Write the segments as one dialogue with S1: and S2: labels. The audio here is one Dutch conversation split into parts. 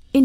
S1: verscheen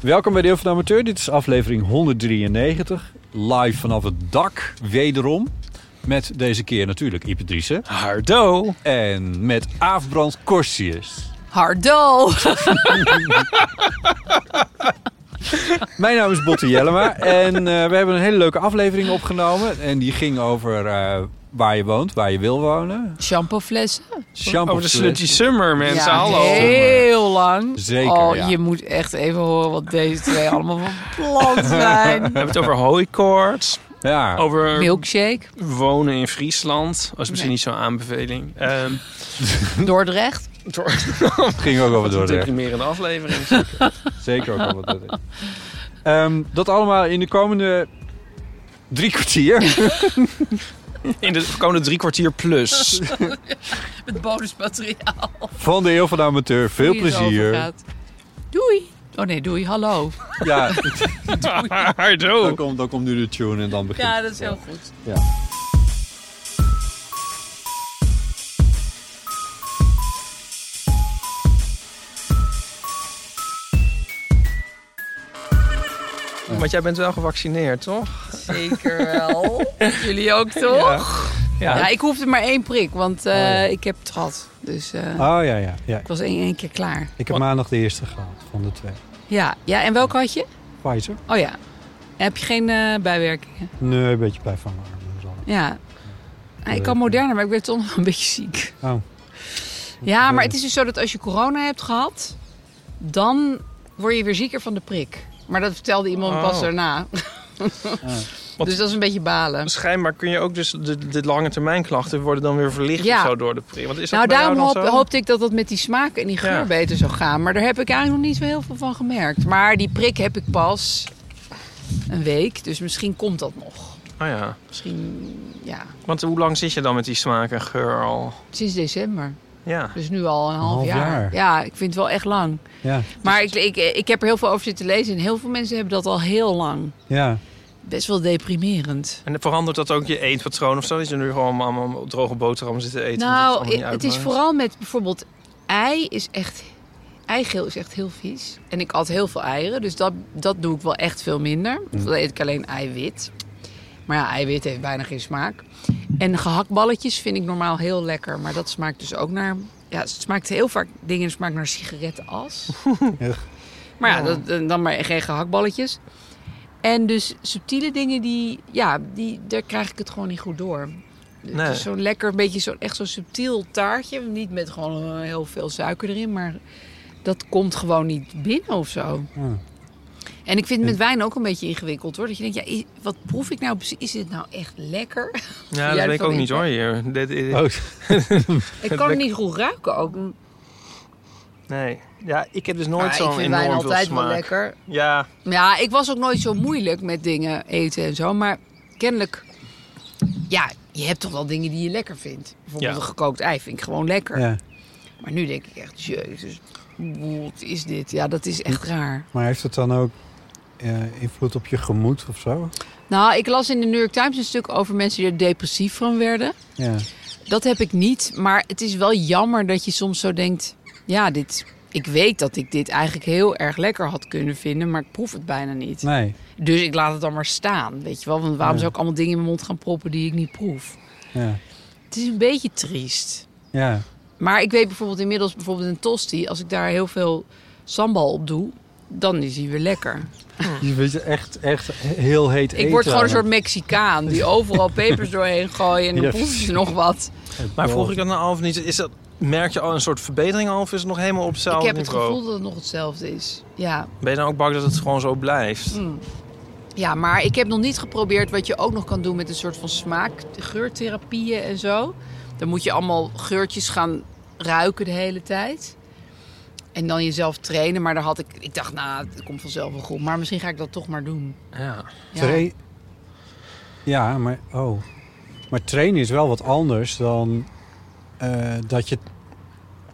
S2: Welkom bij Deel van de Amateur. Dit is aflevering 193. Live vanaf het dak, wederom. Met deze keer natuurlijk Ipe Driessen.
S3: Hardo.
S2: En met Aafbrand Korsius.
S4: Hardo!
S2: Mijn naam is Botte Jellema. En eh, we hebben een hele leuke aflevering opgenomen. En die ging over eh, waar je woont, waar je wil wonen.
S4: Shampooflessen.
S2: Shampoo
S3: Over de Slutty Summer, mensen. Hallo.
S4: heel lang.
S2: Zeker,
S4: Oh,
S2: ja.
S4: je moet echt even horen wat deze twee allemaal van plan zijn.
S3: We hebben het over hooikoorts.
S2: Ja,
S3: Over
S4: Milkshake,
S3: wonen in Friesland. Dat is misschien niet zo'n aanbeveling. Ehm
S4: Dordrecht.
S3: door
S2: het ging ook over
S3: een
S2: Dordrecht.
S3: deprimerende aflevering.
S2: Zeker ook over Dordrecht. Ehm, dat allemaal in de komende drie kwartier.
S3: In de komende drie kwartier plus.
S4: Met bonusmateriaal.
S2: Van de Eeuw van de Amateur. Veel
S4: Hoe je erover
S2: plezier.
S4: gaat. Doei. Oh nee, doei. Hallo.
S2: Ja,
S3: Hardo.
S2: Dan komt, dan komt nu de tune en dan begint.
S4: Ja, dat is heel goed.
S3: Want jij bent wel gevaccineerd, toch?
S4: Zeker wel. Jullie ook toch? Ja. ik hoefde maar één prik, want eh, ik heb het gehad. Dus eh,
S2: Oh ja, ja, ja.
S4: ik was één, één keer klaar.
S2: Ik heb maandag de eerste gehad van de twee.
S4: Ja. ja, en welke had je?
S2: Pfizer?
S4: Oh ja. Heb je geen eh, bijwerkingen?
S2: Nee, een beetje bij van mijn arm en zo.
S4: Ja. Nou, ik kan moderner, maar ik werd toch nog een beetje ziek.
S2: Oh.
S4: Ja, maar het is dus zo dat als je corona hebt gehad, dan word je weer zieker van de prik. Maar dat vertelde iemand
S3: Oh.
S4: pas daarna.
S3: Ah.
S4: dus dat is een beetje balen.
S3: Schijnbaar kun je ook dus de, de lange termijn klachten worden dan weer verlicht
S4: Ja.
S3: of zo door de prik. Want is dat
S4: Nou,
S3: bij jou
S4: daarom
S3: dan
S4: hoop-
S3: zo?
S4: hoopte ik dat dat met die smaak en die geur
S3: Ja.
S4: beter zou gaan. Maar daar heb ik eigenlijk nog niet zo heel veel van gemerkt. Maar die prik heb ik pas een week, dus misschien komt dat nog.
S3: Oh ja.
S4: Misschien, ja,
S3: Want hoe lang zit je dan met die smaak en geur al?
S4: sinds december.
S3: Ja.
S4: Dus nu al een half,
S2: half jaar.
S4: Ja, ik vind het wel echt lang.
S2: Ja,
S4: Maar ik, ik, ik heb er heel veel over zitten lezen en heel veel mensen hebben dat al heel lang.
S2: ja.
S4: Best wel deprimerend.
S3: En verandert dat ook je eetpatroon of zo? Dat je nu gewoon allemaal droge boterhammen zit te eten? omdat het
S4: nou,
S3: allemaal
S4: het,
S3: niet
S4: het is
S3: uitmaakt?
S4: vooral met bijvoorbeeld ei is echt... Eigeel is echt heel vies. En ik at heel veel eieren, dus dat, dat doe ik wel echt veel minder. Dan eet ik alleen eiwit. Maar ja, eiwit heeft bijna geen smaak. En gehaktballetjes vind ik normaal heel lekker. Maar dat smaakt dus ook naar... Ja, het smaakt heel vaak... Dingen smaakt naar sigarettenas. Maar ja, dat- eh, dan- dan maar geen gehaktballetjes. En dus subtiele dingen, die, ja, die, daar krijg ik het gewoon niet goed door. Het
S3: Nee.
S4: is zo'n lekker, beetje zo, echt zo'n subtiel taartje. Niet met gewoon eh, heel veel suiker erin, maar dat komt gewoon niet binnen of zo.
S3: Hm.
S4: En ik vind het met wijn ook een beetje ingewikkeld hoor. Dat je denkt, ja, i- wat proef ik nou precies? Is dit nou echt lekker?
S3: Ja, dat
S4: Ja,
S3: weet ik
S4: dat
S3: ook
S4: weet
S3: niet
S4: ik.
S3: hoor hier. Dit- dit-
S2: Oh,
S4: Ik kan het niet goed ruiken ook.
S3: Nee. Ja, ik heb dus
S4: Maar
S3: nooit
S4: Ah, ik
S3: zo'n
S4: vind
S3: enorm
S4: wijn
S3: veel
S4: altijd wel
S3: smaak.
S4: lekker.
S3: Ja,
S4: Ja, ik was ook nooit zo moeilijk met dingen eten en zo. Maar kennelijk, ja, je hebt toch wel dingen die je lekker vindt. Bijvoorbeeld
S3: Ja.
S4: een gekookt ei vind ik gewoon lekker.
S2: ja.
S4: Maar nu denk ik echt, jezus, wat is dit? Ja, dat is echt raar.
S2: Maar heeft het dan ook eh, invloed op je gemoed of zo?
S4: Nou, ik las in de New York Times een stuk over mensen die er depressief van werden.
S2: Ja.
S4: Dat heb ik niet, maar het is wel jammer dat je soms zo denkt... Ja, dit ik weet dat ik dit eigenlijk heel erg lekker had kunnen vinden, maar ik proef het bijna niet.
S2: Nee.
S4: Dus ik laat het dan maar staan, weet je wel. Want waarom zou ik allemaal dingen in mijn mond gaan proppen die ik niet proef?
S2: Ja.
S4: Het is een beetje triest.
S2: Ja.
S4: Maar ik weet bijvoorbeeld inmiddels, bijvoorbeeld een tosti, als ik daar heel veel sambal op doe, dan is hij weer lekker.
S2: Je weet echt, echt heel heet eten.
S4: Hm. Ik word gewoon een soort
S2: aan
S4: Mexicaan die overal pepers doorheen gooit en dan
S2: Ja.
S4: proef je nog wat.
S2: het-
S5: Maar vroeg ik dat nou af of niet? Is dat, merk je al een soort verbetering al of is het nog helemaal op hetzelfde
S4: ik heb het
S5: niveau?
S4: gevoel dat het nog hetzelfde is. Ja.
S5: Ben je dan ook bang dat het gewoon zo blijft?
S4: Mm. ja, maar ik heb nog niet geprobeerd wat je ook nog kan doen met een soort van smaak, geurtherapieën en zo. Dan moet je allemaal geurtjes gaan ruiken de hele tijd. En dan jezelf trainen. Maar daar had ik, ik dacht, nou, het komt vanzelf wel goed. Maar misschien ga ik dat toch maar doen.
S5: Ja.
S4: Ja.
S2: Tra- ja, maar oh. Maar trainen is wel wat anders dan eh, dat je.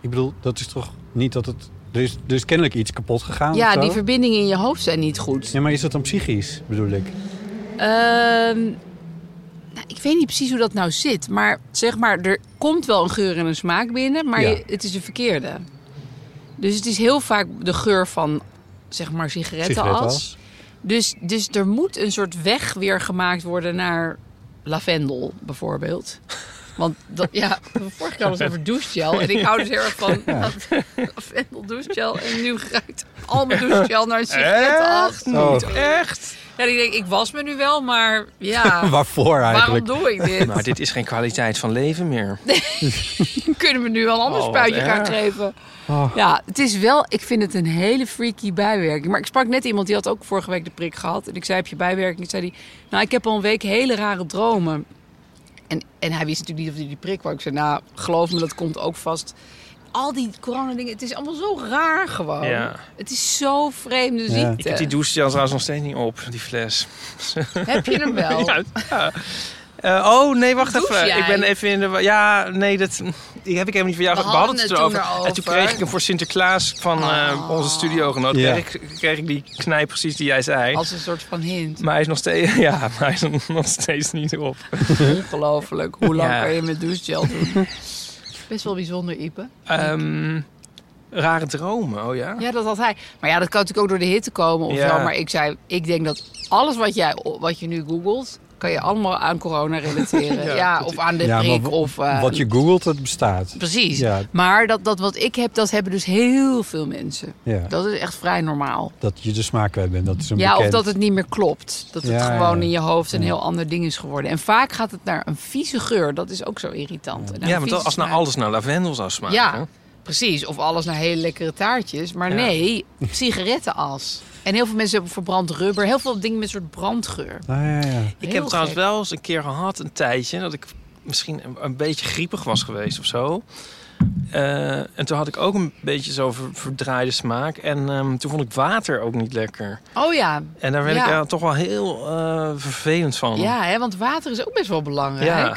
S2: Ik bedoel, dat is toch niet dat het. Er is, er is kennelijk iets kapot gegaan. of
S4: Ja,
S2: zo?
S4: die verbindingen in je hoofd zijn niet goed.
S2: Ja, maar is dat dan psychisch, bedoel ik?
S4: Ehm, nou, ik weet niet precies hoe dat nou zit. Maar zeg maar, er komt wel een geur en een smaak binnen. Maar
S2: Ja.
S4: je- het is de verkeerde. Dus het is heel vaak de geur van, zeg maar, sigarettenas.
S2: Sigarettenas.
S4: Dus, dus er moet een soort weg weer gemaakt worden naar lavendel, bijvoorbeeld. Want dat, ja, vorige keer was het over douchegel. En ik hou dus heel erg van lavendel douchegel. En nu ruikt al mijn douchegel naar een sigarettenas.
S2: Oh.
S4: Echt? Ja, ik denk, ik was me nu wel, maar ja,
S2: Waarvoor
S4: waarom
S2: eigenlijk?
S4: doe ik dit?
S5: Maar dit is geen kwaliteit van leven meer.
S4: Kunnen we nu al een ander
S5: Oh, wat
S4: spuitje gaan
S5: erg.
S4: geven?
S2: Oh.
S4: Ja, het is wel, ik vind het een hele freaky bijwerking. Maar ik sprak net iemand die had ook vorige week de prik gehad. En ik zei, heb je bijwerking? Toen zei hij, nou, ik heb al een week hele rare dromen. En, en hij wist natuurlijk niet of hij die prik wou. Ik zei, nou, geloof me, dat komt ook vast. Al die corona-dingen, het is allemaal zo raar gewoon.
S5: Ja.
S4: Het is zo vreemde
S2: Ja.
S4: ziekte.
S5: Ik heb die douchegel trouwens nog steeds niet op, die fles.
S4: Heb je hem wel?
S5: Ja, ja. Oh. Eh, oh, nee, wacht
S4: Douche
S5: even.
S4: jij?
S5: Ik ben even in de... wa- Ja, nee, dat die heb ik helemaal niet van jou.
S4: We
S5: gehad.
S4: hadden het toen
S5: dus En toen
S4: erover.
S5: kreeg ik hem voor Sinterklaas van eh,
S4: Oh.
S5: onze studiogenoot.
S2: Ja.
S5: Kreeg, ik- kreeg ik die knijp precies die jij zei.
S4: Als een soort van hint.
S5: Maar hij is nog steeds... Ja, maar hij is nog steeds niet op.
S4: Ongelooflijk. Hoe lang
S5: Ja.
S4: kan je met douchegel doen? Best wel bijzonder, Ipe.
S5: Ehm, rare dromen, oh ja?
S4: Ja, dat had hij. Maar ja, dat kan natuurlijk ook door de hitte komen of
S5: Ja.
S4: zo. Maar ik zei, ik denk dat alles wat, jij, wat je nu googelt... kan je allemaal aan corona relateren. ja,
S5: Ja,
S4: of aan de
S2: Ja, maar
S4: prik
S2: wa-
S4: of... eh,
S2: Wat je googelt, dat bestaat.
S4: Precies.
S2: Ja.
S4: Maar dat, dat wat ik heb, dat hebben dus heel veel mensen.
S2: Ja.
S4: Dat is echt vrij normaal.
S2: Dat je de smaak kwijt bent, dat is een
S4: Ja,
S2: bekend.
S4: of dat het niet meer klopt. Dat het
S2: Ja, ja,
S4: gewoon
S2: ja.
S4: in je hoofd een heel ander ding is geworden. En vaak gaat het naar een vieze geur. Dat is ook zo irritant. En naar
S5: Ja,
S4: een
S5: want
S4: vieze
S5: als nou
S4: smaak.
S5: alles naar lavendel zou smaken.
S4: Ja, precies. Of alles naar hele lekkere taartjes. Maar
S5: Ja.
S4: nee, sigarettenas. En heel veel mensen hebben verbrand rubber. Heel veel dingen met een soort brandgeur.
S2: Ah, ja, ja.
S5: Ik
S4: Heel
S5: heb trouwens
S4: gek.
S5: wel eens een keer gehad, een tijdje, dat ik misschien een, een beetje griepig was geweest of zo. Eh, en toen had ik ook een beetje zo ver- verdraaide smaak. En ehm, toen vond ik water ook niet lekker.
S4: Oh ja.
S5: En daar werd
S4: Ja.
S5: ik eh, toch wel heel eh, vervelend van.
S4: Ja, hè, want water is ook best wel belangrijk.
S5: Ja.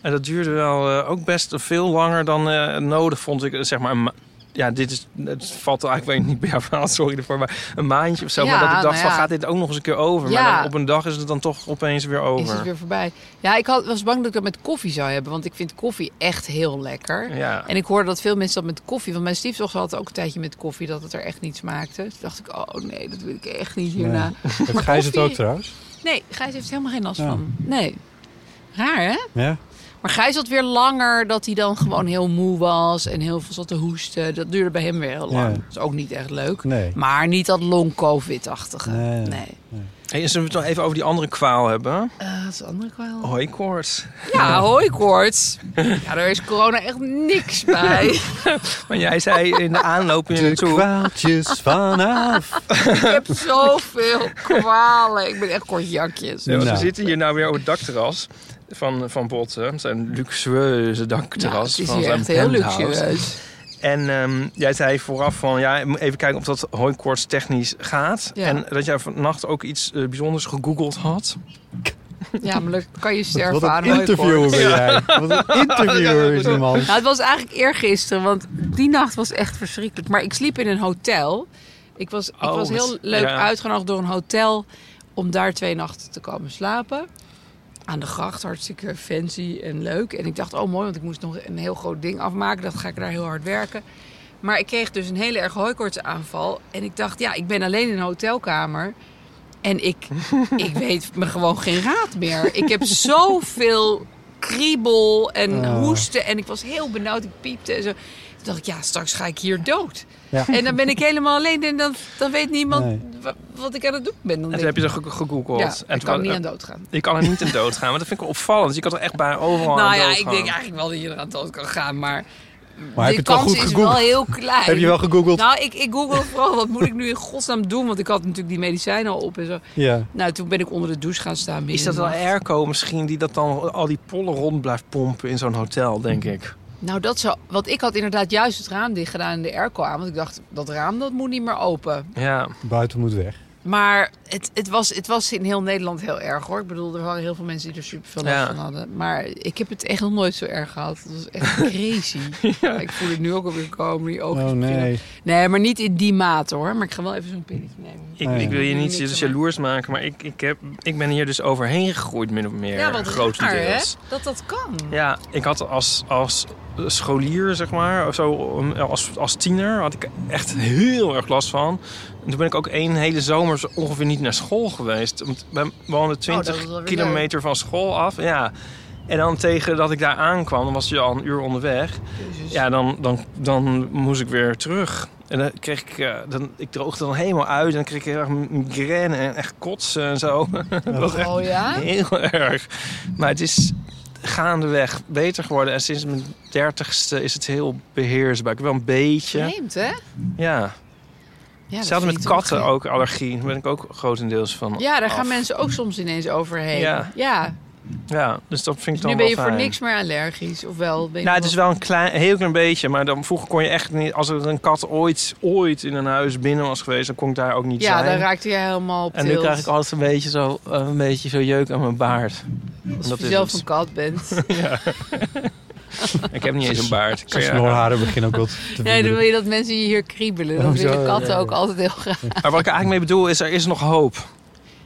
S5: En dat duurde wel eh, ook best veel langer dan eh, nodig, vond ik. Zeg maar, een ma- ja, dit is, het valt eigenlijk weet ik niet bij jouw verhaal, sorry ervoor. Maar een maandje of zo.
S4: Ja,
S5: maar dat ik dacht,
S4: nou ja.
S5: van, gaat dit ook nog eens een keer over?
S4: Ja.
S5: Maar dan op een dag is het dan toch opeens weer over.
S4: Is het weer voorbij. Ja, ik had, was bang dat ik dat met koffie zou hebben. Want ik vind koffie echt heel lekker.
S5: Ja.
S4: En ik hoorde dat veel mensen dat met koffie... Want mijn stiefdochter had ook een tijdje met koffie... dat het er echt niet smaakte. Toen dacht ik, oh nee, dat wil ik echt niet hierna.
S2: Heb Gijs het
S4: koffie-
S2: ook trouwens?
S4: Nee, Gijs heeft er helemaal geen last
S2: Ja.
S4: van. Nee. Raar, hè?
S2: Ja?
S4: Maar Gijs had weer langer dat hij dan gewoon heel moe was en heel veel zat te hoesten. Dat duurde bij hem weer heel
S2: Ja.
S4: lang. Dat is ook niet echt leuk.
S2: Nee.
S4: Maar niet dat long-covid-achtige.
S2: Nee,
S4: Nee.
S2: nee.
S5: Hey, zullen we het nog even over die andere kwaal hebben?
S4: Eh, dat is een andere
S2: Oh.
S4: kwaal.
S5: Hooikoorts.
S4: Ja, hooikoorts. Ja, daar is corona echt niks bij.
S5: Maar jij zei in de aanloop hier
S2: De
S5: naartoe...
S2: kwaaltjes vanaf.
S4: Ik heb zoveel kwalen. Ik ben echt kortjakjes.
S5: Nee, want
S2: Nou.
S5: We zitten hier nou weer op het dakterras van, van Botten. Zijn luxueuze
S4: Ja,
S5: dakterras
S4: Nou, het is
S5: van
S4: hier
S5: zijn
S4: echt heel
S5: penthouse.
S4: luxueus.
S5: En ehm, jij zei vooraf van, ja, even kijken of dat hooikoorts technisch gaat.
S4: Ja.
S5: En dat jij vannacht ook iets eh, bijzonders gegoogeld had.
S4: Ja, maar dan kan je
S2: Wat
S4: sterven aan
S2: een
S4: hooikoorts.
S2: interviewer ben jij. Wat een interviewer is die man.
S4: Nou, het was eigenlijk eergisteren, want die nacht was echt verschrikkelijk. Maar ik sliep in een hotel. Ik was, ik
S5: Oh,
S4: was heel
S5: wat-
S4: leuk
S5: ja.
S4: uitgenodigd door een hotel om daar twee nachten te komen slapen. Aan de gracht, hartstikke fancy en leuk. En ik dacht, oh mooi, want ik moest nog een heel groot ding afmaken. Dat ga ik daar heel hard werken. Maar ik kreeg dus een hele erg hooikoortsaanval. En ik dacht, ja, ik ben alleen in een hotelkamer. En ik, ik weet me gewoon geen raad meer. Ik heb zoveel kriebel en
S2: Oh.
S4: hoesten. En ik was heel benauwd. Ik piepte en zo. Toen dacht ik, ja, straks ga ik hier dood.
S2: Ja.
S4: En dan ben ik helemaal alleen. En dan, dan weet niemand
S2: Nee.
S4: wa- wat ik aan het doen ben. Dan
S5: En toen
S4: denk
S5: heb
S4: ik,
S5: je er ge- gegoogeld.
S4: ja,
S5: en
S4: ik
S5: toen- eh,
S4: kan niet aan dood gaan.
S5: Je kan er niet aan dood gaan, want dat vind ik wel opvallend. Dus je kan er echt bij overal
S4: nou
S5: aan
S4: ja, ik
S5: doodgaan.
S4: denk eigenlijk wel dat je eraan dood kan gaan. Maar,
S2: Maar
S4: de
S2: heb je het wel
S4: kans
S2: goed
S4: is
S2: gegoogeld?
S4: wel heel klein.
S2: Heb je wel gegoogeld?
S4: Nou, ik, ik google vooral wat moet ik nu in godsnaam doen. Want ik had natuurlijk die medicijnen al op en zo.
S2: Ja.
S4: Nou, toen ben ik onder de douche gaan staan.
S5: Is dat wel
S4: midden in de nacht.
S5: airco misschien die dat dan al die pollen rond blijft pompen in zo'n hotel, denk ik?
S4: Nou, dat zou... Want ik had inderdaad juist het raam dicht gedaan en de airco aan. Want ik dacht, dat raam dat moet niet meer open.
S5: Ja.
S2: Buiten moet weg.
S4: Maar het, het, was, het was in heel Nederland heel erg, hoor. Ik bedoel, er waren heel veel mensen die er super veel last
S5: Ja.
S4: van hadden. Maar ik heb het echt nog nooit zo erg gehad. Het was echt crazy. Ik voel het nu ook alweer komen, die ogen.
S2: Oh nee.
S4: Nee, maar niet in die mate, hoor. Maar ik ga wel even zo'n pilletje nemen.
S5: Ik,
S2: Ah, ja.
S5: ik wil je niet
S4: Niks
S5: dus
S4: aan
S5: jaloers maken, maar ik, ik, heb, ik ben hier dus overheen gegooid, min of meer.
S4: Ja, wat raar, hè?
S5: grotendeels.
S4: Dat dat kan.
S5: Ja, ik had als, als scholier, zeg maar, of zo, um, als, als tiener, had ik echt heel erg last van. En toen ben ik ook één hele zomer zo ongeveer niet naar school geweest. Want we woonden
S4: Oh, dat is
S5: 20
S4: wel weer
S5: kilometer van school af. Ja. En dan tegen dat ik daar aankwam, dan was je al een uur onderweg. Ja, dan, dan, dan moest ik weer terug. En dan kreeg ik, eh, dan, ik droogde dan helemaal uit en dan kreeg ik heel erg migraine en echt kotsen en zo. dat was echt
S4: Oh ja?
S5: Heel erg. Maar het is gaandeweg beter geworden. En sinds mijn dertigste is het heel beheersbaar. Ik heb wel een beetje.
S4: Vreemd, hè?
S5: Ja.
S4: Ja, dat
S5: Hetzelfde
S4: vind
S5: met
S4: ik toch
S5: katten
S4: gek.
S5: ook, allergie. Daar ben ik ook grotendeels van
S4: Ja, daar
S5: af.
S4: gaan mensen ook soms ineens overheen.
S5: Ja.
S4: Ja.
S5: Ja, dus dat vind ik
S4: Dus
S5: dan
S4: nu ben je
S5: wel
S4: voor
S5: fijn.
S4: niks meer allergisch. Of wel? Ben je
S5: Nou, het
S4: nog
S5: is wel een klein, heel klein beetje. Maar dan, vroeger kon je echt niet... Als er een kat ooit, ooit in een huis binnen was geweest... dan kon ik daar ook niet
S4: Ja,
S5: zijn.
S4: dan raakte je helemaal op
S5: en nu
S4: tilt.
S5: krijg ik altijd een beetje zo, eh, een beetje zo jeuk aan mijn baard.
S4: Als
S5: dat
S4: je
S5: is
S4: zelf
S5: het. dus.
S4: een kat bent.
S5: Ik heb niet eens een baard. Ik eh, kan
S2: Zijn
S5: je-
S2: snorharen beginnen ook wel te
S4: Nee, dan
S2: wiebelen.
S4: wil je dat mensen je hier kriebelen.
S2: Oh,
S4: Dan
S2: zo,
S4: willen katten
S2: ja, ja.
S4: ook altijd heel graag.
S5: Maar wat ik eigenlijk mee bedoel is, er is nog hoop.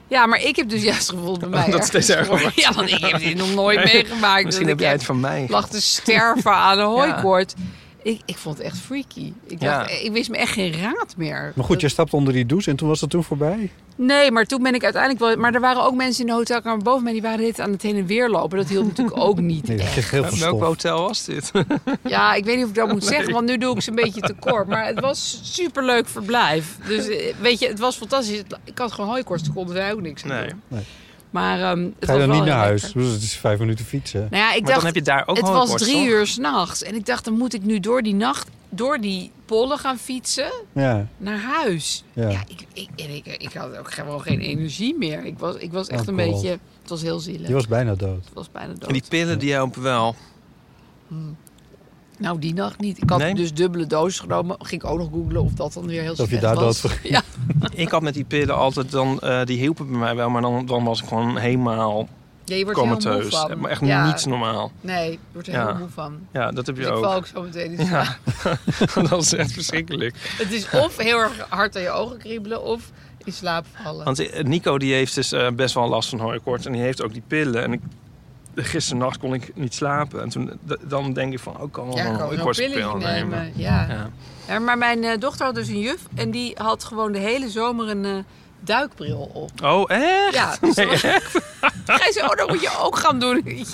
S4: Ja, maar ik heb dus juist gevoeld bij mij
S5: dat is steeds
S4: ergens
S5: erger
S4: voor- Ja, want ik heb dit nog nooit
S5: Nee.
S4: meegemaakt.
S5: Misschien
S4: dat
S5: heb
S4: ik
S5: jij
S4: echt
S5: het van mij.
S4: lag te sterven aan een hooikoord. Ik, ik vond het echt freaky. Ik,
S5: Ja.
S4: dacht, ik wist me echt geen raad meer.
S2: Maar goed,
S4: Dat-
S2: je stapt onder die douche en toen was dat toen voorbij.
S4: Nee, maar toen ben ik uiteindelijk wel... Maar er waren ook mensen in de hotelkamer boven mij... die waren dit aan het heen en weer lopen. Dat hielp natuurlijk ook niet.
S2: Nee, dat geeft heel veel
S5: Welk
S2: stof.
S5: hotel was dit?
S4: Ja, ik weet niet of ik dat moet zeggen, want nu doe ik ze een beetje tekort. Maar het was superleuk verblijf. Dus eh, weet je, het was fantastisch. Het- Ik had gewoon hooikoorts, toen konden wij ook niks aan
S5: Nee.
S4: doen.
S2: Nee.
S4: Maar
S2: Ga
S4: ehm, het
S2: je
S4: was
S2: dan
S4: wel
S2: niet naar
S4: heel
S2: huis?
S4: lekker.
S2: Dus het is vijf minuten fietsen.
S4: Nou ja, ik
S5: maar
S4: dacht,
S5: dan heb je daar ook
S4: het
S5: wel
S4: was drie uur s'nachts. En ik dacht, dan moet ik nu door die nacht, door die pollen gaan fietsen
S2: Ja,
S4: naar huis.
S2: Ja.
S4: Ja, ik, ik, en ik, ik had ook gewoon geen energie meer. Ik was, ik was echt
S2: Oh,
S4: een
S2: God.
S4: beetje, het was heel zielig.
S2: je was bijna dood.
S4: Het was bijna dood.
S5: En die pillen die helpen wel.
S4: Nou, die nacht niet. Ik had
S5: Nee?
S4: dus dubbele dosis genomen. Ging ik ook nog googlen of dat dan weer heel
S2: je
S4: slecht
S2: daar dood
S4: was.
S2: voor
S4: Ja.
S5: Ik had met die pillen altijd dan, eh, die hielpen bij mij wel, maar dan, dan was ik gewoon helemaal
S4: ja, je wordt er heel moe
S5: comateus.
S4: van.
S5: Maar echt
S4: Ja.
S5: niet normaal.
S4: Nee, je wordt er
S5: Ja.
S4: heel moe van.
S5: Ja, dat heb je
S4: Dus ik
S5: ook.
S4: val ook zo meteen in slaap.
S5: Ja, dat is echt verschrikkelijk.
S4: Het is of heel erg hard aan je ogen kriebelen of in slaap vallen.
S5: Want eh, Nico die heeft dus eh, best wel last van hooikoorts en die heeft ook die pillen. En ik, gisternacht kon ik niet slapen. En toen, d- dan denk ik van, oh, ik kan wel
S4: ja,
S5: een
S4: ik kan zo'n
S5: hooikoortspil
S4: pilletje nemen.
S5: nemen.
S4: Ja.
S5: Ja.
S4: Ja, maar mijn eh, dochter had dus een juf en die had gewoon de hele zomer een eh, duikbril op.
S5: Oh, echt?
S4: Ja, dus dan- Hij zei, oh, dat moet je ook gaan doen.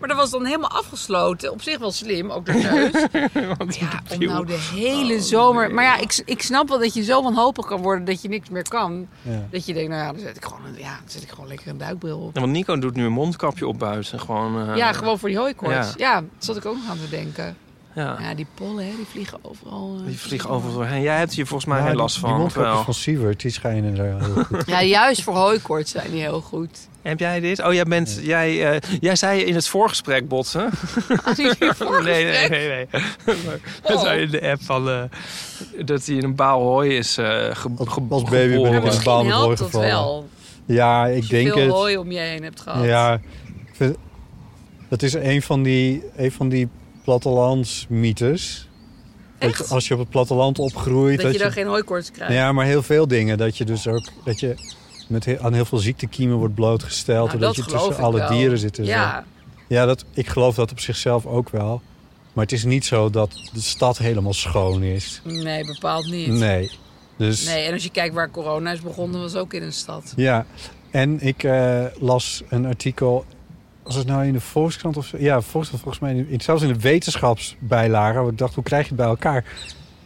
S4: maar dat was dan helemaal afgesloten. Op zich wel slim, ook door neus. Maar ja, om nou de hele zomer... Maar ja, ik, ik snap wel dat je zo wanhopig kan worden dat je niks meer kan.
S2: Ja.
S4: Dat je denkt, nou ja, dan zet ik gewoon, een- ja, dan zet ik gewoon lekker een duikbril op.
S5: Ja, want Nico doet nu een mondkapje op buiten. Gewoon, eh,
S4: Ja, gewoon voor die hooikoorts.
S5: Ja.
S4: Ja. dat zat ik ook nog aan te denken.
S5: ja.
S4: Ja, die pollen, hè, die vliegen overal. eh.
S5: Die vliegen overal doorheen. Jij hebt hier volgens mij
S2: Ja,
S5: heel
S2: die-
S5: last van.
S2: Die
S5: of wel?
S2: mondkapjes van Sievert, die schijnen er heel goed.
S4: Ja, juist voor hooikoorts zijn die heel goed.
S5: Heb jij dit? Oh, jij, bent, jij, eh, jij zei in het voorgesprek botsen. Nee, nee, nee. nee.
S4: Oh.
S5: Hij zei in de app van, eh, dat hij in een baal hooi is eh ge-
S2: Als-
S5: ge-
S2: als baby ben ik
S5: geboren.
S2: in een baal.
S4: Misschien
S2: met hooi
S4: helpt dat
S2: gevallen.
S4: wel.
S2: Ja, ik
S4: Als je
S2: denk
S4: veel
S2: het.
S4: hooi om je heen hebt gehad.
S2: Ja, ik vind- dat is een van die, een van die plattelandsmythes. Dat
S4: Echt?
S2: als je op het platteland opgroeit...
S4: dat, je dan geen hooikoorts krijgt.
S2: Nou Ja, maar heel veel dingen. Dat je dus ook dat je met he- aan heel veel ziektekiemen wordt blootgesteld.
S4: Nou,
S2: doordat
S4: dat
S2: je tussen
S4: geloof ik
S2: alle
S4: wel.
S2: dieren zit. en zo.
S4: Ja,
S2: ja dat, ik geloof dat op zichzelf ook wel. Maar het is niet zo dat de stad helemaal schoon is.
S4: Nee, bepaald niet.
S2: Nee. Dus
S4: Nee, en als je kijkt waar corona is begonnen, was ook in een stad.
S2: ja. En ik eh, las een artikel. Was het nou in de Volkskrant of zo? Ja, Volkskrant volgens mij. in- zelfs in de wetenschapsbijlage. Want ik dacht, hoe krijg je het bij elkaar?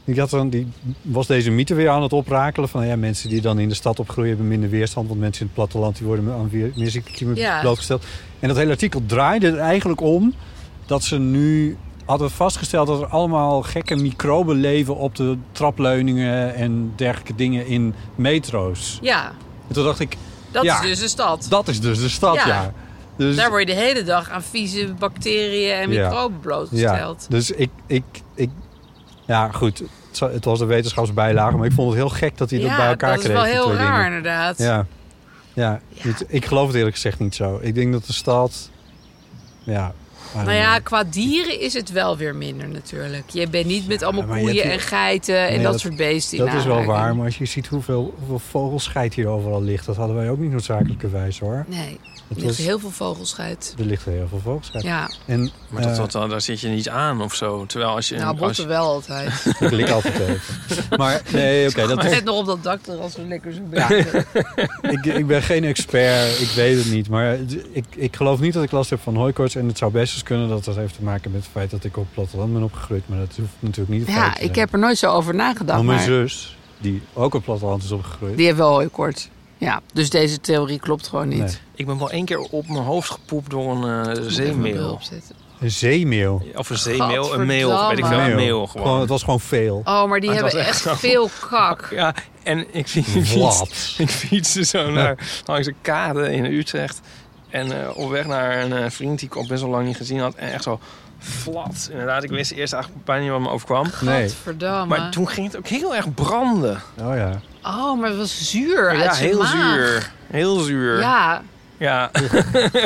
S2: Ik had dan, die was deze mythe weer aan het oprakelen. Van nou ja, mensen die dan in de stad opgroeien hebben minder weerstand. Want mensen in het platteland die worden aan weer- meer ziektekiemen
S4: Ja.
S2: blootgesteld. En dat hele artikel draaide er eigenlijk om dat ze nu hadden vastgesteld dat er allemaal gekke microben leven op de trapleuningen en dergelijke dingen in metro's.
S4: Ja,
S2: En toen dacht ik,
S4: dat
S2: Ja.
S4: is dus een stad.
S2: dat is dus de stad, ja.
S4: Ja.
S2: Dus,
S4: Daar word je de hele dag aan vieze bacteriën en
S2: Ja.
S4: microben
S2: ja,
S4: blootgesteld.
S2: dus ik, ik, ik, ja goed, het zo- het was een wetenschapsbijlage, maar ik vond het heel gek dat hij dat bij elkaar
S4: dat is
S2: kreeg.
S4: wel
S2: die
S4: heel
S2: twee dingen.
S4: raar inderdaad.
S2: Ja, ja.
S4: Ja.
S2: Het- ik geloof het eerlijk gezegd niet zo. Ik denk dat de stad, ja. I don't
S4: Nou ja,
S2: know.
S4: qua dieren is het wel weer minder natuurlijk. Je bent niet met allemaal
S2: Ja, maar je
S4: koeien
S2: hebt
S4: en
S2: hier-
S4: geiten en
S2: Nee,
S4: dat,
S2: dat-
S4: soort beesten. in
S2: Dat is wel
S4: aanraking.
S2: waar, maar als je ziet hoeveel, hoeveel vogelscheit hier overal ligt, dat hadden wij ook niet noodzakelijkerwijs hoor.
S4: Nee,
S2: Het was-
S4: er ligt heel veel vogelscheit.
S2: Er ligt heel veel vogelscheit.
S4: Ja,
S2: En
S3: Maar
S2: eh,
S3: dat, dat, daar zit je niet aan of zo. Terwijl als je...
S4: nou,
S3: als je-
S4: botten wel altijd.
S2: ik lik altijd even. Maar nee, oké, dat
S4: Ik
S2: is,
S4: zit nog op dat dak als we lekker zo buiten.
S2: ik, ik ben geen expert, ik weet het niet. Maar d- ik, ik geloof niet dat ik last heb van hooikoorts. En het zou best eens kunnen dat dat heeft te maken met het feit dat ik op het platteland ben opgegroeid. Maar dat hoeft natuurlijk niet. het feit
S4: Ja,
S2: te
S4: ik
S2: zijn.
S4: heb er nooit zo over nagedacht.
S2: Want mijn
S4: Maar
S2: zus, die ook op het platteland is opgegroeid.
S4: die heeft wel hooikort. Ja, dus deze theorie klopt gewoon niet.
S2: Nee.
S4: Moet
S3: Ik ben wel één keer op mijn hoofd gepoept door een
S4: even
S3: eh,
S4: mijn bril
S3: zeemeel.
S4: opzetten.
S2: Een zeemeel.
S3: Of een zeemeel, een meel,
S4: Gadverdamme.
S3: weet ik veel. Een meel
S2: Gewoon,
S3: gewoon.
S2: het was gewoon veel.
S4: Oh, maar die
S3: Maar
S4: hebben
S3: het Ah, was echt
S4: echt veel kak.
S3: Ja, en ik fiets, ik fiets,
S2: Wat?
S3: ik fietste zo naar langs een kade in Utrecht. En eh, op weg naar een eh, vriend die ik al best wel lang niet gezien had. En echt zo flat. Inderdaad, ik wist eerst eigenlijk bijna niet wat me overkwam.
S2: Nee.
S4: Gadverdamme.
S3: Maar toen ging het ook heel erg branden.
S2: Oh ja.
S4: Oh, maar het was zuur uit
S3: ja,
S4: zijn
S3: heel
S4: maag.
S3: zuur. Heel zuur.
S4: Ja,
S3: Ja.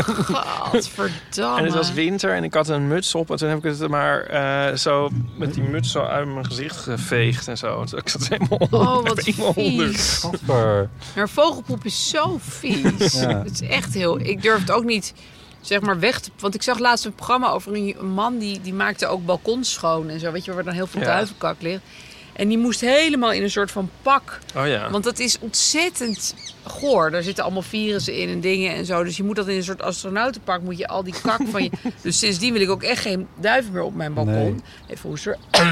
S4: gadverdamme.
S3: En het was winter en ik had een muts op. En toen heb ik het maar eh, zo met die muts zo uit mijn gezicht geveegd en zo. Dus ik zat helemaal onder.
S4: Oh, wat
S3: helemaal onder.
S4: vies.
S2: Super.
S4: Maar vogelpoep is zo vies.
S2: Ja.
S4: Het is echt heel... Ik durf het ook niet, zeg maar, weg te... Want ik zag laatst een programma over een een man... die, die maakte ook balkons schoon en zo. Weet je, waar dan heel veel
S3: Ja.
S4: duivenkak ligt. En die moest helemaal in een soort van pak.
S3: Oh ja.
S4: Want dat is ontzettend goor. Daar zitten allemaal virussen in en dingen en zo. Dus je moet dat in een soort astronautenpak... moet je al die kak van je... Dus sindsdien wil ik ook echt geen duiven meer op mijn balkon.
S2: Nee.
S4: Even hoester.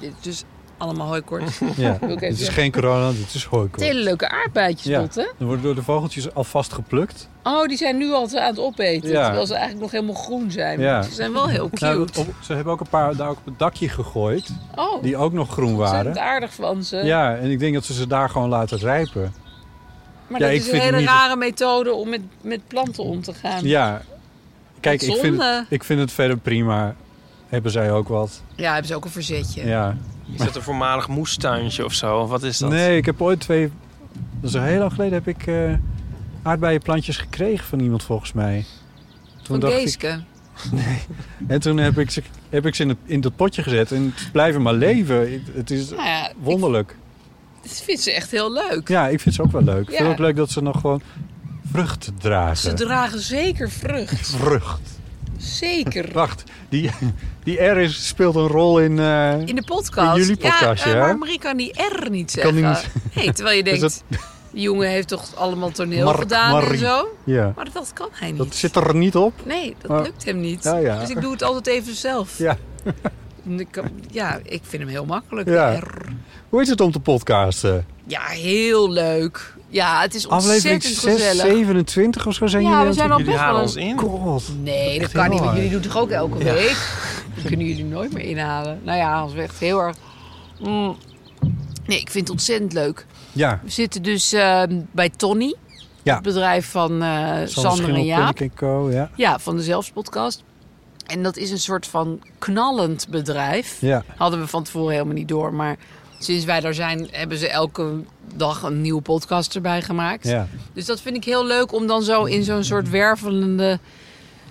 S4: Dit is dus allemaal hooikort.
S2: Ja.
S4: even
S2: Dit is
S4: zeggen.
S2: geen corona, dit is
S4: Het
S2: hooikoorts.
S4: hele leuke aardbeidjes,
S2: Ja.
S4: Dot, hè?
S2: Er worden door de vogeltjes alvast geplukt.
S4: Oh, die zijn nu al aan het opeten.
S2: Ja.
S4: Terwijl ze eigenlijk nog helemaal groen zijn.
S2: Ja.
S4: Ze zijn wel heel cute.
S2: Nou, op- ze hebben ook een paar daar ook op het dakje gegooid,
S4: oh,
S2: die ook nog groen
S4: ontzettend
S2: waren.
S4: aardig van ze.
S2: Ja, en ik denk dat ze ze daar gewoon laten rijpen.
S4: maar
S2: ja,
S4: dat
S2: ik
S4: is een
S2: vind het
S4: hele
S2: niet-
S4: rare methode om met, met planten om te gaan.
S2: Ja. Kijk,
S4: Wat
S2: ik vind,
S4: zonde.
S2: ik vind het verder prima. Hebben zij ook wat?
S4: Ja, hebben ze ook een verzetje.
S2: Ja.
S3: Is dat een voormalig moestuintje of zo? Of wat is dat?
S2: Nee, ik heb ooit twee... Dat is al heel lang geleden heb ik eh aardbeienplantjes gekregen van iemand volgens mij.
S4: Van
S2: ik,
S4: Geeske.
S2: en toen heb ik ze, heb ik ze in, het, in dat potje gezet en het blijven maar leven. Het- Het is
S4: Nou ja, ik
S2: wonderlijk.
S4: vind ze echt heel leuk.
S2: Ja, ik vind ze ook wel leuk. Ik vind
S4: Ja.
S2: het ook leuk dat ze nog gewoon vrucht dragen.
S4: Ze dragen zeker vrucht.
S2: Vrucht.
S4: Zeker.
S2: Wacht, die, die R is, speelt een rol in... eh,
S4: In de podcast.
S2: In jullie podcast,
S4: eh,
S2: ja.
S4: Maar Marie kan die R niet
S2: Kan
S4: zeggen.
S2: die
S4: Nee, terwijl je
S2: Is
S4: denkt, die jongen heeft toch allemaal toneel
S2: Mark
S4: gedaan
S2: Marie.
S4: en zo.
S2: Ja,
S4: Maar dat kan hij niet.
S2: dat zit er niet op.
S4: Nee, dat
S2: Maar-
S4: lukt hem niet.
S2: Nou ja.
S4: Dus ik doe het altijd even zelf.
S2: Ja.
S4: En ik kan- ja, ik vind hem heel makkelijk.
S2: Ja.
S4: Ja,
S2: Hoe is het om te podcasten?
S4: ja heel leuk. Ja, het is
S2: Aflevering
S4: ontzettend
S2: 6,
S4: gezellig.
S2: 27 of zo zijn
S4: Ja,
S2: jullie
S4: we zijn
S2: aan
S4: al
S2: het-
S3: Jullie
S4: best wel
S3: halen
S4: een-
S3: ons in.
S2: God.
S4: Nee, dat
S2: Echt
S4: kan
S2: heel
S4: niet, want
S2: hard.
S4: jullie doen toch ook elke week? Dat kunnen jullie nooit meer inhalen. Nou ja, als we echt heel erg... Mm. Nee, ik vind het ontzettend leuk.
S2: Ja,
S4: We zitten dus ehm, bij Tony.
S2: Ja.
S4: Het bedrijf van eh, Sander en Jaap.
S2: Schimmelpenninck en Co. Ja.
S4: Ja, van de Zelfspodcast. En dat is een soort van knallend bedrijf.
S2: Ja.
S4: Hadden we van tevoren helemaal niet door. Maar sinds wij daar zijn, hebben ze elke dag een nieuwe podcast erbij gemaakt.
S2: ja.
S4: Dus dat vind ik heel leuk om dan zo in zo'n soort wervelende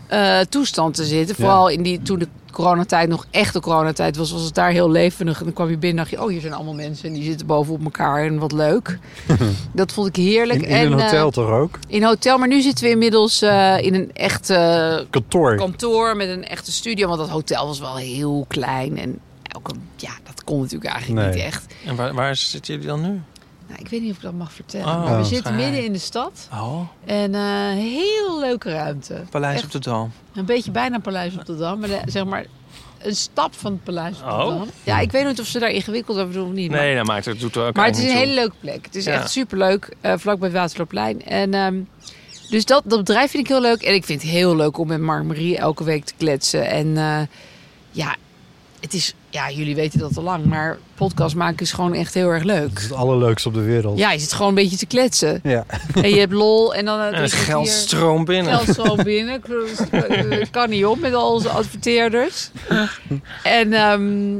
S4: eh, toestand te zitten. Vooral in die, toen de coronatijd nog echte coronatijd was, was het daar heel levendig. En dan kwam je binnen en dacht je, oh, hier zijn allemaal mensen en die zitten bovenop elkaar en wat leuk. dat vond ik heerlijk.
S2: In, in een
S4: en, eh,
S2: hotel toch ook?
S4: in een hotel, maar nu zitten we inmiddels eh, in een echt eh,
S2: Kantoor.
S4: kantoor met een echte studio. Want dat hotel was wel heel klein en elke, ja, dat kon natuurlijk eigenlijk
S2: Nee.
S4: niet echt.
S3: En waar, waar zitten jullie dan nu?
S4: Nou, ik weet niet of ik dat mag vertellen.
S3: Oh,
S4: maar we
S3: oh,
S4: zitten
S3: geheim.
S4: midden in de stad
S3: Oh,
S4: en eh heel leuke ruimte.
S3: Paleis
S4: Echt.
S3: op de Dam.
S4: Een beetje bijna Paleis op de Dam, maar de- zeg maar een stap van het Paleis op de
S3: Oh.
S4: Dam. Ja, ik weet niet of ze daar ingewikkeld over doen of niet. maar-
S3: Nee, dat maakt het. Doet er ook
S4: maar het is een
S3: eigenlijk
S4: hele
S3: niet
S4: leuke plek. Het is
S3: Ja.
S4: echt superleuk, eh vlak bij het Waterloopplein. En, ehm, dus dat, dat bedrijf vind ik heel leuk. En ik vind het heel leuk om met Mark Marie elke week te kletsen. En eh, ja, het is, ja, jullie weten dat al lang, maar podcast maken is gewoon echt heel erg
S2: Dat
S4: leuk.
S2: is het allerleukste op de wereld.
S4: Ja, je zit gewoon een beetje te kletsen.
S2: Ja.
S4: En je hebt lol en dan... eh,
S3: toe. En
S4: drink
S3: het
S4: je
S3: geld
S4: bier.
S3: stroomt binnen.
S4: Geld zo binnen. Ik kan niet op met al onze adverteerders. En ehm,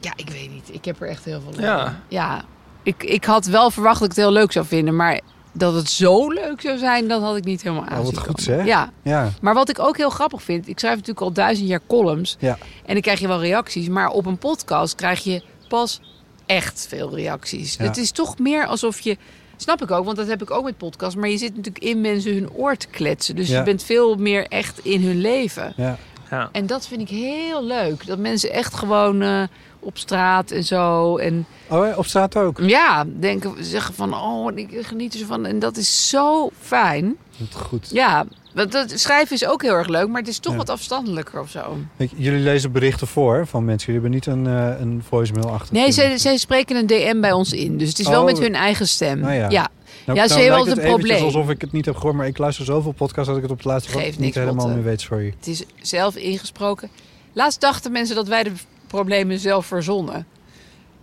S4: ja, ik weet niet. Ik heb er echt heel veel lol
S3: Ja.
S4: in. ja. Ik, ik had wel verwacht dat ik het heel leuk zou vinden. Maar dat het zo leuk zou zijn, dat had ik niet helemaal
S2: Oh, wat
S4: aanzien
S2: goed
S4: komen.
S2: zeg.
S4: Ja.
S2: Ja.
S4: Maar wat ik ook heel grappig vind, ik schrijf natuurlijk al duizend jaar columns.
S2: Ja.
S4: En dan krijg je wel reacties. Maar op een podcast krijg je pas echt veel reacties.
S2: Ja.
S4: Het is toch meer alsof je. Snap ik ook, want dat heb ik ook met podcasts. Maar je zit natuurlijk in mensen hun oor te kletsen. Dus
S2: Ja.
S4: je bent veel meer echt in hun leven.
S2: Ja.
S3: Ja.
S4: En dat vind ik heel leuk. Dat mensen echt gewoon eh, op straat en zo. En
S2: Oh, hè, op straat ook.
S4: ja, denken, zeggen van, oh, ik geniet er zo van. En dat is zo fijn.
S2: Wat Goed.
S4: Ja, want dat schrijven is ook heel erg leuk, maar het is toch
S2: Ja.
S4: wat afstandelijker of zo.
S2: Ik- Jullie lezen berichten voor van mensen. Jullie hebben niet een, eh, een voicemail achter.
S4: Nee, zij, zij spreken een DM bij ons in, dus het is wel
S2: Oh.
S4: met hun eigen stem.
S2: Nou ja.
S4: ja.
S2: Nou,
S4: ja, ze
S2: nou
S4: hebben
S2: lijkt het
S4: altijd een
S2: eventjes
S4: probleem.
S2: alsof ik het niet heb gehoord, maar ik luister zoveel podcasts dat ik het op het laatste
S4: Geeft
S2: vlak niet
S4: niks, eh. Nou,
S2: helemaal
S4: Lotte.
S2: meer weet. Sorry.
S4: Het is zelf ingesproken. Laatst dachten mensen dat wij de problemen zelf verzonnen.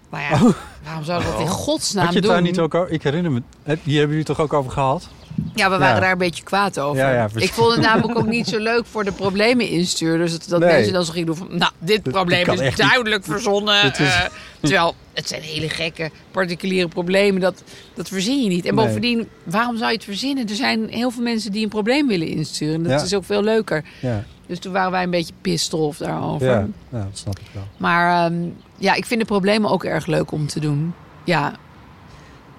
S4: Nou ja, waarom zouden we dat in godsnaam
S2: Oh. Had je het
S4: doen?
S2: daar niet ook over? Ik herinner me. heb- Hier hebben jullie het toch ook over gehad?
S4: Ja, we waren
S2: Ja.
S4: daar een beetje kwaad over.
S2: Ja, ja, precies.
S4: ik vond het namelijk ook niet zo leuk voor de problemen instuurders. Dat, dat
S2: Nee.
S4: mensen dan zo gingen doen van... Nou, dit
S2: dit
S4: probleem
S2: kan
S4: is
S2: echt niet.
S4: duidelijk verzonnen.
S2: Dit is-
S4: eh, terwijl, het zijn hele gekke particuliere problemen. Dat, dat verzin je niet. En
S2: Nee.
S4: bovendien, waarom zou je het verzinnen? Er zijn heel veel mensen die een probleem willen insturen. Dat
S2: Ja.
S4: is ook veel leuker.
S2: Ja.
S4: Dus toen waren wij een beetje pistof daarover.
S2: Ja. ja, dat snap ik wel.
S4: Maar ehm, ja, ik vind de problemen ook erg leuk om te doen. Ja.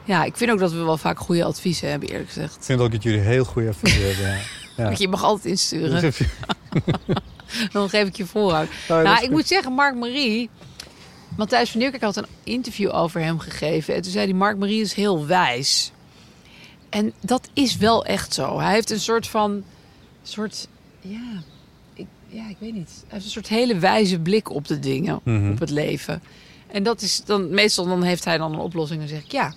S4: Ja, ik vind ook dat we wel vaak goede adviezen hebben, eerlijk gezegd.
S2: Ik vind ook dat jullie heel goede advies hebben. Ja. Ja.
S4: Want je mag altijd insturen.
S2: Dus heb je-
S4: Dan geef ik je voorhoud.
S2: Nou, dat
S4: Nou,
S2: is
S4: ik
S2: goed.
S4: moet zeggen, Mark Marie... Matthijs van Nieuwkerk had een interview over hem gegeven. En toen zei hij, Mark Marie is heel wijs. En dat is wel echt zo. Hij heeft een soort van... Soort, ja, ik, ja, ik weet niet. Hij heeft een soort hele wijze blik op de dingen,
S2: Mhm.
S4: op het leven. En dat is dan... Meestal dan heeft hij dan een oplossing en zeg ik... Ja,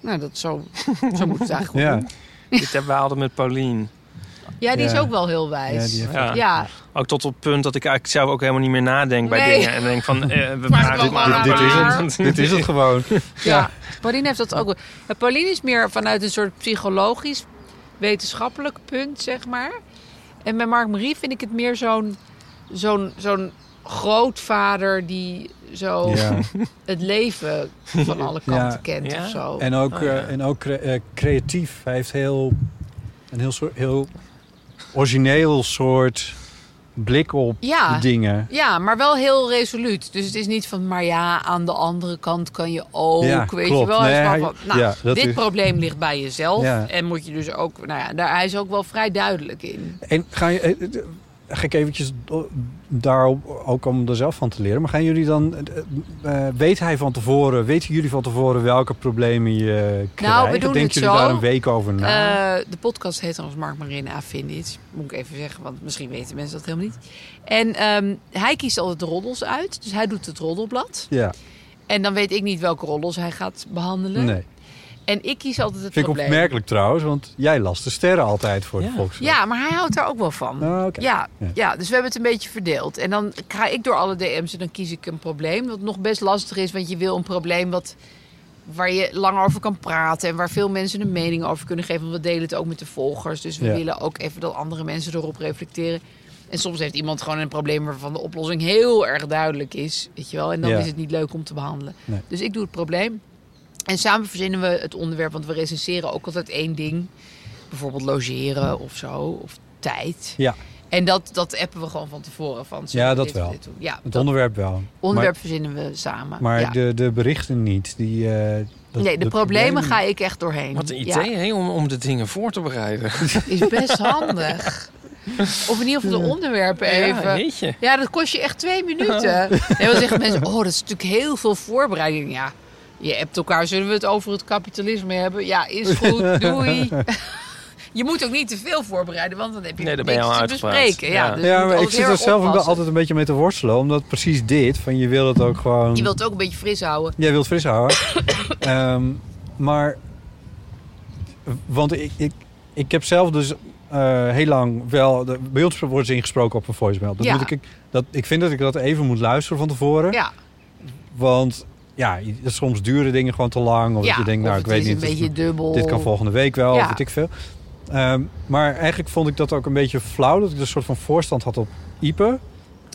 S4: nou, dat zo, zo moet het eigenlijk wel
S2: Ja.
S4: doen.
S3: Dit hebben we hadden met Paulien.
S4: Ja, die is
S2: Ja.
S4: ook wel heel
S2: Ja,
S4: wijs.
S2: die heeft-
S3: Ja.
S4: ja,
S3: Ook tot op het punt dat ik eigenlijk zelf ook helemaal niet meer nadenk bij
S4: Nee.
S3: dingen. En denk van, eh, we
S4: Maar
S3: vragen
S4: het kwam
S3: maar
S2: dit, dit is
S3: aan
S2: het.
S3: Paulien.
S2: dit is het gewoon.
S4: Ja, Pauline heeft dat ook. wel. Ja, Pauline is meer vanuit een soort psychologisch, wetenschappelijk punt, zeg maar. En bij Mark Marie vind ik het meer zo'n zo'n zo'n grootvader die zo
S2: Ja.
S4: het leven van alle kanten kent
S3: Ja.
S4: of zo.
S2: En ook,
S3: Oh, ja.
S2: eh, en ook cre- eh, creatief. Hij heeft heel, een heel, soort, heel origineel soort blik op
S4: Ja.
S2: de dingen.
S4: Ja, maar wel heel resoluut. Dus het is niet van, maar ja, aan de andere kant kan je ook,
S2: Ja,
S4: weet
S2: klopt.
S4: je wel. Hij is
S2: Nee,
S4: wel
S2: hij-
S4: van, nou,
S2: ja, dat
S4: dit
S2: is-
S4: probleem ligt bij jezelf.
S2: Ja.
S4: En moet je dus ook, nou ja, daar, hij is ook wel vrij duidelijk in.
S2: En ga je... eh, eh, Ga ik eventjes do- daarop, ook om er zelf van te leren. Maar gaan jullie dan... eh, eh, weet hij van tevoren, weten jullie van tevoren welke problemen je krijgt?
S4: Nou, we doen
S2: Denken
S4: het
S2: jullie
S4: zo.
S2: daar een week over na?
S4: Eh, de podcast heet ons Mark Marin Afin iets. Moet ik even zeggen, want misschien weten mensen dat helemaal niet. En ehm, hij kiest altijd de roddels uit. Dus hij doet het roddelblad.
S2: ja,
S4: En dan weet ik niet welke roddels hij gaat behandelen.
S2: nee.
S4: En ik kies altijd het
S2: Vind ik
S4: probleem.
S2: opmerkelijk trouwens, want jij las de sterren altijd voor
S3: Ja.
S2: de Volkskrant.
S4: Ja, maar hij houdt daar ook wel van.
S2: Ah, oké.
S4: Ja,
S2: Ja.
S4: ja. dus we hebben het een beetje verdeeld. En dan ga ik door alle DM's en dan kies ik een probleem. Wat nog best lastig is, want je wil een probleem wat, waar je lang over kan praten. En waar veel mensen een mening over kunnen geven. Want we delen het ook met de volgers. Dus we
S2: Ja.
S4: willen ook even dat andere mensen erop reflecteren. En soms heeft iemand gewoon een probleem waarvan de oplossing heel erg duidelijk is. Weet je wel? En dan
S2: Ja.
S4: is het niet leuk om te behandelen.
S2: Nee.
S4: Dus ik doe het probleem. En samen verzinnen we het onderwerp, want we recenseren ook altijd één ding. Bijvoorbeeld logeren of zo, of tijd.
S2: Ja.
S4: En dat, dat appen we gewoon van tevoren. Van, zullen
S2: Ja,
S4: we
S2: dat
S4: dit of
S2: wel.
S4: dit doen? Ja,
S2: Het
S4: dat
S2: onderwerp wel.
S4: onderwerp verzinnen we samen.
S2: Maar, maar
S4: ja.
S2: de, de berichten niet. Die, eh, dat-
S4: nee, de, problemen ga ik echt doorheen.
S5: Wat een idee
S4: Ja,
S5: hè, om, om de dingen voor te bereiden.
S4: is best handig. Of in ieder geval de onderwerpen
S5: Ja,
S4: even.
S5: weet je.
S4: Ja, dat kost je echt twee minuten. Nee, dan zeggen mensen, oh, dat is natuurlijk heel veel voorbereiding. Ja, je hebt elkaar, zullen we het over het kapitalisme hebben? Ja, is goed, doei. Je moet ook niet te veel voorbereiden, want dan heb je
S5: Nee, dan ben je
S4: niks
S5: al
S4: te
S5: uitgepraat.
S4: bespreken. Ja,
S5: Ja.
S4: dus je
S2: Ja,
S4: moet
S2: maar ik
S4: altijd
S2: zit
S4: heel
S2: er
S4: erg
S2: zelf ook
S4: oppassen.
S2: altijd een beetje mee te worstelen. Omdat precies dit, van je wil het ook gewoon...
S4: Je wilt het ook een beetje fris houden.
S2: Jij wilt fris houden. Ehm, maar, want ik, ik, ik heb zelf dus eh, heel lang wel... de- bij ons wordt ze ingesproken op een voicemail. Dat
S4: Ja.
S2: moet ik, dat, ik vind dat ik dat even moet luisteren van tevoren.
S4: Ja,
S2: Want ja, je- soms duren dingen gewoon te lang. Of
S4: ja.
S2: dat je denkt, nou,
S4: Of
S2: ik
S4: het
S2: weet
S4: is
S2: niet.
S4: een
S2: dit-
S4: beetje dubbel.
S2: Dit kan volgende week wel,
S4: Ja.
S2: of weet ik veel. Ehm, maar eigenlijk vond ik dat ook een beetje flauw. Dat ik dus een soort van voorstand had op Ipe.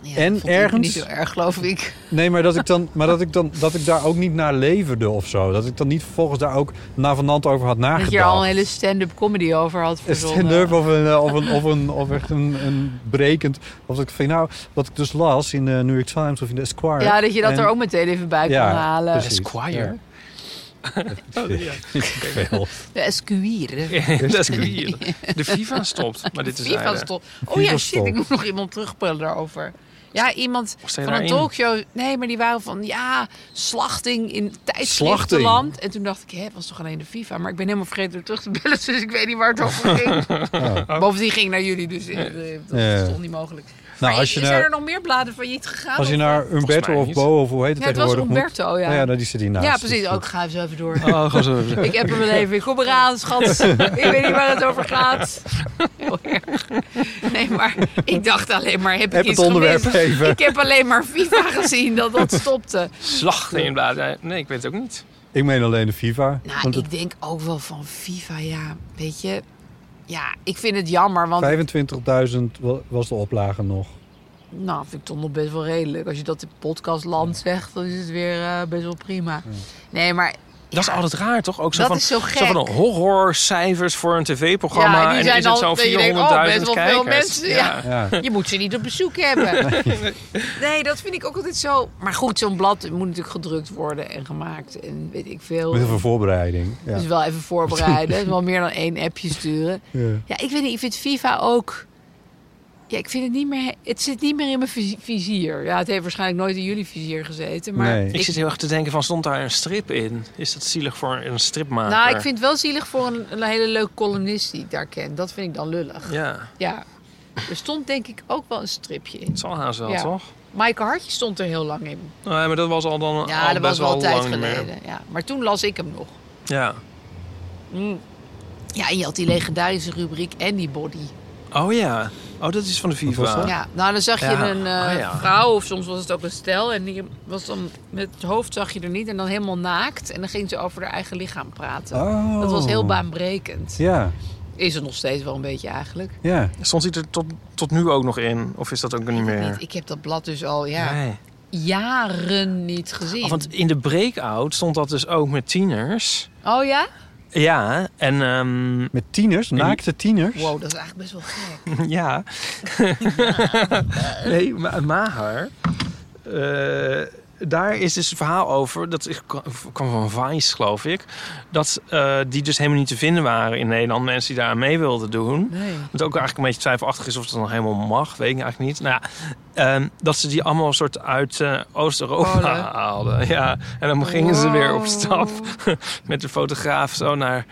S4: Ja,
S2: En
S4: dat vond ik
S2: ergens-
S4: Niet zo erg, geloof ik.
S2: Nee, maar dat ik dan, maar dat ik dan, dat ik daar ook niet naar leverde of zo. Dat ik dan niet vervolgens daar ook navenant over had nagedacht.
S4: Dat je er al een hele stand-up comedy over had
S2: Een
S4: verzonnen.
S2: stand-up of, een, eh, of, een, of, een, of echt een, een brekend. Of dat ik vind, nou, wat ik dus las in de New York Times of in de Esquire.
S4: Ja, dat je dat
S2: En-
S4: er ook meteen even bij
S2: Ja, dus-
S4: kon halen.
S2: precies.
S5: Esquire. Oh, Ah,
S2: Veel.
S4: De escuire.
S5: dat is weird. De FIFA stopt, maar dit is
S4: FIFA
S5: eigenlijk.
S4: stop. Oh
S2: FIFA
S4: ja,
S2: stop.
S4: shit, ik moet nog iemand terugbellen daarover. Ja, iemand
S5: Of sta je
S4: van een
S5: daarin?
S4: talkshow. Nee, maar die waren van, ja, slachting in
S2: Slachting?
S4: tijdschriftenland. En toen dacht ik, hè, het was toch alleen de FIFA? Maar ik ben helemaal vergeten er terug te bellen, dus ik weet niet waar het over ging. Bovendien ging ik naar jullie, dus eh, eh,
S2: Oh.
S4: dat
S2: Ja.
S4: is toch niet mogelijk.
S2: Nou,
S4: Maar
S2: als je,
S4: is- zijn er
S2: naar,
S4: nog meer bladen failliet gegaan?
S2: als je
S4: of-
S2: naar
S5: mij
S2: Umberto of
S5: niet.
S2: Bo of hoe heet het
S4: Ja, het was
S2: tegenwoordig moet-
S4: Umberto, ja.
S2: Nou ja, nou, die zit hiernaast.
S4: Ja,
S2: dus
S4: precies.
S2: dat-
S4: Oh, ik ga even zo even door.
S5: Oh, gewoon zo.
S4: Ik heb hem even. Ik kom eraan, schat. Ik weet niet waar het over gaat. Heel erg. Nee, maar ik dacht alleen maar, heb ik
S2: Heb
S4: iets
S2: het onderwerp
S4: gemist?
S2: even.
S4: Ik heb alleen maar FIFA gezien dat dat stopte. Nou,
S5: Slachten in bladen. Nee, ik weet het ook niet.
S2: Ik meen alleen de FIFA.
S4: Nou,
S2: want het
S4: ik denk ook wel van FIFA, ja. Weet je, ja, ik vind het jammer, want
S2: 25.000 wa- was de oplage nog.
S4: nou, vind ik toch nog best wel redelijk. Als je dat in podcastland zegt, dan is het weer eh, best wel prima. Nee, maar
S5: Dat is
S4: Ja.
S5: altijd raar, toch? Ook zo
S4: Dat
S5: van,
S4: is zo gek.
S5: van een horrorcijfers voor een tv-programma.
S4: Ja, die
S5: en
S4: zijn
S5: is het
S4: al-
S5: zo'n
S4: dat je
S5: 400.000
S4: denkt, oh, best wel
S5: kijkers.
S4: veel mensen, ja.
S2: Ja.
S4: Je moet ze niet op bezoek hebben. Nee, dat vind ik ook altijd zo. Maar goed, zo'n blad moet natuurlijk gedrukt worden en gemaakt en weet ik veel.
S2: Met heel veel voorbereiding. Ja.
S4: Dus wel even voorbereiden. wel meer dan één appje sturen.
S2: Ja.
S4: Ja, ik weet niet. Ik vind FIFA ook... Ja, ik vind het niet meer... Het zit niet meer in mijn vi- vizier. Ja, het heeft waarschijnlijk nooit in jullie vizier gezeten. Maar
S2: Nee.
S5: Ik,
S4: ik-
S5: zit heel erg te denken van, stond daar een strip in? Is dat zielig voor een stripmaker?
S4: nou, ik vind het wel zielig voor een, een hele leuke columnist die ik daar ken. Dat vind ik dan lullig.
S5: Ja, het
S4: Ja. Er stond denk ik ook wel een stripje in.
S5: zal haast wel,
S4: Ja.
S5: toch?
S4: Maaike Hartje stond er heel lang in.
S5: Nee, maar dat was al dan
S4: Ja,
S5: al
S4: dat was
S5: best
S4: wel een tijd
S5: lang niet meer.
S4: geleden. Ja. Maar toen las ik hem nog.
S5: Ja.
S4: Ja, en je had die legendarische rubriek en die body.
S5: Oh ja. Oh, dat is van de FIFA.
S2: was dat?
S4: Ja, nou dan zag je
S5: Ja.
S4: een eh,
S5: Oh, ja.
S4: vrouw, of soms was het ook een stel. En die was dan met het hoofd zag je er niet. En dan helemaal naakt. En dan ging ze over haar eigen lichaam praten.
S2: Oh.
S4: Dat was heel baanbrekend.
S2: Ja,
S4: Is het nog steeds wel een beetje eigenlijk.
S2: ja.
S5: Stond hij er tot, tot nu ook nog in? Of is dat ook niet meer?
S4: Niet, ik heb dat blad dus al ja,
S5: Nee.
S4: jaren niet gezien.
S5: Oh,
S4: Oh,
S5: want in de breakout stond dat dus ook met tieners.
S4: Oh ja?
S5: Ja, en ehm,
S2: Met tieners, naakte tieners.
S4: Wow, dat is eigenlijk best wel gek.
S5: ja. nee, Ma- Maher. eh, daar is dus een verhaal over, dat is- kwam van Vice, geloof ik. Dat eh, die dus helemaal niet te vinden waren in Nederland. Mensen die daar aan mee wilden doen.
S4: Nee.
S5: Het ook eigenlijk een beetje twijfelachtig is of dat nog helemaal mag, weet ik eigenlijk niet. Nou ja, ehm, dat ze die allemaal een soort uit eh, Oost-Europa
S4: Polen.
S5: haalden. Ja, en dan gingen ze weer op
S4: Wow.
S5: stap
S4: Oh.
S5: met de fotograaf zo naar,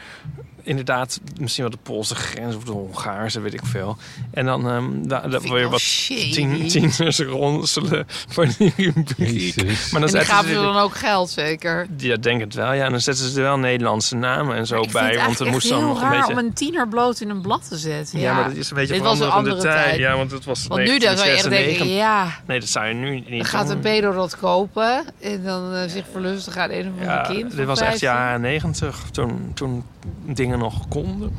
S5: inderdaad, misschien wel de Poolse grens of de Hongaarse, weet ik veel. En dan ehm daar, daar
S4: Vind ik
S5: weer
S4: wel
S5: wat
S4: shady.
S5: tien, tieners ronselen van die rubriek.
S2: Jezus.
S5: Maar dan
S4: En die
S5: zetten
S4: gaven
S5: ze
S4: ze dan ook geld, zeker.
S5: ja, denk het wel. Ja, en dan zetten ze er wel Nederlandse namen en zo
S4: ik
S5: bij.
S4: vind het
S5: Want er
S4: eigenlijk
S5: moest
S4: echt
S5: dan
S4: heel
S5: nog een
S4: raar
S5: beetje.
S4: om een tiener bloot in een blad te zetten.
S5: Ja,
S4: Ja,
S5: maar dat is een beetje
S4: Dit was een
S5: veranderd door
S4: andere
S5: de
S4: tijd.
S5: tijd. Ja, want het was
S4: Want nu daar zou je echt denken,
S5: 1996.
S4: ja,
S5: Nee, dat zou je nu niet
S4: dan gaat een
S5: doen.
S4: pedo dat kopen en dan eh, zich verlustigen aan een of ander
S5: Ja,
S4: kind.
S5: dit was echt jaren negentig, toen, toen dingen nog konden.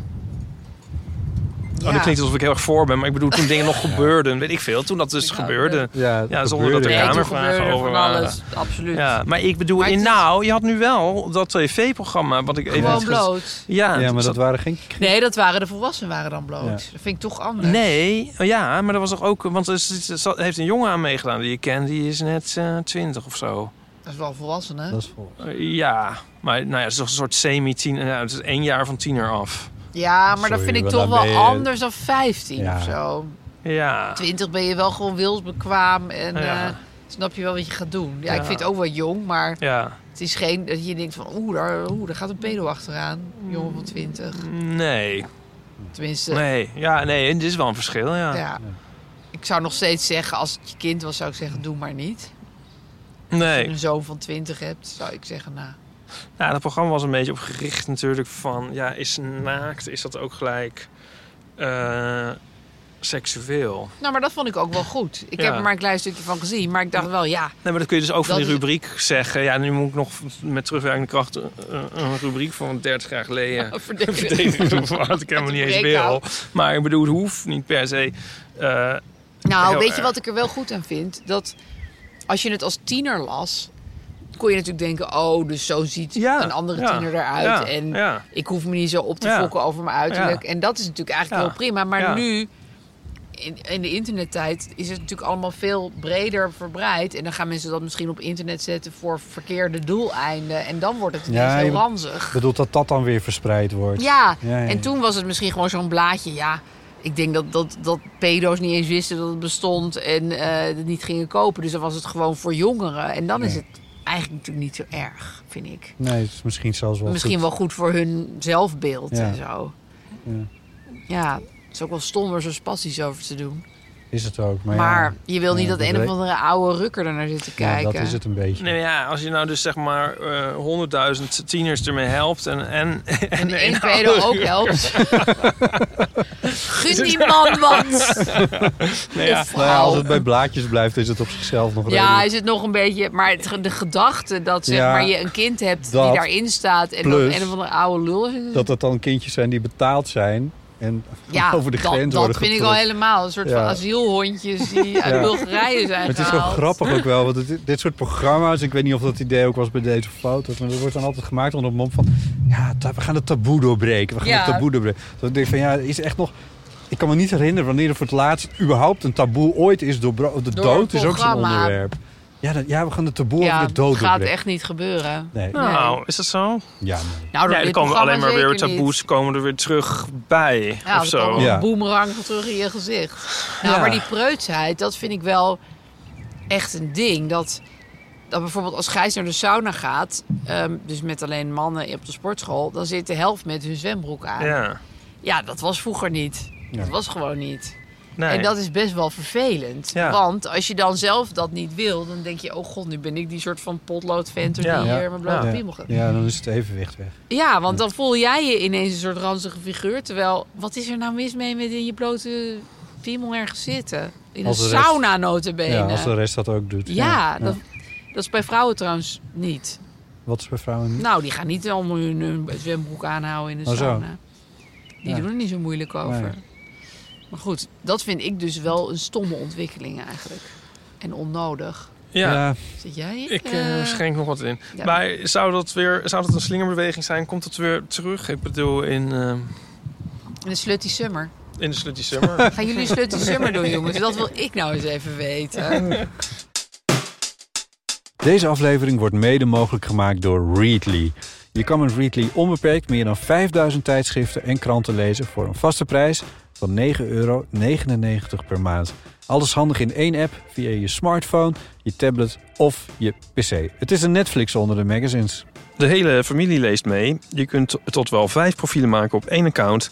S5: Oh, dat klinkt alsof ik heel erg voor ben, maar ik bedoel toen dingen nog gebeurden, weet ik veel. Toen dat dus
S4: Nou,
S5: gebeurde.
S2: Ja,
S5: Ja,
S2: dat
S5: zonder dat
S2: gebeurde,
S5: er
S2: ja.
S5: kamervragen over
S4: van
S5: waren.
S4: alles, absoluut.
S5: Ja, maar ik bedoel,
S4: Maar het
S5: in,
S4: is-
S5: nou, je had nu wel dat tv-programma wat ik even had
S4: Gewoon
S5: gezien.
S4: bloot.
S5: Ja,
S2: Ja,
S5: toen
S2: maar dat
S5: zat-
S2: waren geen...
S4: Nee, dat waren de volwassenen waren dan bloot.
S2: Ja.
S4: Dat vind ik toch anders.
S5: Nee, oh ja, maar dat was toch ook... Want er is- er zat- heeft een jongen aan meegedaan die je kent. Die is net eh, twintig of zo.
S4: Dat is wel volwassenen.
S2: Dat is vol.
S5: Eh, ja, maar nou ja, het is toch een soort semi-tiener. Ja, het is één jaar van tiener af.
S4: Ja, maar dat
S2: Sorry,
S4: vind ik
S2: maar
S4: toch
S2: dan
S4: wel
S2: ben je-
S4: anders dan 15
S2: Ja.
S4: of zo.
S5: Ja.
S4: 20 ben je wel gewoon wilsbekwaam en
S5: Ja.
S4: eh, snap je wel wat je gaat doen. Ja,
S5: Ja.
S4: ik vind het ook wel jong, maar
S5: Ja,
S4: het is geen dat je denkt van oeh, daar, oeh, daar gaat een pedo achteraan. Een Jongen van 20.
S5: nee.
S4: Tenminste,
S5: Nee, ja, nee, het is wel een verschil, ja.
S4: ja. Ik zou nog steeds zeggen, als het je kind was, zou ik zeggen, doe maar niet. Als je
S5: Nee,
S4: een zoon van 20 hebt, zou ik zeggen, nou...
S5: ja, dat programma was een beetje op gericht natuurlijk van... Ja, is naakt, is dat ook gelijk eh, seksueel?
S4: Nou, maar dat vond ik ook wel goed. Ik
S5: Ja.
S4: heb er maar een klein stukje van gezien, maar ik dacht wel, ja...
S5: Nee, maar dat kun je dus ook van
S4: Dat
S5: die
S4: is-
S5: rubriek zeggen. Ja, nu moet ik nog met terugwerkende kracht eh, eh, een rubriek van 30 jaar geleden
S4: Oh,
S5: verdedigen. Wat ik helemaal niet eens wil. Maar ik bedoel, het hoeft niet per se. eh,
S4: Nou,
S5: Heel
S4: weet je
S5: erg.
S4: wat ik er wel goed aan vind? Dat als je het als tiener las, kon je natuurlijk denken... oh, dus zo ziet
S5: Ja,
S4: een andere
S5: ja,
S4: tiener eruit.
S5: ja,
S4: en
S5: ja.
S4: ik hoef me niet zo op te
S5: Ja.
S4: fokken over mijn uiterlijk. En dat is natuurlijk eigenlijk
S5: Ja.
S4: heel prima. Maar
S5: Ja.
S4: nu, in, in de internettijd, is het natuurlijk allemaal veel breder verbreid. En dan gaan mensen dat misschien op internet zetten voor verkeerde doeleinden. En dan wordt het ineens
S2: Ja,
S4: heel
S2: je-
S4: ranzig.
S2: Bedoelt dat dat dan weer verspreid wordt?
S4: Ja.
S2: Ja, ja, ja.
S4: en toen was het misschien gewoon zo'n blaadje. Ja, ik denk dat, dat, dat pedo's niet eens wisten dat het bestond en eh het niet gingen kopen. Dus dan was het gewoon voor jongeren. En dan is
S2: Ja.
S4: het eigenlijk natuurlijk niet zo erg, vind ik.
S2: Nee, het is misschien zelfs wel
S4: misschien
S2: goed.
S4: wel goed voor hun zelfbeeld
S2: Ja.
S4: en zo.
S2: Ja.
S4: Ja, het is ook wel stom er zo spastisch over te doen.
S2: Is het ook, maar,
S4: Maar,
S2: ja.
S4: je wil niet
S2: Ja,
S4: dat een
S2: dat
S4: of
S2: weet-
S4: andere oude rukker er naar zit te
S2: Ja,
S4: kijken.
S2: dat is het een beetje.
S5: Nee, ja, als je nou dus zeg maar eh, 100.000 tieners ermee helpt en... en,
S4: En
S5: en,
S4: de één
S5: en-
S4: pedo ook helpt. Gun die man wat!
S5: Nee, ja.
S4: Of
S2: Nou ja,
S4: vrouw.
S2: als het bij blaadjes blijft, is het op zichzelf nog
S4: Ja,
S2: redelijk.
S4: is het nog een beetje. Maar het ge- de gedachte dat zeg
S2: Ja,
S4: maar, je een kind hebt
S2: dat.
S4: die daarin staat. En dan
S2: Plus
S4: een of andere oude lul. is.
S2: Dat dat dan kindjes zijn die betaald zijn en
S4: ja,
S2: over de
S4: dat,
S2: grens
S4: dat
S2: worden
S4: vind ik
S2: getrokken.
S4: al helemaal. Een soort
S2: Ja.
S4: van asielhondjes die uit Bulgarije zijn.
S2: Maar het is wel
S4: gehaald.
S2: grappig ook wel, want dit, dit soort programma's, ik weet niet of dat idee ook was bij deze foto's, maar dat wordt dan altijd gemaakt onder de mom van, ja, ta- we gaan het taboe doorbreken, we gaan
S4: Ja.
S2: het taboe doorbreken. Dus ik denk van, ja, is echt nog, ik kan me niet herinneren wanneer er voor het laatst überhaupt een taboe ooit is doorbroken. De
S4: Door een
S2: dood is ook zo'n
S4: programma.
S2: onderwerp. Ja, dat, ja, we gaan het taboe
S4: Ja,
S2: over de dood
S4: dat gaat
S2: doorbreken.
S4: echt niet gebeuren.
S2: Nee,
S5: Nou, is dat zo?
S2: ja, nee.
S4: Nou, door
S5: Ja, er
S4: dit
S5: komen alleen
S4: programma
S5: maar weer
S4: zeker niet.
S5: taboes komen er weer terug bij.
S4: Ja,
S5: of
S4: er kwam
S5: zo.
S4: een
S2: Ja.
S4: boemerang terug in je gezicht. Nou,
S5: Ja.
S4: maar die preutsheid, dat vind ik wel echt een ding. Dat, dat bijvoorbeeld als Gijs naar de sauna gaat, ehm, dus met alleen mannen op de sportschool, dan zit de helft met hun zwembroek aan. Ja,
S5: Ja.
S4: dat was vroeger niet.
S2: Ja.
S4: Dat was gewoon niet.
S5: Nee.
S4: En dat is best wel vervelend.
S5: Ja.
S4: Want als je dan zelf dat niet wil, dan denk je... oh god, nu ben ik die soort van potloodventer
S5: Ja.
S4: die
S2: Ja.
S4: hier mijn blote
S2: Ja.
S4: piemel gaat.
S2: ja, dan is het evenwicht weg.
S4: Ja, want dan voel jij je ineens een soort ranzige figuur. Terwijl, wat is er nou mis mee met in je blote piemel ergens zitten? In een
S2: Als de rest-
S4: sauna notabene.
S2: Ja, als de rest dat ook doet.
S4: Ja,
S2: Ja.
S4: dat, dat is bij vrouwen trouwens niet.
S2: Wat is bij vrouwen niet?
S4: Nou, die gaan niet allemaal hun, hun zwembroek aanhouden in de
S2: Oh, zo.
S4: sauna. Die
S2: Ja.
S4: doen er niet zo moeilijk over. Maar goed, dat vind ik dus wel een stomme ontwikkeling eigenlijk. En onnodig.
S5: ja.
S4: Zit jij?
S5: Ik eh,
S4: eh,
S5: schenk nog wat in.
S4: ja.
S5: Maar zou dat weer zou dat een slingerbeweging zijn? Komt dat weer terug? Ik bedoel, in, eh,
S4: in de slutty summer.
S5: in de Slutty Summer.
S4: Gaan jullie Slutty Summer doen, jongens? Dat wil ik nou eens even weten.
S2: Deze aflevering wordt mede mogelijk gemaakt door Readly. Je kan met Readly onbeperkt meer dan 5000 tijdschriften en kranten lezen voor een vaste prijs van 9,99 euro per maand. Alles handig in één app via je smartphone, je tablet of je pc. Het is een Netflix onder de magazines.
S5: De hele familie leest mee. Je kunt tot wel vijf profielen maken op één account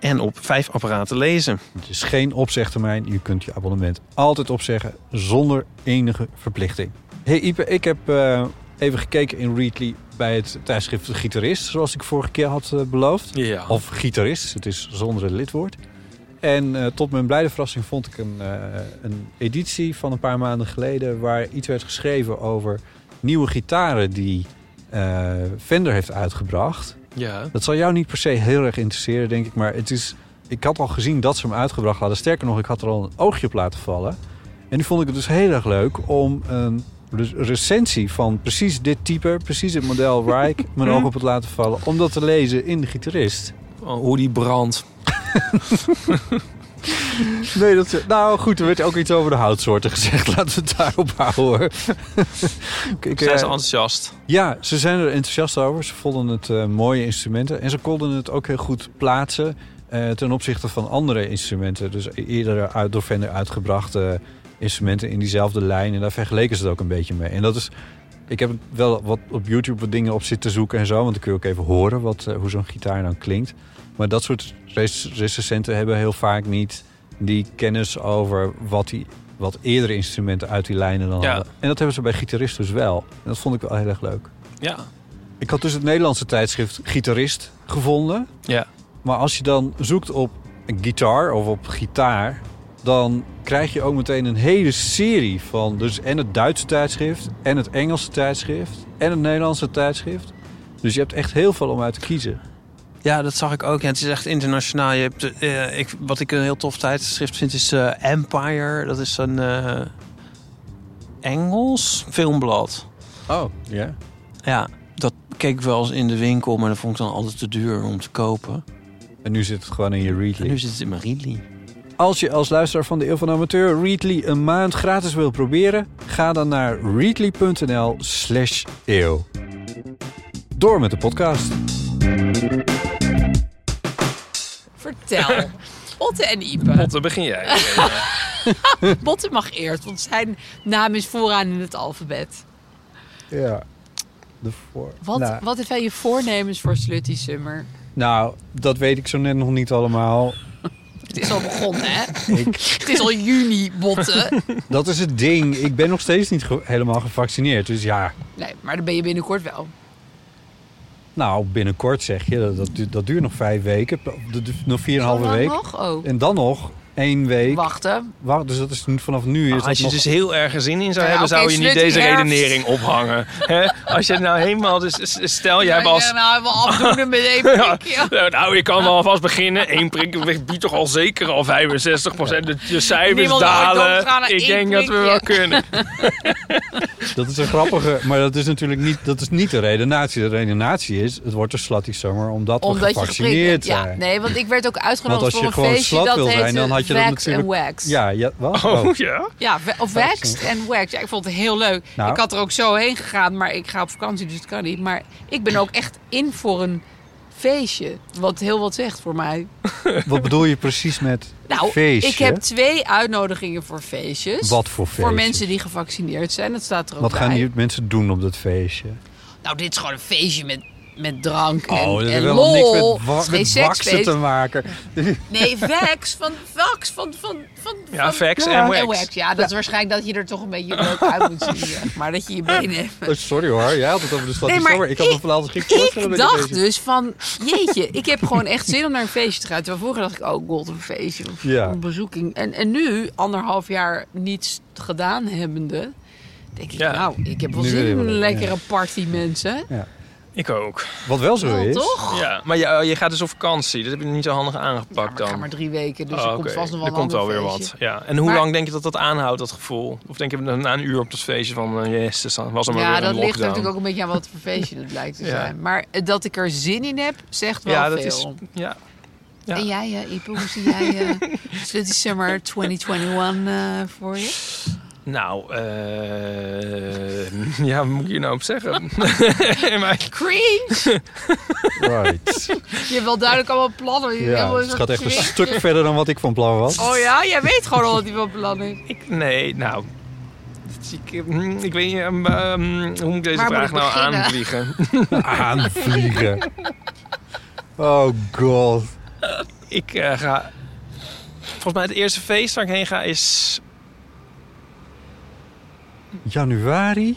S5: en op vijf apparaten lezen.
S2: Het is geen opzegtermijn. Je kunt je abonnement altijd opzeggen zonder enige verplichting. Hey Ipe, ik heb eh, even gekeken in Readly bij het tijdschrift De Gitarist, zoals ik vorige keer had eh, beloofd.
S5: Ja.
S2: Of gitarist, het is zonder het lidwoord. En eh, tot mijn blijde verrassing vond ik een, eh, een editie van een paar maanden geleden... waar iets werd geschreven over nieuwe gitaren die eh, Fender heeft uitgebracht.
S5: ja.
S2: Dat zal jou niet per se heel erg interesseren, denk ik. Maar het is ik had al gezien dat ze hem uitgebracht hadden. Sterker nog, ik had er al een oogje op laten vallen. En nu vond ik het dus heel erg leuk om een re- recensie van precies dit type, precies het model waar ik mijn oog op had laten vallen, om dat te lezen in de gitarist.
S3: Oh, hoe die brandt.
S2: Nee, dat, nou goed, er werd ook iets over de houtsoorten gezegd. Laten we het daarop houden hoor. Ik, eh,
S3: Zijn ze enthousiast?
S2: Ja, ze zijn er enthousiast over. Ze vonden het eh, mooie instrumenten. En ze konden het ook heel goed plaatsen eh, ten opzichte van andere instrumenten. Dus eerder uit, door Fender uitgebrachte instrumenten in diezelfde lijn. En daar vergeleken ze het ook een beetje mee. En dat is... Ik heb wel wat op YouTube wat dingen op zitten zoeken en zo. Want dan kun je ook even horen wat, eh, hoe zo'n gitaar dan klinkt. Maar dat soort rec- recensenten hebben heel vaak niet die kennis over wat, die, wat eerdere instrumenten uit die lijnen dan
S3: Ja.
S2: hadden. En dat hebben ze bij gitaristen dus wel. En dat vond ik wel heel erg leuk.
S3: Ja.
S2: Ik had dus het Nederlandse tijdschrift Gitarist gevonden.
S3: Ja.
S2: Maar als je dan zoekt op gitaar of op gitaar, dan krijg je ook meteen een hele serie van. Dus en het Duitse tijdschrift, en het Engelse tijdschrift, en het Nederlandse tijdschrift. Dus je hebt echt heel veel om uit te kiezen.
S3: Ja, dat zag ik ook. Ja, het is echt internationaal. Je hebt, eh, ik, wat ik een heel tof tijdschrift vind is eh, Empire. Dat is een eh, Engels filmblad.
S2: Oh, ja.
S3: Ja, dat keek ik wel eens in de winkel, maar dat vond ik dan altijd te duur om te kopen.
S2: En nu zit het gewoon in je
S3: En
S2: Readly.
S3: nu zit het in mijn Readly.
S2: Als je als luisteraar van de Eeuw van de Amateur Readly een maand gratis wil proberen, ga dan naar readly.nl slash eeuw. Door met de podcast.
S4: Vertel. Botten en Ipe.
S3: Potten, begin jij.
S4: Botten mag eerst, want zijn naam is vooraan in het alfabet.
S2: Ja. De voor...
S4: Wat,
S2: Nou,
S4: wat zijn je voornemens voor Slutty Summer?
S2: nou, dat weet ik zo net nog niet allemaal.
S4: Het is al begonnen, hè?
S2: Ik,
S4: Het is al juni, Botten.
S2: dat is het ding. Ik ben nog steeds niet ge- helemaal gevaccineerd. Dus ja,
S4: Nee, maar dan ben je binnenkort wel.
S2: nou, binnenkort zeg je. Dat, dat, du- dat duurt nog vijf weken. Dat duurt Nog vier en een
S4: Zo
S2: halve
S4: lang
S2: week.
S4: nog? Oh,
S2: En dan nog één week.
S4: wachten.
S2: Wacht, dus dat is nu- vanaf nu. Is
S4: Ah,
S2: dat
S3: als je
S2: nog...
S3: dus heel erg er zin in zou
S4: Ja,
S3: hebben,
S4: oké,
S3: zou je niet
S4: slut,
S3: deze
S4: herfst.
S3: redenering ophangen. Hè? Als je het nou helemaal... Dus, s- stel, jij
S4: Ja,
S3: was...
S4: ja, Nou, we afdoen met één prikje.
S3: Ja, Nou, ik kan wel alvast beginnen. Eén prik biedt toch al zeker al 65% dat je cijfers
S4: Niemand ooit
S3: dalen.
S4: doodgaan aan
S3: Ik
S4: één
S3: denk dat we
S4: prikje.
S3: wel kunnen.
S2: Dat is een grappige, maar dat is natuurlijk niet, dat is niet de redenatie. De redenatie is, het wordt een slatty summer omdat, we
S4: Omdat je
S2: gevaccineerd zijn.
S4: gevaccineerd Ja, nee, want ik werd ook
S2: Want
S4: uitgenodigd
S2: als
S4: voor
S2: je
S4: een
S2: gewoon
S4: feestje
S2: slat
S4: dat
S2: wil zijn,
S4: heette
S2: dan had je dat
S4: Wax
S2: natuurlijk...
S4: and Wax.
S2: Ja, ja, wat?
S3: Oh,
S2: Oh.
S3: ja?
S4: Ja, wa- of waxed en waxed. Ja, ik vond het heel leuk.
S2: Nou.
S4: Ik had er ook zo heen gegaan, maar ik ga op vakantie, dus het kan niet. Maar ik ben ook echt in voor een feestje, wat heel wat zegt voor mij.
S2: Wat bedoel je precies met
S4: Nou,
S2: feestje?
S4: ik heb twee uitnodigingen voor feestjes.
S2: Wat voor
S4: Voor
S2: feestje?
S4: mensen die gevaccineerd zijn, dat staat er ook
S2: Wat gaan
S4: bij.
S2: die mensen doen op dat feestje?
S4: Nou, dit is gewoon een feestje met, met drank en,
S2: oh, dat
S4: en
S2: heeft helemaal
S4: lol.
S2: niks met,
S4: Het
S2: wa- met
S4: is geen
S2: waksen
S4: seksfeest.
S2: te maken.
S4: Nee, wax van wax van van van.
S3: Ja,
S4: van
S3: vax
S4: drank
S3: en wax.
S4: Ja, dat is waarschijnlijk dat je er toch een beetje leuk uit moet zien, zeg maar dat je je benen hebt.
S2: Oh, sorry hoor, jij had het over de stad
S4: Nee, maar
S2: Summer. Ik had me
S4: ik-
S2: van alles geen voorstellen
S4: Ik
S2: bij dit
S4: dacht
S2: feestje.
S4: dus van, jeetje, ik heb gewoon echt zin om naar een feestje te gaan. Terwijl vroeger dacht ik, oh god, een feestje of
S2: Ja.
S4: een bezoeking. En, en nu, anderhalf jaar niets gedaan hebbende, denk ik,
S3: Ja.
S4: nou, ik heb wel
S2: Nu wil
S4: zin
S2: je
S4: in
S2: wel,
S4: een
S2: ja.
S4: lekkere party, mensen.
S3: Ik ook.
S2: Wat dus- wel zo
S4: Wel,
S2: is...
S4: toch?
S3: Ja. Maar je, je gaat dus op vakantie. Dat heb je niet zo handig
S4: Ja, maar
S3: aangepakt
S4: ik ga
S3: dan.
S4: maar drie weken, dus
S3: Oh,
S4: er komt
S3: oké.
S4: vast nog wel
S3: er
S4: een
S3: komt
S4: ander
S3: alweer
S4: feestje.
S3: wat. Ja. En hoe
S4: Maar-
S3: lang denk je dat dat aanhoudt, dat gevoel? Of denk je na na een uur op dat feestje van... eh, Yes, er sta- was er maar
S4: Ja,
S3: weer
S4: dat
S3: een
S4: ligt
S3: lockdown.
S4: natuurlijk ook een beetje aan wat voor feestje het blijkt te
S3: Ja.
S4: zijn. Maar eh, dat ik er zin in heb, zegt wel
S3: Ja,
S4: veel.
S3: dat is... Ja. Ja.
S4: En jij, eh, Ipe, hoe zie jij eh Slutty Summer 2021 eh, voor je?
S3: Nou, eh ja, wat moet ik hier nou op zeggen? maar
S4: Cringe!
S2: Right.
S4: Je hebt wel duidelijk allemaal plannen. Je hebt
S2: Ja,
S4: wel
S2: het gaat echt een
S4: soort
S2: stuk verder dan wat ik van plan was.
S4: Oh ja, jij weet gewoon al wat hij van plan is.
S3: Ik, nee, nou. Ik, mm, ik weet niet, ehm, ehm, hoe moet ik deze
S4: Waar moet ik
S3: vraag nou
S4: beginnen?
S3: aanvliegen?
S2: Aanvliegen. Oh god.
S3: ik eh, ga. Volgens mij het eerste feest waar ik heen ga is.
S2: Januari?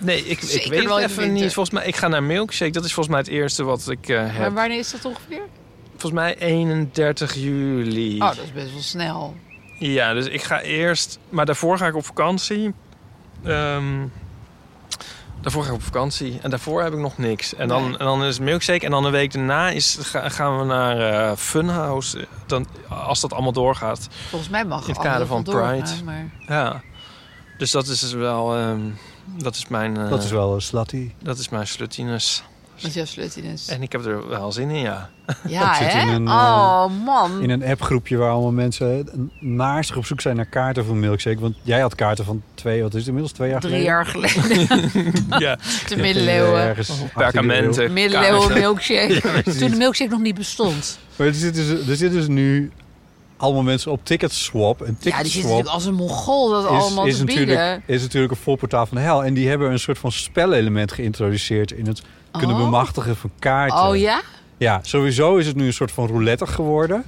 S3: Nee, ik, ik
S4: Zeker
S3: weet
S4: wel
S3: het
S4: in de
S3: even
S4: winter.
S3: niet. Volgens mij, ik ga naar Milkshake. Dat is volgens mij het eerste wat ik eh,
S4: Maar
S3: heb.
S4: wanneer is dat ongeveer?
S3: Volgens mij 31 juli.
S4: Oh, dat is best wel snel.
S3: Ja, dus ik ga eerst. Maar daarvoor ga ik op vakantie. Ehm, Daarvoor ga ik op vakantie. En daarvoor heb ik nog niks. En dan, en dan is het milkshake. En dan een week daarna is, ga- gaan we naar eh, Funhouse. Dan, als dat allemaal doorgaat.
S4: Volgens mij mag
S3: In het
S4: alles
S3: kader
S4: wel
S3: van
S4: doorgaan,
S3: Pride.
S4: maar
S3: Ja. Dus dat is dus wel... ehm, dat is mijn... eh,
S2: Dat is wel een slatty.
S3: Dat is mijn sluttiness.
S4: dat is jouw sleutelinus.
S3: En ik heb er wel zin in, ja.
S4: Ja,
S2: Dat zit
S4: hè?
S2: in een, eh,
S4: oh, man.
S2: In een appgroepje waar allemaal mensen naarstig op zoek zijn naar kaarten voor milkshake. Want jij had kaarten van twee, wat is het inmiddels? Twee jaar
S4: Drie
S2: geleden?
S4: jaar geleden.
S3: ja.
S4: De middeleeuwen.
S2: Ergens 18e eeuw.
S3: Perkamenten.
S4: Middeleeuwen
S3: kaarsen.
S4: milkshake.
S2: precies.
S4: Toen de milkshake nog niet bestond.
S2: Maar er zitten, dus, er zitten dus nu allemaal mensen op Ticketswap. En
S4: Ja, die zitten
S2: Ticketswap
S4: natuurlijk als een mongool dat allemaal
S2: is,
S4: te bieden.
S2: natuurlijk, is natuurlijk een voorportaal van de hel. En die hebben een soort van spelelement geïntroduceerd in het kunnen
S4: Oh.
S2: bemachtigen van kaarten.
S4: Oh ja?
S2: Ja, sowieso is het nu een soort van roulette geworden.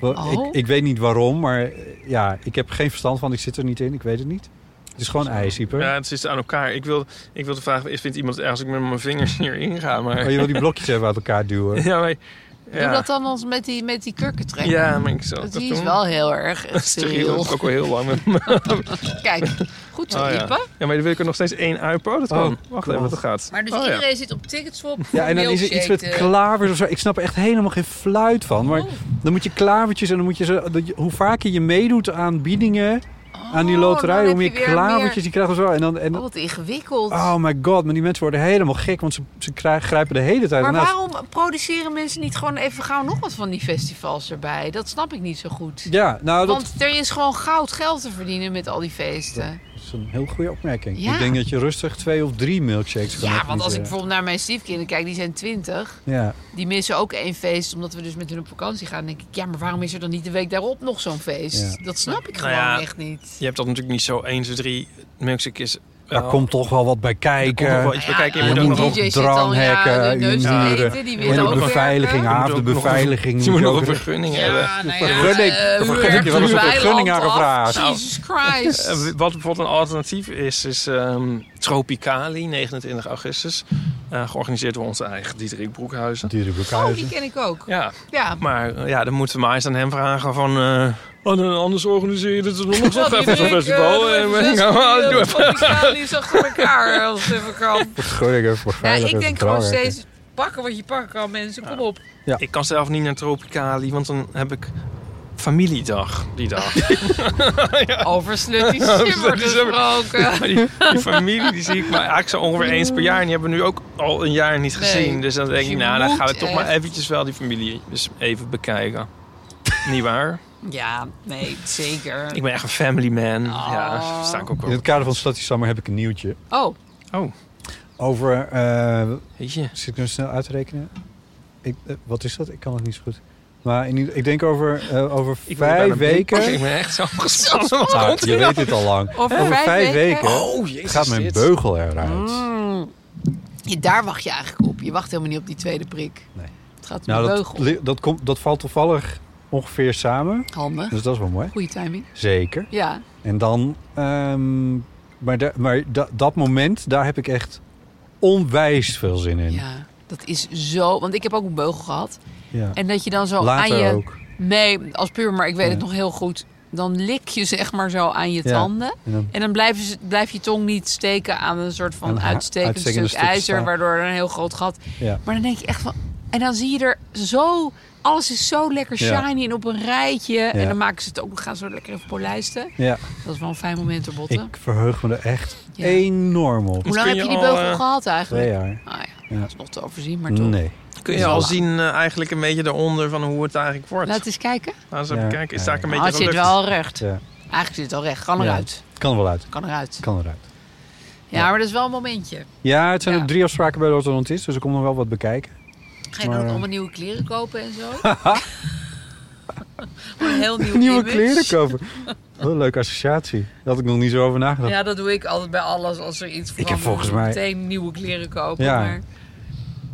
S2: Wel,
S4: Oh.
S2: Ik, ik weet niet waarom, maar eh, ja, ik heb geen verstand van. Ik zit er niet in, ik weet het niet. Het is gewoon ijsieper.
S3: Ja, het zit aan elkaar. Ik wil, ik wil de vraag, is- vindt iemand het erg als ik met mijn vingers hierin ga? Maar,
S2: Oh, je wil die blokjes even uit elkaar duwen.
S3: ja, maar,
S4: Doe
S3: ja.
S4: dat dan ons met die, met die kurkentrekker.
S3: Ja, maar ik zal
S4: Dat
S3: dat
S4: die is
S3: doen.
S4: wel heel erg
S3: Steriel.
S4: steriel.
S3: Dat is ook al heel lang. met me.
S4: Kijk, goed zo,
S3: Oh, ja.
S4: Ipe.
S3: Ja, maar dan wil ik er nog steeds één uitpo. Dat kan. Wacht even,
S2: God.
S3: dat gaat.
S4: Maar dus
S3: Oh, ja.
S4: iedereen zit op ticketswap. voor
S2: Ja, en dan is er iets met
S4: milkshake, eh.
S2: klavers of zo. Ik snap er echt helemaal geen fluit van. Maar
S4: Oh.
S2: dan moet je klavertjes en dan moet je ze... dat je- hoe vaker je meedoet aan biedingen, aan die
S4: Oh, dan
S2: loterij,
S4: heb
S2: hoe meer
S4: je weer
S2: klavertjes
S4: meer-
S2: die krijgen zo. En dan, en,
S4: Oh, wat ingewikkeld.
S2: oh my god, maar die mensen worden helemaal gek, want ze, ze krij- grijpen de hele tijd
S4: maar
S2: ernaast.
S4: waarom produceren mensen niet gewoon even gauw nog wat van die festivals erbij? Dat snap ik niet zo goed.
S2: Ja, nou dat
S4: Want er is gewoon goud geld te verdienen met al die feesten.
S2: is een heel goede opmerking.
S4: Ja.
S2: Ik denk dat je rustig twee of drie milkshakes kan
S4: Ja, want als ik
S2: organiseren.
S4: bijvoorbeeld naar mijn stiefkinderen kijk, die zijn 20.
S2: Ja,
S4: Die missen ook één feest, omdat we dus met hun op vakantie gaan. Dan denk ik, ja, maar waarom is er dan niet de week daarop nog zo'n feest?
S2: Ja.
S4: Dat snap ik
S3: Nou
S4: gewoon
S3: ja.
S4: echt niet.
S3: Je hebt dat natuurlijk niet zo 1, 2, 3. Milkshake is...
S2: daar
S3: wel-
S2: komt toch wel wat bij
S3: er komt nog
S2: kijken.
S3: wel iets bekijken.
S2: je
S3: Je
S2: moet
S3: moet
S2: ook
S3: ook
S2: nog
S3: nog
S2: op dranghekken,
S4: ja, de neus te
S2: uren.
S4: eten, die
S2: En
S4: willen
S2: de
S4: ook
S2: beveiliging,
S4: werken.
S2: ah, de
S3: ook nog-
S2: beveiliging.
S3: je moet nog
S2: ook-
S3: een vergunning hebben.
S4: Ja, nou ja,
S2: Vergunning-
S4: eh,
S2: een
S4: hoe
S2: vergunning
S4: werkt
S2: van een
S4: uw
S2: soort
S4: weiland
S2: gunningaren
S4: af?
S2: vraag. Nou.
S4: Oh, Jesus Christ.
S3: Eh, Wat bijvoorbeeld een alternatief is, is ehm, Tropicali, 29 augustus. Eh, georganiseerd door onze eigen Diederik Broekhuizen.
S2: Dure
S4: Oh, die
S2: Broekhuizen.
S4: ken ik ook.
S3: Ja,
S4: Ja.
S3: maar eh, ja, dan moeten we maar eens aan hem vragen van... eh, oh, dan anders organiseer je dit nog eens even een
S4: eh,
S3: festival. en we gaan maar Oh, doen.
S4: Die zo achter elkaar, als het even kan.
S2: Vergunningen voor
S4: Ja,
S2: veiligheid
S4: ik
S2: en
S4: denk gewoon
S2: dranghekken.
S4: steeds pakken wat je pakken kan, mensen. Kom op.
S3: Ik kan zelf niet naar Tropicali, want dan heb ik familiedag die dag.
S4: Over Slutty Simmer
S3: Slutty Simmer.
S4: gesproken.
S3: Maar die, die familie die zie ik maar eigenlijk zo ongeveer eens per jaar. En die hebben we nu ook al een jaar niet
S4: Nee.
S3: gezien. Dus dan denk
S4: Je
S3: ik, nou, dan
S4: moet
S3: gaan we toch maar
S4: echt.
S3: eventjes wel die familie eens even bekijken. Niet waar?
S4: Ja, nee, zeker.
S3: Ik ben echt een family man.
S4: Oh.
S3: Ja, daar sta ik ook
S2: In
S3: wel.
S2: het kader van Slutty Summer heb ik een nieuwtje.
S4: Oh,
S3: Oh,
S2: Over, eh,
S3: weet je.
S2: zit ik nu snel uit te rekenen? Ik, eh, wat is dat? Ik kan het niet zo goed. Maar in ieder- ik denk over, eh, over
S3: Ik ben bijna
S2: vijf
S3: bloedpakken.
S2: weken...
S3: Ik ben echt zo gespannen. Wat
S2: Nou,
S3: komt
S2: je
S3: hier
S2: weet dit al lang.
S4: over,
S2: Over vijf weken
S3: Oh, jezus.
S2: gaat mijn
S3: dit.
S2: beugel eruit.
S4: Mm. Ja, daar wacht je eigenlijk op. Je wacht helemaal niet op die tweede prik.
S2: Nee.
S4: Het gaat om
S2: Nou,
S4: de
S2: dat,
S4: beugel.
S2: li- dat, komt, dat valt toevallig ongeveer samen.
S4: Handig.
S2: Dus dat is wel mooi.
S4: Goeie timing.
S2: Zeker.
S4: Ja.
S2: En dan... ehm, maar da- maar da- dat moment, daar heb ik echt onwijs veel zin in.
S4: ja, dat is zo... Want ik heb ook een beugel gehad.
S2: Ja.
S4: En dat je dan zo
S2: Later
S4: aan je...
S2: ook.
S4: Nee, als puur, maar ik weet het
S2: Ja.
S4: nog heel goed. Dan lik je zeg maar zo aan je
S2: Ja.
S4: tanden.
S2: En dan-
S4: En dan blijft ze- blijft je tong niet steken aan een soort
S2: Een
S4: van
S2: ha-
S4: uitstekend stuk,
S2: uitstekende stuk
S4: ijzer.
S2: staal.
S4: Waardoor er een heel groot gat.
S2: ja.
S4: Maar dan denk je echt van... En dan zie je er zo... Alles is zo lekker shiny
S2: Ja.
S4: en op een rijtje. En dan maken ze het ook... We gaan ze lekker even polijsten.
S2: ja.
S4: Dat is wel een fijn moment, hoor, Botte.
S2: Ik verheug me er echt
S4: Ja. Mm.
S2: enorm op.
S4: Hoe lang heb
S3: kun
S4: je
S3: je
S4: die
S3: al,
S4: beugel
S3: eh,
S4: gehad eigenlijk?
S2: Twee jaar.
S4: Ah ja,
S2: Ja.
S4: dat is nog te overzien, maar toch.
S2: Nee.
S3: Kun je al zien eh, eigenlijk een beetje eronder van hoe het eigenlijk wordt?
S4: Laat eens kijken.
S3: Laten we even
S2: Ja.
S3: kijken. Is daar een
S4: Ah,
S3: beetje
S4: het zit
S3: gelukt?
S4: wel recht.
S2: Ja.
S4: Eigenlijk zit het al recht. Kan
S2: Ja.
S4: eruit.
S2: eh, Het kan er wel uit. Het
S4: Kan eruit.
S2: kan eruit.
S4: Ja, maar dat is wel een momentje.
S2: Ja, het zijn
S4: Ja.
S2: ook drie afspraken bij de orthodontist, dus er komt nog wel wat bekijken.
S4: Ga je
S2: Maar,
S4: dan ook
S2: eh,
S4: allemaal nieuwe kleren kopen en zo? Gewoon een heel nieuw
S2: Nieuwe
S4: image.
S2: kleren kopen. Wat een leuke associatie. Daar had ik nog niet zo over nagedacht.
S4: Ja, dat doe ik altijd bij alles. Als er iets verandert,
S2: volgens mij-
S4: meteen nieuwe kleren kopen.
S2: Ja.
S4: Maar...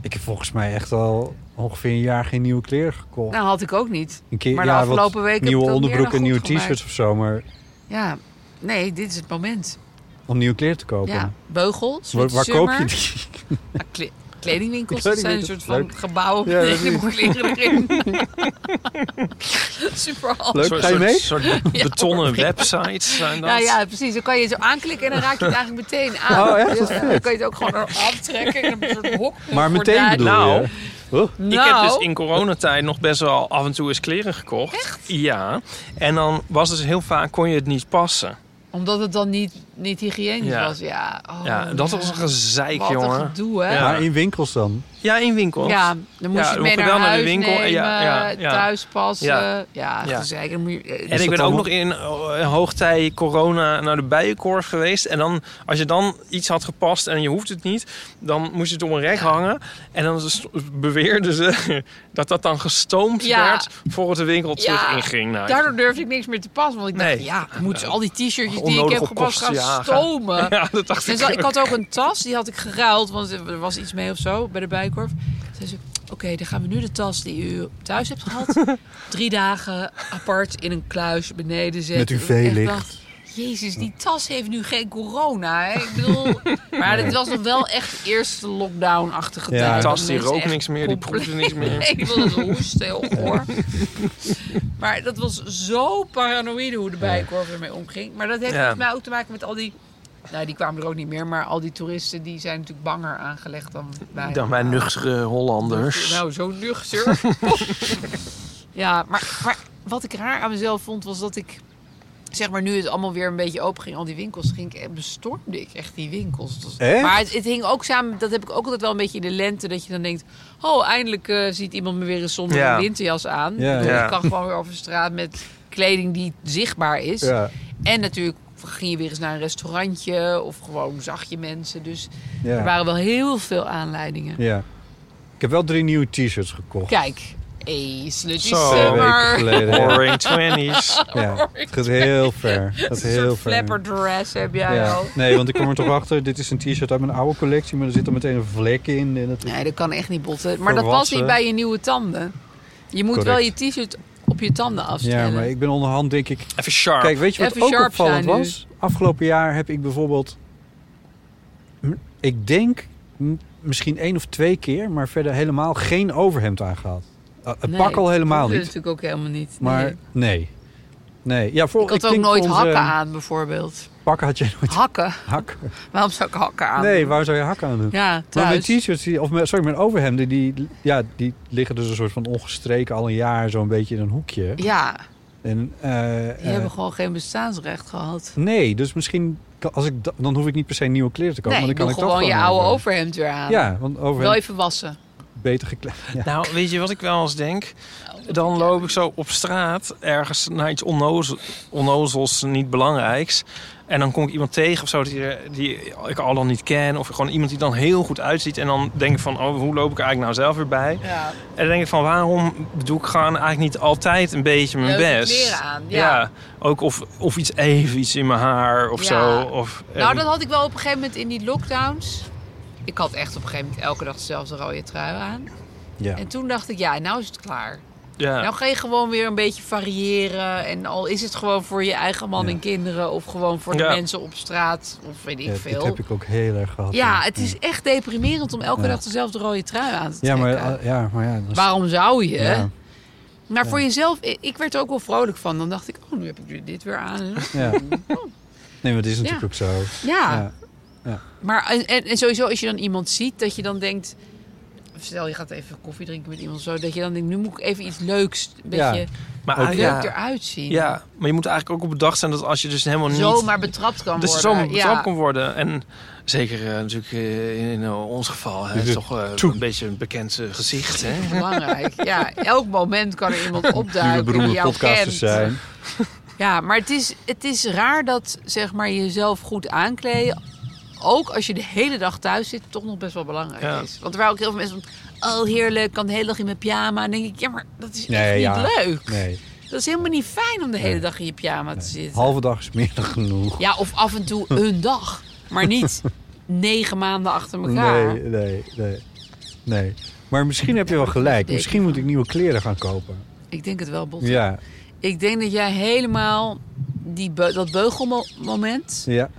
S2: Ik heb volgens mij echt al ongeveer een jaar geen nieuwe kleren gekocht.
S4: Nou, had ik ook niet.
S2: een keer,
S4: maar de
S2: ja, wat
S4: afgelopen week heb ik
S2: Nieuwe
S4: dat
S2: onderbroeken,
S4: weer nog
S2: nieuwe
S4: goed gemaakt.
S2: t-shirts of zo, maar
S4: Ja, nee, dit is het moment.
S2: om nieuwe kleren te kopen.
S4: Ja, beugel,
S2: Waar,
S4: Sweet
S2: waar koop je
S4: Summer.
S2: die?
S4: Ah, kle- Kledingwinkels,
S2: Ik weet
S4: dat
S2: niet
S4: zijn een
S2: wat het-
S4: soort van
S2: leuk.
S4: gebouwen
S2: Ja,
S4: met
S2: dat
S4: helemaal kleren erin. super handig.
S2: Leuk,
S3: soort,
S2: ga je mee?
S3: soort, soort betonnen websites zijn dat.
S4: Nou ja, precies. Dan kan je zo aanklikken en dan raak je het eigenlijk meteen aan.
S2: Oh, echt?
S4: Dus
S2: Wat
S4: dan
S2: vet.
S4: kan je het ook gewoon eraf trekken en een soort hok.
S2: Maar meteen bedoel
S3: Nou.
S2: je? Oh,
S3: Ik heb dus
S4: Nou.
S3: in coronatijd nog best wel af en toe eens kleren gekocht. Echt? Ja. En dan was het dus heel vaak, kon je het niet passen.
S4: Omdat het dan niet, niet hygiënisch
S3: Ja.
S4: was. Ja, oh,
S3: ja, dat was een gezeik,
S4: Wat een
S3: jongen.
S4: gedoe, hè?
S3: Ja.
S2: Maar in winkels dan?
S3: Ja, in winkels.
S4: Ja, dan moest je
S3: Ja, dan
S4: het mee
S3: moet je
S4: naar
S3: wel
S4: huis
S3: naar de winkel en
S4: nemen,
S3: ja, ja, ja.
S4: thuis passen.
S3: Ja.
S4: Ja,
S3: Ja.
S4: gezeik. Dan moet je, eh,
S3: En
S2: Is
S3: ik
S2: dat
S3: ben
S2: dan
S3: ook
S2: nog-
S3: nog in eh, hoogtij corona naar de bijenkorf geweest. En dan, als je dan iets had gepast en je hoeft het niet, dan moest je het om een rek hangen. En dan s- beweerden ze dat dat dan gestoomd
S4: Ja.
S3: werd voor het de winkel terug
S4: Ja.
S3: inging. Nou,
S4: Daardoor durfde ik niks meer te passen. Want ik dacht,
S3: Nee.
S4: ja, ik moet dus al die t-shirtjes die ik
S3: Onnodig
S4: heb
S3: op
S4: gepast
S3: kosten
S4: gaan
S3: jagen.
S4: stomen.
S3: ja, dat dacht
S4: En
S3: ik.
S4: zo-
S3: ook.
S4: ik had ook een tas, die had ik geruild, want er was iets mee of zo bij de bijkorf. Zei ze, oké, dan gaan we nu de tas die u thuis hebt gehad, drie dagen apart in een kluis beneden zetten.
S2: Met
S4: Dat ik echt
S2: UV-licht.
S4: dacht, Jezus, die tas heeft nu geen corona, hè? Ik bedoel, maar het was nog wel echt de eerste lockdown-achtige
S2: Ja.
S4: tijd.
S2: Die
S4: dat
S3: tas, die
S4: mensen
S3: rookt
S4: echt
S3: niks meer, die
S4: compleet-
S3: proefde niks meer.
S4: Nee, ik wilde het hoesten, heel goor. Maar dat was zo paranoïde hoe de bijenkorf ermee omging. Maar dat heeft
S3: Ja.
S4: volgens mij ook te maken met al die... Nou, die kwamen er ook niet meer. Maar al die toeristen die zijn natuurlijk banger aangelegd dan wij.
S3: Dan mijn nuchtere Hollanders.
S4: Nou, zo nuchter. ja, maar, maar wat ik raar aan mezelf vond was dat ik... Zeg maar, nu het allemaal weer een beetje open ging, al die winkels, ging ik, bestormde ik echt die winkels. Het was-
S2: Echt?
S4: Maar het, het hing ook samen, dat heb ik ook altijd wel een beetje in de lente, dat je dan denkt, oh, eindelijk eh, ziet iemand me weer eens zonder
S3: Ja.
S4: een winterjas aan.
S2: Ja.
S4: Ik bedoel,
S3: Ja.
S4: Ik kan gewoon weer over straat met kleding die zichtbaar is.
S2: Ja.
S4: En natuurlijk ging je weer eens naar een restaurantje of gewoon zag je mensen. Dus er
S2: Ja.
S4: waren wel heel veel aanleidingen.
S2: ja. Ik heb wel drie nieuwe t-shirts gekocht.
S4: Kijk, eh, hey, slutty
S3: Zo.
S2: Twee weken
S4: summer.
S2: geleden. ja.
S3: Boring 20s.
S2: Ja, het gaat heel ver. Het gaat
S4: Een
S2: heel
S4: soort
S2: ver.
S4: flapper dress heb jij
S2: Ja.
S4: al.
S2: Nee, want ik kom er toch achter. Dit is een t-shirt uit mijn oude collectie, maar er zit er meteen een vlek in. En dat is...
S4: Nee, dat kan echt niet botten. Maar dat was
S2: Volwassen.
S4: niet bij je nieuwe tanden. Je moet
S2: Correct.
S4: wel je t-shirt op je tanden afstellen.
S2: Ja, maar ik ben onderhand denk ik...
S3: Even sharp.
S2: Kijk, weet je wat
S4: Even
S2: ook
S4: sharp
S2: opvallend
S4: zijn nu.
S2: was? Afgelopen jaar heb ik bijvoorbeeld... m- Ik denk m- misschien één of twee keer, maar verder helemaal geen overhemd aangehad. Eh, het
S4: Nee,
S2: pak al helemaal
S4: dat hoefde
S2: niet.
S4: natuurlijk ook helemaal niet.
S2: Maar
S4: nee.
S2: nee. Nee. Ja, voor,
S4: Ik had ook
S2: denk
S4: nooit
S2: voor onze-
S4: hakken aan, bijvoorbeeld.
S2: Pakken had jij nooit
S4: Hakken?
S2: hakken.
S4: Waarom zou ik hakken aan?
S2: Nee, waar zou je hakken aan doen?
S4: Ja,
S2: Maar mijn
S4: thuis.
S2: t-shirts, die- of mijn- sorry, mijn overhemden, die, ja, die liggen dus een soort van ongestreken al een jaar zo'n beetje in een hoekje.
S4: Ja,
S2: En, eh,
S4: die
S2: eh,
S4: hebben gewoon geen bestaansrecht gehad.
S2: nee, dus misschien, kan- als ik, da- dan hoef ik niet per se nieuwe kleren te kopen.
S4: nee,
S2: maar dan
S4: doe
S2: kan ik dat
S4: gewoon je oude
S2: aan.
S4: overhemd weer aan.
S2: Ja, want
S4: Wel
S2: overhemd
S4: even wassen.
S2: beter gekleed. Ja.
S3: Nou, weet je wat ik wel eens denk?
S4: Nou,
S3: Dan loop ik zo op straat ergens naar iets onnozel, onnozels, niet belangrijks. En dan kom ik iemand tegen of zo die, die ik al dan niet ken. Of gewoon iemand die dan heel goed uitziet. En dan denk ik van, oh, hoe loop ik er eigenlijk nou zelf weer bij?
S4: Ja,
S3: En dan denk ik van, waarom doe ik gewoon eigenlijk niet altijd een beetje mijn
S4: Leuke
S3: best?
S4: kleren aan, ja.
S3: ook of, of iets even, iets in mijn haar of
S4: Ja.
S3: zo. Of,
S4: Nou,
S3: en-
S4: dat had ik wel op een gegeven moment in die lockdowns. Ik had echt op een gegeven moment elke dag dezelfde rode trui aan.
S2: Ja.
S4: En toen dacht ik, ja, nou is het klaar.
S3: ja.
S4: Nou ga je gewoon weer een beetje variëren. En al is het gewoon voor je eigen man
S2: Ja.
S4: en kinderen... of gewoon voor de
S3: Ja.
S4: mensen op straat, of weet ik
S2: Ja,
S4: veel.
S2: dit heb ik ook heel erg gehad.
S4: Ja, het is echt deprimerend om elke
S2: Ja.
S4: dag dezelfde rode trui aan te
S2: Ja,
S4: trekken.
S2: maar eh, ja, maar ja. dat is-
S4: Waarom zou je?
S2: ja,
S4: Maar voor jezelf, ik ik werd er ook wel vrolijk van. Dan dacht ik, oh, nu heb ik weer dit weer aan.
S2: ja. Nee, maar dat is natuurlijk
S4: Ja.
S2: ook zo.
S4: Ja,
S2: Ja.
S4: maar en, en, en sowieso als je dan iemand ziet, dat je dan denkt... Stel, je gaat even koffie drinken met iemand of zo. Dat je dan denkt, nu moet ik even iets leuks, een
S2: Ja.
S4: beetje
S3: maar
S2: ook-
S3: ah,
S4: leuk
S3: ja.
S4: eruit zien.
S3: ja, maar je moet eigenlijk ook op bedacht zijn dat als je dus helemaal niet...
S4: Zomaar betrapt kan
S3: Dat je
S4: worden.
S3: zomaar betrapt
S4: ja.
S3: kan worden. En zeker eh, natuurlijk eh, in, in, eh, ons geval. hè, Het is
S2: Dus
S3: toch eh,
S2: toe.
S3: een beetje een bekend eh, gezicht. Hè?
S4: Belangrijk. Ja, elk moment kan er iemand
S2: Nu we
S4: opduiken die
S2: beroemde
S4: jou
S2: podcasters
S4: kent.
S2: zijn.
S4: Ja, maar het is, het is raar dat zeg maar, jezelf goed aankleden, ook als je de hele dag thuis zit, toch nog best wel belangrijk
S3: Ja.
S4: is. Want er waren ook heel veel mensen van, oh heerlijk, kan de hele dag in mijn pyjama. En dan denk ik, ja, maar dat is echt
S2: Nee,
S4: niet
S2: ja.
S4: leuk.
S2: Nee,
S4: Dat is helemaal niet fijn om de hele dag in je pyjama te zitten.
S2: halve dag is meer dan genoeg.
S4: Ja, of af en toe een dag, maar niet negen maanden achter elkaar.
S2: Nee, nee, nee. Nee. Maar misschien heb je wel gelijk. Misschien moet ik nieuwe kleren gaan kopen.
S4: Ik denk het wel, Bot.
S2: Ja,
S4: Ik denk dat jij helemaal die beu- dat beugelmoment
S2: ja.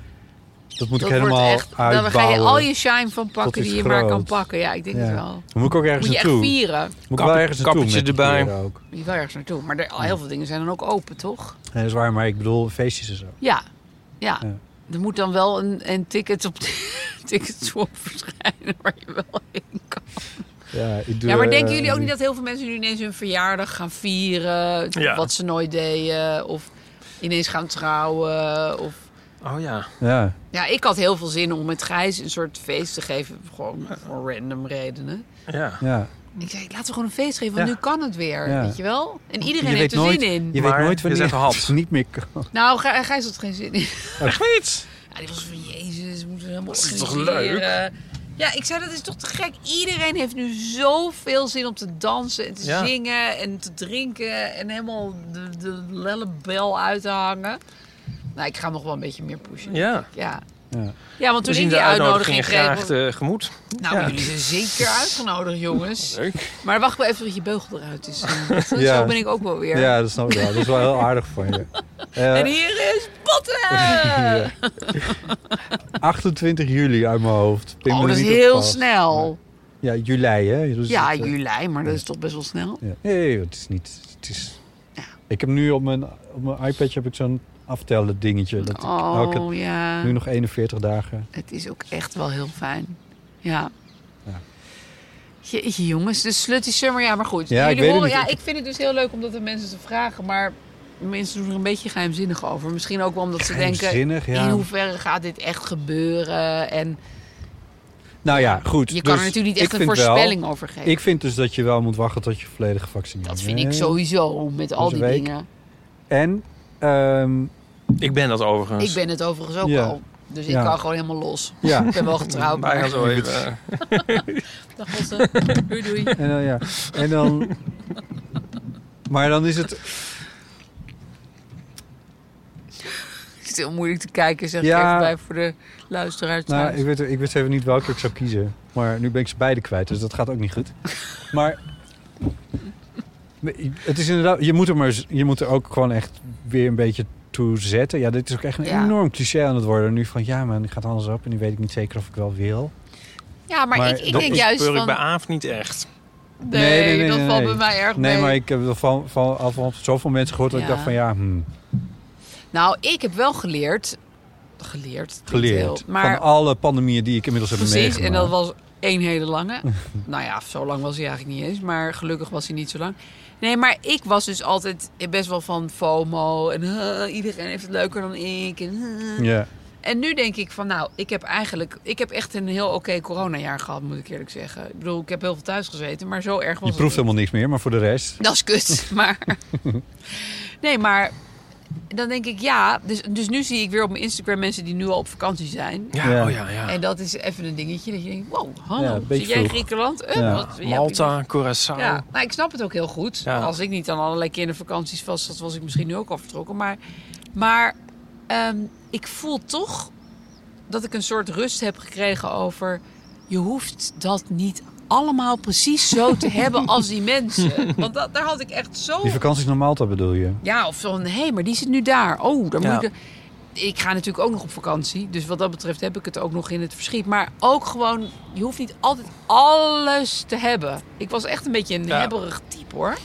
S2: Dat moet
S4: Dat
S2: ik
S4: wordt
S2: helemaal
S4: echt, nou,
S2: uitbouwen.
S4: dan ga je al je shine van pakken
S2: is
S4: die je maar
S2: groot.
S4: kan pakken. Ja, ik denk
S2: Ja.
S4: het wel.
S2: Dan moet ik ook ergens
S4: Moet je echt
S2: naartoe.
S4: vieren.
S2: Moet ik
S3: Kappie-
S2: wel ergens naartoe.
S3: kappertje
S2: met die
S3: erbij.
S2: kleren ook.
S4: Je moet wel ergens naartoe. Maar er, al heel veel dingen zijn dan ook open, toch?
S2: Nee, dat is waar, maar ik bedoel feestjes en zo.
S4: Ja. Ja.
S2: Ja.
S4: Er moet dan wel een, een ticket op ticketswap verschijnen waar je wel in kan.
S2: Ja, ik doe,
S4: Ja, maar
S2: eh,
S4: denken jullie ook niet dat heel veel mensen nu ineens hun verjaardag gaan vieren?
S3: Ja.
S4: Wat ze nooit deden. Of ineens gaan trouwen. Of...
S3: Oh ja.
S2: Ja,
S4: Ja, ik had heel veel zin om met Gijs een soort feest te geven. Gewoon voor random redenen.
S3: Ja.
S2: ja.
S4: Ik zei, laten we gewoon een feest geven, want
S3: Ja.
S4: nu kan het weer.
S2: Ja.
S4: Weet je wel? En
S2: Je
S4: iedereen
S2: weet
S4: heeft er
S2: nooit,
S4: zin in.
S2: Je
S3: Maar
S2: weet nooit
S3: je
S2: wanneer
S3: zegt had.
S2: het niet meer kan.
S4: Nou, Gij- Gijs had er geen zin in.
S3: Echt niet?
S4: Ja, die was van, jezus, we moeten we helemaal
S3: is toch
S4: organiseren. Ja, ik zei, dat is toch te gek. Iedereen heeft nu zoveel zin om te dansen en te
S3: Ja.
S4: zingen en te drinken. En helemaal de, de lellebel uit te hangen. Nou, ik ga hem nog wel een beetje meer pushen.
S3: Ja.
S4: Ja,
S2: Ja.
S4: ja want
S3: We
S4: toen
S3: zien
S4: ik die
S3: de uitnodiging
S4: uitnodiging
S3: graag
S4: kreeg...
S3: eh, tegemoet.
S4: Nou,
S3: ja.
S4: jullie zijn zeker uitgenodigd, jongens.
S3: Leuk.
S4: Maar wacht wel even tot je beugel eruit is.
S2: Ja.
S4: Zo ben ik ook wel weer.
S2: Ja, dat snap ik wel. Dat is wel heel aardig van je. Eh,
S4: En eh. hier is Botten!
S2: Ja. 28 juli uit mijn hoofd. Pin
S4: Oh,
S2: me
S4: dat is
S2: niet op
S4: heel
S2: vast.
S4: snel.
S2: Ja, juli hè. Dus
S4: Ja,
S2: het, eh,
S4: juli, maar dat is toch best wel snel.
S2: ja. Nee, het is niet... Het is... Ik heb nu op mijn, op mijn iPadje heb ik zo'n aftellen dingetje. Dat ik elke-
S4: Oh ja,
S2: nu nog 41 dagen.
S4: het is ook echt wel heel fijn. Ja.
S2: Ja.
S4: Jeetje jongens, de slutty summer, ja maar goed.
S2: Ja, ik weet het
S4: horen,
S2: niet.
S4: ja, ik vind het dus heel leuk om dat aan mensen te vragen, maar mensen doen er een beetje geheimzinnig over. Misschien ook wel omdat ze denken,
S2: Geheimzinnig, ja.
S4: in hoeverre gaat dit echt gebeuren? En
S2: Nou ja, goed.
S4: je kan er
S2: dus
S4: natuurlijk niet
S2: ik
S4: echt een
S2: vind wel-
S4: voorspelling over geven.
S2: ik vind dus dat je wel moet wachten tot je volledig gevaccineerd
S4: dat
S2: bent.
S4: vind ik sowieso, met al
S2: Deze
S4: die
S2: week.
S4: dingen.
S2: En ehm,
S3: Ik ben dat overigens.
S4: Ik ben het overigens ook
S2: Ja.
S4: al, dus ik
S2: Ja.
S4: kan gewoon helemaal los.
S2: ja,
S4: Ik ben wel getrouwd,
S3: Wij eh, gaan
S4: maar...
S3: Nou zo even.
S4: Dag Botte. doei doei.
S2: En dan, ja. En dan... maar dan is het...
S4: Het is heel moeilijk te kijken, zeg
S2: Ja.
S4: ik even bij voor de luisteraars.
S2: Nou,
S4: thuis.
S2: ik weet, ik wist even niet welke ik zou kiezen. Maar nu ben ik ze beide kwijt, dus dat gaat ook niet goed. Maar... Het is inderdaad... Je moet er, maar, je moet er ook gewoon echt weer een beetje toe zetten. Ja, dit is ook echt een
S4: Ja.
S2: enorm cliché aan het worden. Nu van, ja man, ik ga het alles op en nu weet ik niet zeker of ik wel wil.
S4: ja, maar,
S2: maar
S4: ik, ik
S2: dat
S4: denk
S2: is
S4: juist
S3: Speur ik
S4: van...
S3: bij Aaf niet echt.
S4: Nee,
S2: Nee, nee, nee,
S4: dat
S2: nee,
S4: valt
S2: nee.
S4: bij mij erg
S2: Nee,
S4: mee.
S2: maar ik heb wel van, van, al van zoveel mensen gehoord dat
S4: Ja.
S2: ik dacht van, ja, hmm,
S4: Nou, ik heb wel geleerd... Geleerd? klinkt heel-
S2: geleerd.
S4: maar
S2: Van alle pandemieën die ik inmiddels heb
S4: precies,
S2: meegemaakt.
S4: en dat was één hele lange. nou ja, zo lang was hij eigenlijk niet eens. Maar gelukkig was hij niet zo lang. Nee, maar ik was dus altijd best wel van FOMO. En eh, iedereen heeft het leuker dan ik. En, eh.
S2: Ja.
S4: En nu denk ik van, nou, ik heb eigenlijk... Ik heb echt een heel oké coronajaar gehad, moet ik eerlijk zeggen. Ik bedoel, ik heb heel veel thuis gezeten, maar zo erg was
S2: Je
S4: het
S2: proeft
S4: niet.
S2: helemaal niks meer, maar voor de rest...
S4: Dat is kut, maar... Nee, maar dan denk ik, ja... Dus, dus nu zie ik weer op mijn Instagram mensen die nu al op vakantie zijn.
S3: Ja,
S2: Ja.
S3: oh ja, ja.
S4: En dat is even een dingetje dat je denkt, wow, hallo,
S2: Ja, een beetje
S4: zit jij in
S2: vroeg.
S4: Griekenland? Eh,
S2: Ja.
S4: wat- ja,
S3: Malta, Curaçao.
S4: Ja, nou, ik snap het ook heel goed.
S3: Ja.
S4: Als ik niet aan allerlei kindervakanties vast zat, was ik misschien nu ook al vertrokken. Maar, maar ehm, ik voel toch dat ik een soort rust heb gekregen over... je hoeft dat niet allemaal precies zo te hebben als die mensen. Want dat, daar had ik echt zo...
S2: Die vakanties naar Malta bedoel je?
S4: Ja, of van, hé, maar die zit nu daar. Oh, dan
S3: Ja.
S4: moet ik... de- Ik ga natuurlijk ook nog op vakantie. Dus wat dat betreft heb ik het ook nog in het verschiet. Maar ook gewoon, je hoeft niet altijd alles te hebben. Ik was echt een beetje een
S3: Ja.
S4: hebberig type, hoor.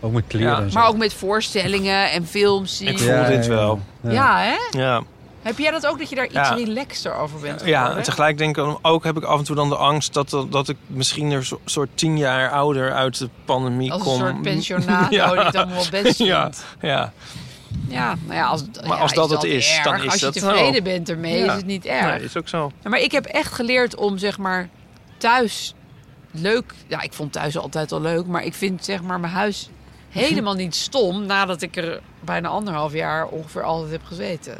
S2: Ook met kleren
S3: Ja,
S2: en zo.
S4: Maar ook met voorstellingen en films zien.
S3: Ik
S4: Ja,
S3: voel dit wel.
S2: ja.
S4: hè?
S3: Ja.
S4: Heb jij dat ook, dat je daar iets
S3: Ja.
S4: relaxter over bent
S3: Ja, en
S4: geworden?
S3: tegelijk denk ik ook heb ik af en toe dan de angst dat, dat, dat ik misschien er zo- soort tien jaar ouder uit de pandemie
S4: Als een
S3: kom.
S4: soort pensionado die het allemaal wel best vindt.
S3: ja,
S4: Ja,
S3: ja.
S4: nou ja, als, ja,
S3: als dat het is,
S4: erg?
S3: dan is
S4: Als je
S3: dat zo.
S4: tevreden bent ermee,
S3: Oh. Ja.
S4: is het niet erg.
S3: Nee, is ook zo.
S4: Ja, Maar ik heb echt geleerd om zeg maar thuis leuk. Ja, ik vond thuis altijd al leuk, maar ik vind zeg maar mijn huis helemaal niet stom nadat ik er bijna anderhalf jaar ongeveer altijd heb gezeten.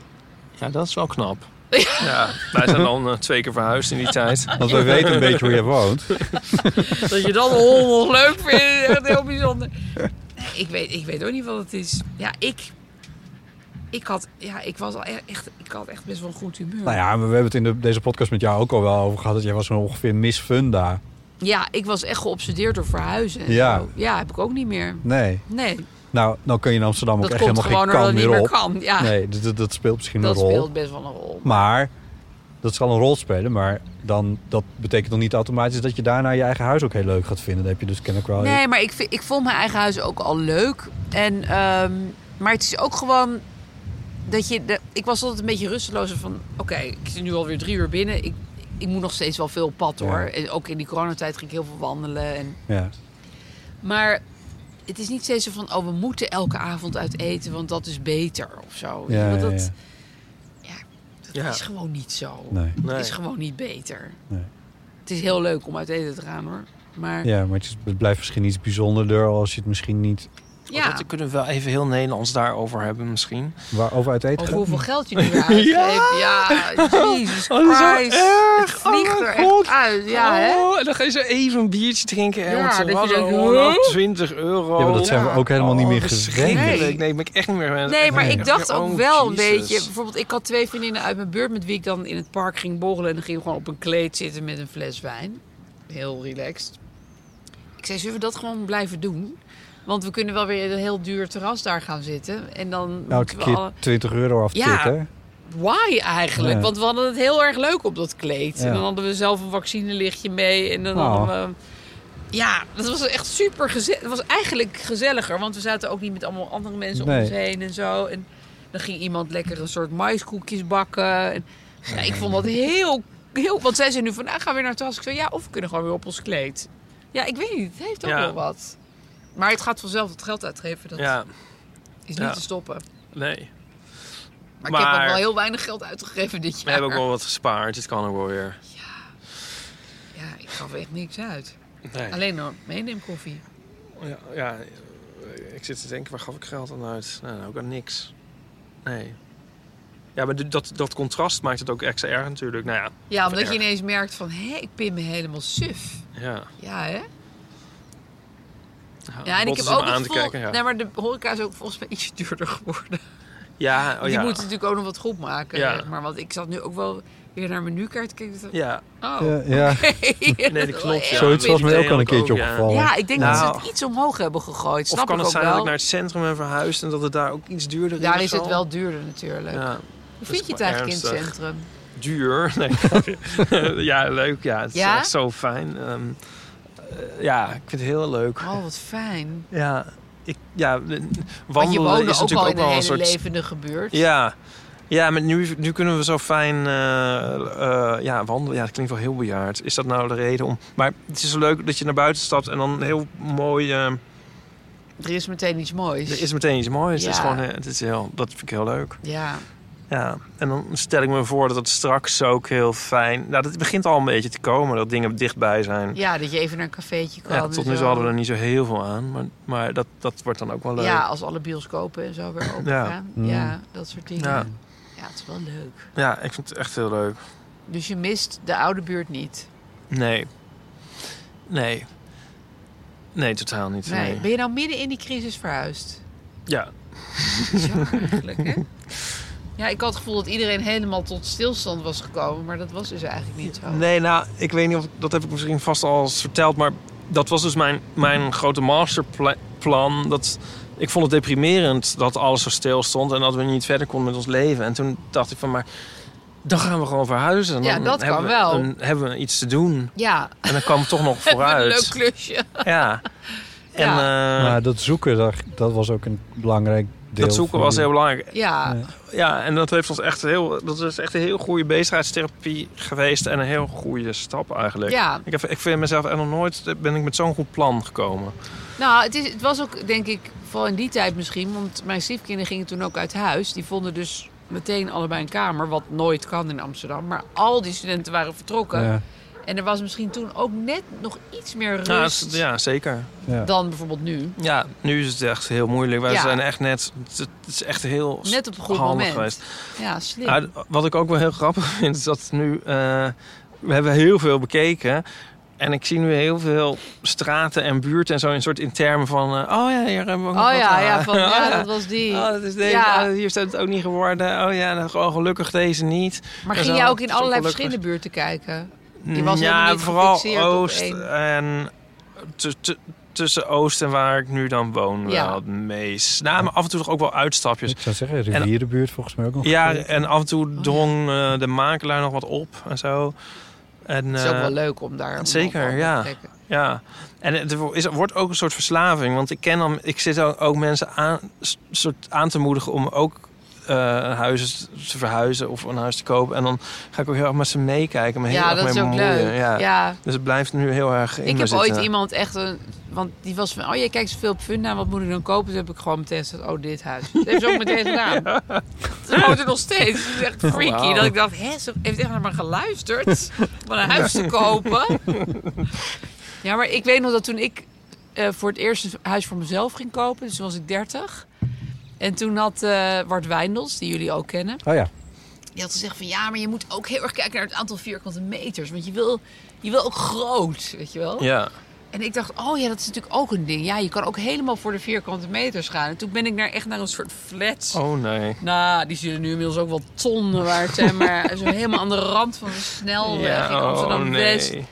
S3: Ja, dat is wel knap. Ja, wij zijn dan eh, twee keer verhuisd in die tijd.
S2: Want we weten een beetje hoe jij woont.
S4: Dat je dat allemaal nog leuk vindt, is echt heel bijzonder. Nee, ik weet, ik weet ook niet wat het is. Ja, ik. Ik had, ja, ik was al e- echt, ik had echt best wel een goed humeur.
S2: Nou ja, we hebben het in de, deze podcast met jou ook al wel over gehad. Dat jij was zo ongeveer Miss Funda.
S4: Ja, ik was echt geobsedeerd door verhuizen. en
S2: Ja.
S4: zo. ja, heb ik ook niet meer.
S2: Nee.
S4: Nee,
S2: Nou, nou kun je in Amsterdam ook
S4: dat
S2: echt
S4: komt
S2: helemaal geen
S4: gewoon doordat
S2: kan
S4: het niet
S2: meer
S4: meer
S2: op.
S4: kan. Ja.
S2: Nee, dat, dat- dat speelt misschien
S4: Dat
S2: een rol.
S4: speelt best wel een rol.
S2: Maar dat zal een rol spelen, maar dan, dat betekent nog niet automatisch dat je daarna je eigen huis ook heel leuk gaat vinden. Dat heb je dus kennelijk wel.
S4: Nee, maar ik, vind- ik vond mijn eigen huis ook al leuk. En, ehm, maar het is ook gewoon dat je. De, ik was altijd een beetje rusteloos van. Oké, ik zit nu alweer drie uur binnen. Ik, ik moet nog steeds wel veel op pad
S2: Ja.
S4: hoor. En ook in die coronatijd ging ik heel veel wandelen. En,
S2: Ja.
S4: maar het is niet steeds zo van. Oh, we moeten elke avond uit eten, want dat is beter of zo. Weet je,
S2: Ja,
S4: want
S2: ja,
S4: dat
S2: ja.
S4: dat
S3: Ja.
S4: is gewoon niet zo.
S2: Nee.
S3: Nee.
S4: Het is gewoon niet beter.
S2: Nee.
S4: Het is heel leuk om uit eten te gaan hoor. Maar ja,
S2: ja, maar het, is- het blijft misschien iets bijzonderder als je het misschien niet.
S3: Want Dat kunnen we wel even heel Nederlands daarover hebben misschien.
S2: Waarover uit eten
S4: Over
S2: gaat.
S4: hoeveel geld je nu uitgeeft. ja, Jesus
S3: Oh, dat
S4: Christ.
S3: is wel erg.
S4: Het vliegt
S3: Oh
S4: er
S3: mijn
S4: echt
S3: God.
S4: uit. Ja, hè?
S3: Oh, en dan ga je zo even een biertje drinken. En
S4: Ja,
S3: want ze
S4: dat je
S3: was
S4: denkt,
S3: al
S4: huh?
S3: 20 euro.
S2: Ja, maar dat zijn we
S4: Ja.
S2: ook helemaal niet
S3: Oh,
S2: meer
S3: verschrikkelijk.
S2: gewend.
S4: Nee.
S3: Nee, nee, ben ik echt niet meer gewend.
S4: Nee, maar
S2: Nee.
S4: ik dacht
S3: Oh,
S4: ook wel een
S3: Jesus.
S4: beetje. Bijvoorbeeld, ik had twee vriendinnen uit mijn buurt met wie ik dan in het park ging borrelen. En dan ging ik gewoon op een kleed zitten met een fles wijn. Heel relaxed. Ik zei, zullen we dat gewoon blijven doen? Want we kunnen wel weer in een heel duur terras daar gaan zitten. En dan
S2: Elke
S4: moeten we alle-
S2: keer 20 euro aftikken.
S4: Ja. Why eigenlijk?
S2: Ja.
S4: Want we hadden het heel erg leuk op dat kleed.
S2: Ja.
S4: En dan hadden we zelf een vaccinelichtje mee. En dan
S2: Oh.
S4: hadden we... Ja, dat was echt super gezellig. Het was eigenlijk gezelliger. Want we zaten ook niet met allemaal andere mensen
S2: Nee.
S4: om ons heen en zo. En dan ging iemand lekker een soort maiskoekjes bakken. En, ja, ik vond dat heel... heel want zij zei nu van, nou, gaan we weer naar het terras. Ik zei, ja, of we kunnen gewoon weer op ons kleed. Ja, ik weet niet. Het heeft ook
S3: Ja.
S4: wel wat. Maar het gaat vanzelf het geld uitgeven. Dat
S3: Ja,
S4: is niet
S3: Ja.
S4: te stoppen.
S3: nee.
S4: Maar, ik heb
S3: Maar-
S4: ook wel heel weinig geld uitgegeven dit jaar.
S3: We hebben ook wel wat gespaard. Het kan ook wel weer.
S4: Ja, ik gaf echt niks uit.
S3: Nee.
S4: Alleen nog meeneemkoffie.
S3: Ja, ja, ik zit te denken, waar gaf ik geld aan uit? Nou, ook aan niks. Nee. Ja, maar d- dat, dat contrast maakt het ook extra erg natuurlijk. Nou ja,
S4: Ja, omdat
S3: erg.
S4: je ineens merkt van, hé, ik pin me helemaal suf.
S3: ja.
S4: Ja, hè?
S3: Ja,
S4: Ja, en
S3: Oh, bot
S4: ik
S3: is
S4: heb
S3: om
S4: ook
S3: aan
S4: het
S3: te
S4: gevoel...
S3: kijken, ja. Oh,
S4: Nee, maar de horeca is ook volgens mij iets duurder geworden.
S3: Ja, oh
S4: Die
S3: ja.
S4: moeten natuurlijk ook nog wat goed maken.
S3: Ja.
S4: zeg maar want ik zat nu ook wel weer naar mijn menukaart te kijken. Ik dacht,
S3: Ja,
S4: Oh,
S2: Ja, ja.
S3: nee, dat klopt. Ja.
S2: Zoiets was mij ook al een keertje
S3: Ja.
S2: opgevallen.
S4: Ja, ik denk dat ze
S3: Nou.
S4: het iets omhoog hebben gegooid.
S3: Of
S4: Snap
S3: kan
S4: ik
S3: het
S4: ook
S3: zijn
S4: wel.
S3: dat ik naar het centrum ben verhuisd en dat het daar ook iets duurder is?
S4: Daar
S3: of
S4: is het
S3: zo?
S4: wel duurder natuurlijk.
S3: Ja,
S4: Hoe
S3: dat is
S4: vind je het
S3: wel
S4: eigenlijk in het
S3: ernstig.
S4: centrum?
S3: duur. Nee, ja, leuk. Ja, het is
S4: Ja?
S3: echt zo fijn. Ehm, eh, ja, ik vind het heel leuk.
S4: Oh, wat fijn.
S3: Ja, ik, ja
S4: Want je
S3: wandelen
S4: woonde
S3: is
S4: ook al
S3: natuurlijk ook
S4: in een
S3: wel een
S4: hele
S3: soort
S4: levendige buurt.
S3: Ja, ja maar nu, nu kunnen we zo fijn eh, eh, ja, wandelen. Ja, dat klinkt wel heel bejaard. Is dat nou de reden om... Maar het is zo leuk dat je naar buiten stapt en dan heel mooi... eh,
S4: Er is meteen iets moois.
S3: er is meteen iets moois. Het is
S4: Ja.
S3: gewoon, eh, het is heel, dat vind ik heel leuk.
S4: Ja.
S3: Ja, en dan stel ik me voor dat het straks ook heel fijn... Nou, dat begint al een beetje te komen, dat dingen dichtbij zijn. Ja,
S4: ja, dat je even naar een cafeetje kan. dus en
S3: tot nu toe hadden we er niet zo heel veel aan. Maar, maar dat, dat wordt dan ook wel leuk.
S4: Ja, als alle bioscopen en zo weer open
S3: Ja.
S4: gaan.
S2: Mm.
S4: Ja, dat soort dingen.
S3: Ja.
S4: Ja. het is wel leuk.
S3: ja, ik vind het echt heel leuk.
S4: Dus je mist de oude buurt niet.
S3: Nee. Nee. Nee, totaal niet.
S4: Nee.
S3: nee.
S4: Ben je nou midden in die crisis verhuisd?
S3: Ja.
S4: Bizar eigenlijk, hè? Ja, ik had het gevoel dat iedereen helemaal tot stilstand was gekomen. Maar dat was dus eigenlijk niet zo.
S3: Nee, nou, ik weet niet of... Dat heb ik misschien vast al eens verteld. Maar dat was dus mijn, mijn grote masterplan. Dat, ik vond het deprimerend dat alles zo stil stond... en dat we niet verder konden met ons leven. En toen dacht ik van, maar... Dan gaan we gewoon verhuizen. Dan
S4: Ja, dat
S3: hebben
S4: kan
S3: we-
S4: wel.
S3: Dan hebben we iets te doen.
S4: Ja,
S3: En dan kwam het toch nog vooruit.
S4: een leuk klusje.
S3: Ja. En eh,
S2: Maar dat zoeken, dat, dat was ook een belangrijk deel.
S3: dat zoeken
S2: van
S3: was
S2: die-
S3: heel belangrijk.
S4: Ja,
S2: Ja.
S3: Ja, en dat heeft ons echt heel. Dat is echt een heel goede bezigheidstherapie geweest. En een heel goede stap eigenlijk.
S4: ja.
S3: Ik, heb, ik vind mezelf en nog nooit ben ik met zo'n goed plan gekomen.
S4: Nou, het, is, het was ook, denk ik, vooral in die tijd misschien. Want mijn stiefkinderen gingen toen ook uit huis. Die vonden dus meteen allebei een kamer. Wat nooit kan in Amsterdam. Maar al die studenten waren vertrokken.
S2: Ja,
S4: En er was misschien toen ook net nog iets meer rust
S3: Ja, s- ja, zeker.
S2: ja.
S4: dan bijvoorbeeld nu.
S3: Ja, nu is het echt heel moeilijk. Wij
S4: Ja.
S3: zijn echt net. Het is echt heel.
S4: Net op een goed
S3: handig
S4: moment.
S3: geweest.
S4: Ja, slim. Oh
S3: Ja, d- wat ik ook wel heel grappig vind, is dat nu... eh, we hebben heel veel bekeken. En ik zie nu heel veel straten en buurten en zo... in soort in termen van... eh, oh ja, hier hebben we ook nog
S4: oh
S3: wat
S4: ja,
S3: aan.
S4: ja, van,
S3: Oh
S4: ja,
S3: ja.
S4: dat was die.
S3: Oh, dat is deze.
S4: Ja.
S3: Oh, hier staat het ook niet geworden. Oh ja, nou, gewoon gelukkig deze niet.
S4: maar
S3: dat
S4: ging
S3: is
S4: jij
S3: wel-
S4: ook in
S3: dat is ook
S4: allerlei
S3: wel leuk.
S4: verschillende buurten kijken? Je was helemaal
S3: ja,
S4: niet
S3: vooral
S4: gefixeerd op
S3: Oost
S4: één.
S3: en te- te- tussen Oost en waar ik nu dan woon
S4: Ja.
S3: wel het meest. Nou, maar af en toe toch ook wel uitstapjes.
S2: Ik zou zeggen, rivierenbuurt volgens mij ook nog.
S3: Dus-
S2: Oh
S3: Ja,
S2: goed.
S3: en af en toe drong eh, de makelaar nog wat op en zo. En,
S4: Het is ook
S3: eh,
S4: wel leuk om daar... om
S3: zeker,
S4: op andere
S3: ja.
S4: plekken.
S3: Ja, en het wo- is, wordt ook een soort verslaving. Want ik ken dan, ik zit ook, ook mensen aan, s- soort aan te moedigen om ook eh, huizen te verhuizen of een huis te kopen. En dan ga ik ook heel erg met ze meekijken, me heel
S4: Ja,
S3: erg
S4: dat
S3: mee
S4: is ook
S3: bemoeien.
S4: leuk.
S3: Ja.
S4: ja.
S3: Dus het blijft nu heel erg in
S4: Ik
S3: me
S4: heb ooit
S3: zitten.
S4: iemand echt een... Want die was van, oh, jij kijkt zoveel op Funda, wat moet ik dan kopen? Toen heb ik gewoon meteen gezegd, oh, dit huis. Dat heeft ze ook meteen gedaan. Ze woont er nog steeds. Het is echt freaky.
S3: wauw.
S4: Dat ik dacht, hè, ze heeft echt naar me geluisterd om een huis te kopen. Ja, maar ik weet nog dat toen ik eh, voor het eerst een huis voor mezelf ging kopen, dus toen was ik 30. En toen had eh Wart Wijndels, die jullie ook kennen,
S2: Oh ja,
S4: die had gezegd van ja, maar je moet ook heel erg kijken naar het aantal vierkante meters. Want je wil, je wil ook groot, weet je wel.
S3: Ja,
S4: En ik dacht, oh ja, dat is natuurlijk ook een ding. Ja, je kan ook helemaal voor de vierkante meters gaan. En toen ben ik naar, echt naar een soort flats.
S3: oh nee.
S4: Nou, die zullen nu inmiddels ook wel tonnen waard zijn. Maar zo helemaal aan de rand van de snelweg in
S3: Ja, oh
S4: Amsterdam-West.
S3: nee.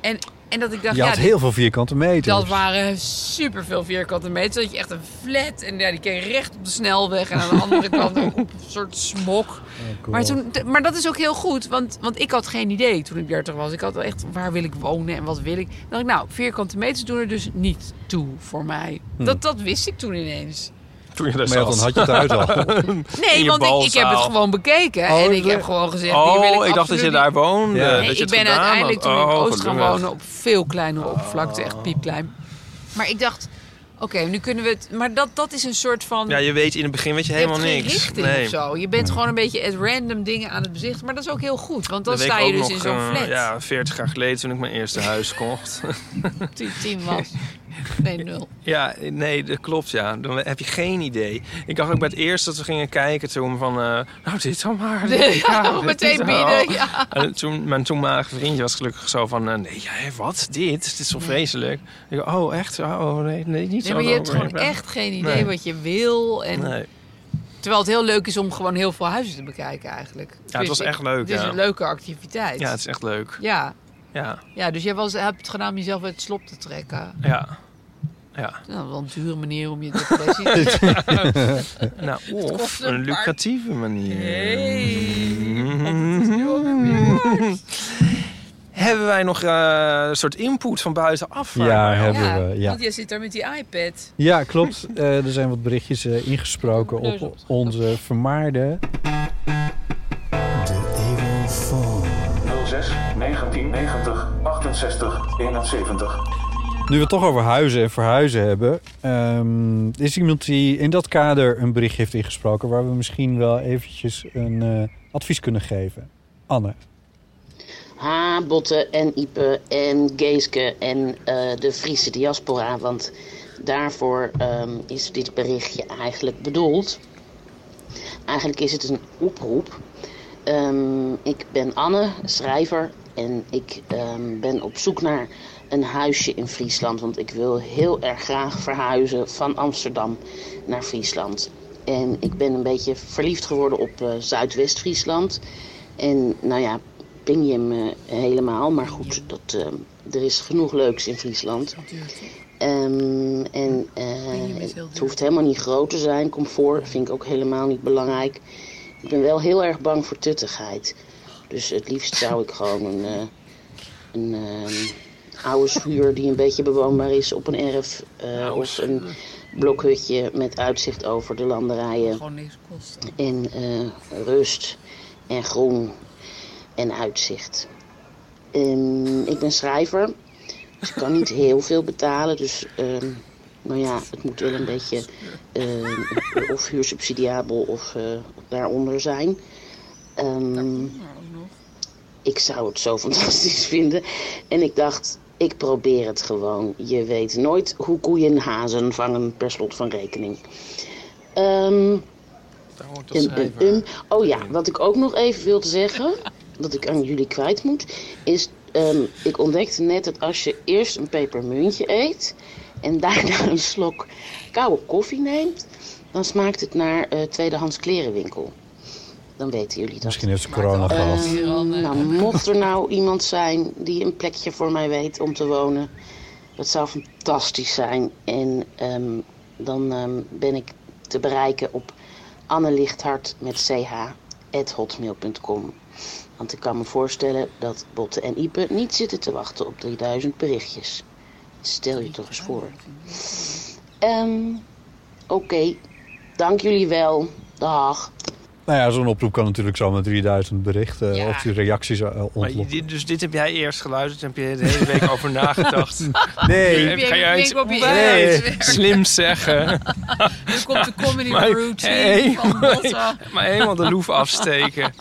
S4: en, en dat ik dacht,
S2: je
S4: ja,
S2: had
S4: die-
S2: heel veel vierkante meters.
S4: dat waren superveel vierkante meters. Dat je echt een flat en ja, die keek recht op de snelweg. En aan de andere kant ook op een soort smok.
S2: cool.
S4: maar, toen, t- maar dat is ook heel goed, want, want ik had geen idee toen ik 30 was. Ik had wel echt, waar wil ik wonen en wat wil ik? Dan dacht ik, nou, vierkante meters doen er dus niet toe voor mij.
S3: Hm.
S4: Dat, dat wist ik toen ineens.
S3: Toen je daar
S2: Maar ja, dan had
S3: zat.
S2: je het uit al.
S4: Nee,
S3: je
S4: want ik, ik heb het
S3: balzaal.
S4: gewoon bekeken.
S2: Oh,
S4: en ik
S2: dat-
S4: heb gewoon gezegd, hier wil ik
S3: Oh, ik dacht dat
S4: absoluut
S3: je
S4: niet-
S3: daar woonde.
S2: Ja.
S3: dat
S4: Nee,
S3: je
S4: ik
S3: het
S4: ben
S3: gedaan had.
S4: uiteindelijk toen in
S3: Oh,
S4: Oost gaan
S3: gelukkig. Oh.
S4: wonen op veel kleinere oppervlakte, echt piepklein. Maar ik dacht, oké, nu kunnen we het. Maar dat, dat is een soort van.
S3: Ja, je weet in het begin weet je,
S4: je
S3: helemaal
S4: hebt geen
S3: niks.
S4: richting
S3: nee.
S4: of zo. Je bent gewoon een beetje at random dingen aan het bezichten. Maar dat is ook heel goed, want dan
S3: Dat weet
S4: sta
S3: ik
S4: je dus
S3: ook nog,
S4: in zo'n
S3: eh,
S4: flat.
S3: ja, 40 jaar geleden toen ik mijn eerste huis kocht.
S4: Toen je tien was. Nee, nul.
S3: Ja, nee, dat klopt, ja. Dan heb je geen idee. Ik dacht ook bij het eerst dat we gingen kijken toen van... eh, nou, dit dan maar.
S4: Ja,
S3: dit
S4: meteen
S3: dan.
S4: bieden, ja.
S3: En toen, mijn toenmalige vriendje was gelukkig zo van... eh, nee, jij, wat? Dit? Dit is zo vreselijk. Ik dacht, oh, echt? Oh, nee, nee niet
S4: Nee,
S3: zo.
S4: maar je
S3: dan
S4: hebt gewoon
S3: overheen
S4: echt geen idee
S3: Nee.
S4: wat je wil. En,
S3: praten. Nee.
S4: Terwijl het heel leuk is om gewoon heel veel huizen te bekijken eigenlijk. Ja,
S3: was echt leuk,
S4: Het is
S3: ja.
S4: een leuke activiteit.
S3: Ja, het is echt leuk.
S4: ja.
S3: Ja,
S4: Ja, dus jij was, hebt het gedaan om jezelf uit het slop te trekken.
S3: ja. Ja,
S4: Nou, wel een dure manier om je depressie te...
S3: nou, of
S4: kost een
S3: een
S4: paar-
S3: lucratieve manier. Hebben wij nog eh, een soort input van buitenaf? eh? waar
S2: Ja,
S3: wij op-
S2: hebben we, ja.
S4: want jij zit daar met die iPad.
S2: Ja, klopt. Eh, er zijn wat berichtjes eh, ingesproken
S4: Neus
S2: op
S4: opgestopt.
S2: onze vermaarde... De Eeuwenfoon.
S6: 06 1990 68 71.
S2: Nu we het toch over huizen en verhuizen hebben... ehm, is iemand die in dat kader een bericht heeft ingesproken... waar we misschien wel eventjes een eh, advies kunnen geven. Anne.
S5: Ha, Botte en Ipe en Geeske en eh, de Friese diaspora. Want daarvoor ehm, is dit berichtje eigenlijk bedoeld. Eigenlijk is het een oproep. Ehm, ik ben Anne, schrijver. En ik ehm, ben op zoek naar een huisje in Friesland. Want ik wil heel erg graag verhuizen van Amsterdam naar Friesland. En ik ben een beetje verliefd geworden op eh, Zuidwest-Friesland. En nou ja, ping je hem eh, helemaal. Maar goed, dat, ehm, er is genoeg leuks in Friesland. Ehm, en eh,
S4: hem is heel
S5: het
S4: duur.
S5: hoeft helemaal niet groot te zijn. Comfort vind ik ook helemaal niet belangrijk. Ik ben wel heel erg bang voor tuttigheid. Dus het liefst zou ik gewoon een, eh, een ehm, oude schuur die een beetje bewoonbaar is op een erf. eh, of een blokhutje met uitzicht over de landerijen.
S4: Gewoon niks kosten.
S5: En eh, rust en groen en uitzicht. Ehm, ik ben schrijver, dus ik kan niet heel veel betalen. Dus ehm, nou ja, het moet wel een beetje ehm, of huursubsidiabel of eh, daaronder zijn. Ehm, ik zou het zo fantastisch vinden. En ik dacht, ik probeer het gewoon. Je weet nooit hoe koeien hazen vangen per slot van rekening. Ehm
S3: Daar hoort dat
S5: Um, um,
S3: schrijven.
S5: um. Oh ja, wat ik ook nog even wilde zeggen, dat ik aan jullie kwijt moet, is ehm, ik ontdekte net dat als je eerst een pepermuntje eet en daarna een slok koude koffie neemt, dan smaakt het naar eh, tweedehands klerenwinkel. Dan weten jullie dat.
S2: Misschien heeft ze corona
S4: Eh,
S2: gehad.
S5: Ehm, nou, mocht er nou iemand zijn die een plekje voor mij weet om te wonen, Dat zou fantastisch zijn. En ehm, dan ehm, ben ik te bereiken op annelichthart met ch at hotmail.com. Want ik kan me voorstellen dat Botte en Ipe niet zitten te wachten op 3000 berichtjes. Stel je toch eens voor. Ehm, Oké, dank jullie wel. Dag.
S2: Nou ja, zo'n oproep kan natuurlijk zomaar 3000 berichten
S4: Ja.
S2: of die reacties eh,
S3: Maar
S2: ontlokken.
S3: dit- dus dit heb jij eerst geluisterd en heb je de hele week over nagedacht.
S2: Nee.
S3: Heb-
S4: Je
S3: Ga jij
S4: denkt
S3: iets
S4: op je
S3: nee,
S4: huiswerk.
S3: slims zeggen?
S4: Nu komt de comedy
S3: Maar-
S4: routine
S3: Hey.
S4: van Botte.
S3: Maar helemaal de loef afsteken.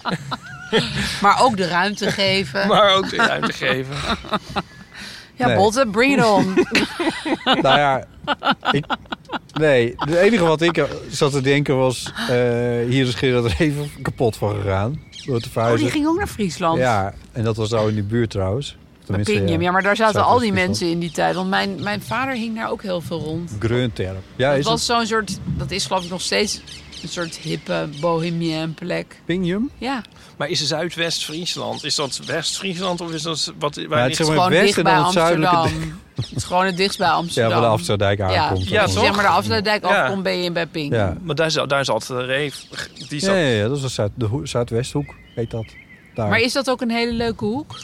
S4: Maar ook de ruimte geven.
S3: Maar ook de ruimte geven.
S4: ja,
S2: Nee.
S4: Botte, bring it on.
S2: Nou ja, ik, nee. Het enige wat ik eh, zat te denken was... eh, hier is Gerard er even kapot van gegaan. Door te
S4: Oh,
S2: verhuizen.
S4: die ging ook naar Friesland.
S2: Ja, en dat was nou in die buurt trouwens.
S4: Naar
S2: Tenminste,
S4: Pinjum. Ja, maar daar zaten al die
S2: Zuidoost-Friesland.
S4: mensen in die tijd. Want mijn, mijn vader hing daar ook heel veel rond.
S2: Greunterp. Ja,
S4: dat
S2: is
S4: was
S2: dat
S4: zo'n soort, dat is geloof ik nog steeds een soort hippe bohemian plek.
S2: Pingium?
S4: Ja,
S3: Maar is Zuidwest-Friesland, is dat West-Friesland of is dat... Wat, waar
S2: het
S3: ligt-
S2: zeg maar-
S4: gewoon
S2: het
S4: dicht
S2: westen
S4: bij
S2: dan het zuidelijke
S4: Amsterdam. Het is gewoon het dichtst bij
S2: Ja,
S4: Amsterdam.
S2: waar de Afsterdijk
S4: Ja.
S2: aankomt.
S3: Ja,
S2: Dat
S4: Als
S2: was-
S4: je
S3: toch?
S4: zeg maar de Afsluitdijk
S3: Ja.
S4: afkomt, ben je in bij Pink.
S2: Ja.
S3: Maar daar zat, daar zat de reef. Die
S2: Ja,
S3: zat,
S2: ja, ja, dat was Zuid, de hoek- Zuidwesthoek, heet dat. Daar.
S4: Maar is dat ook een hele leuke hoek?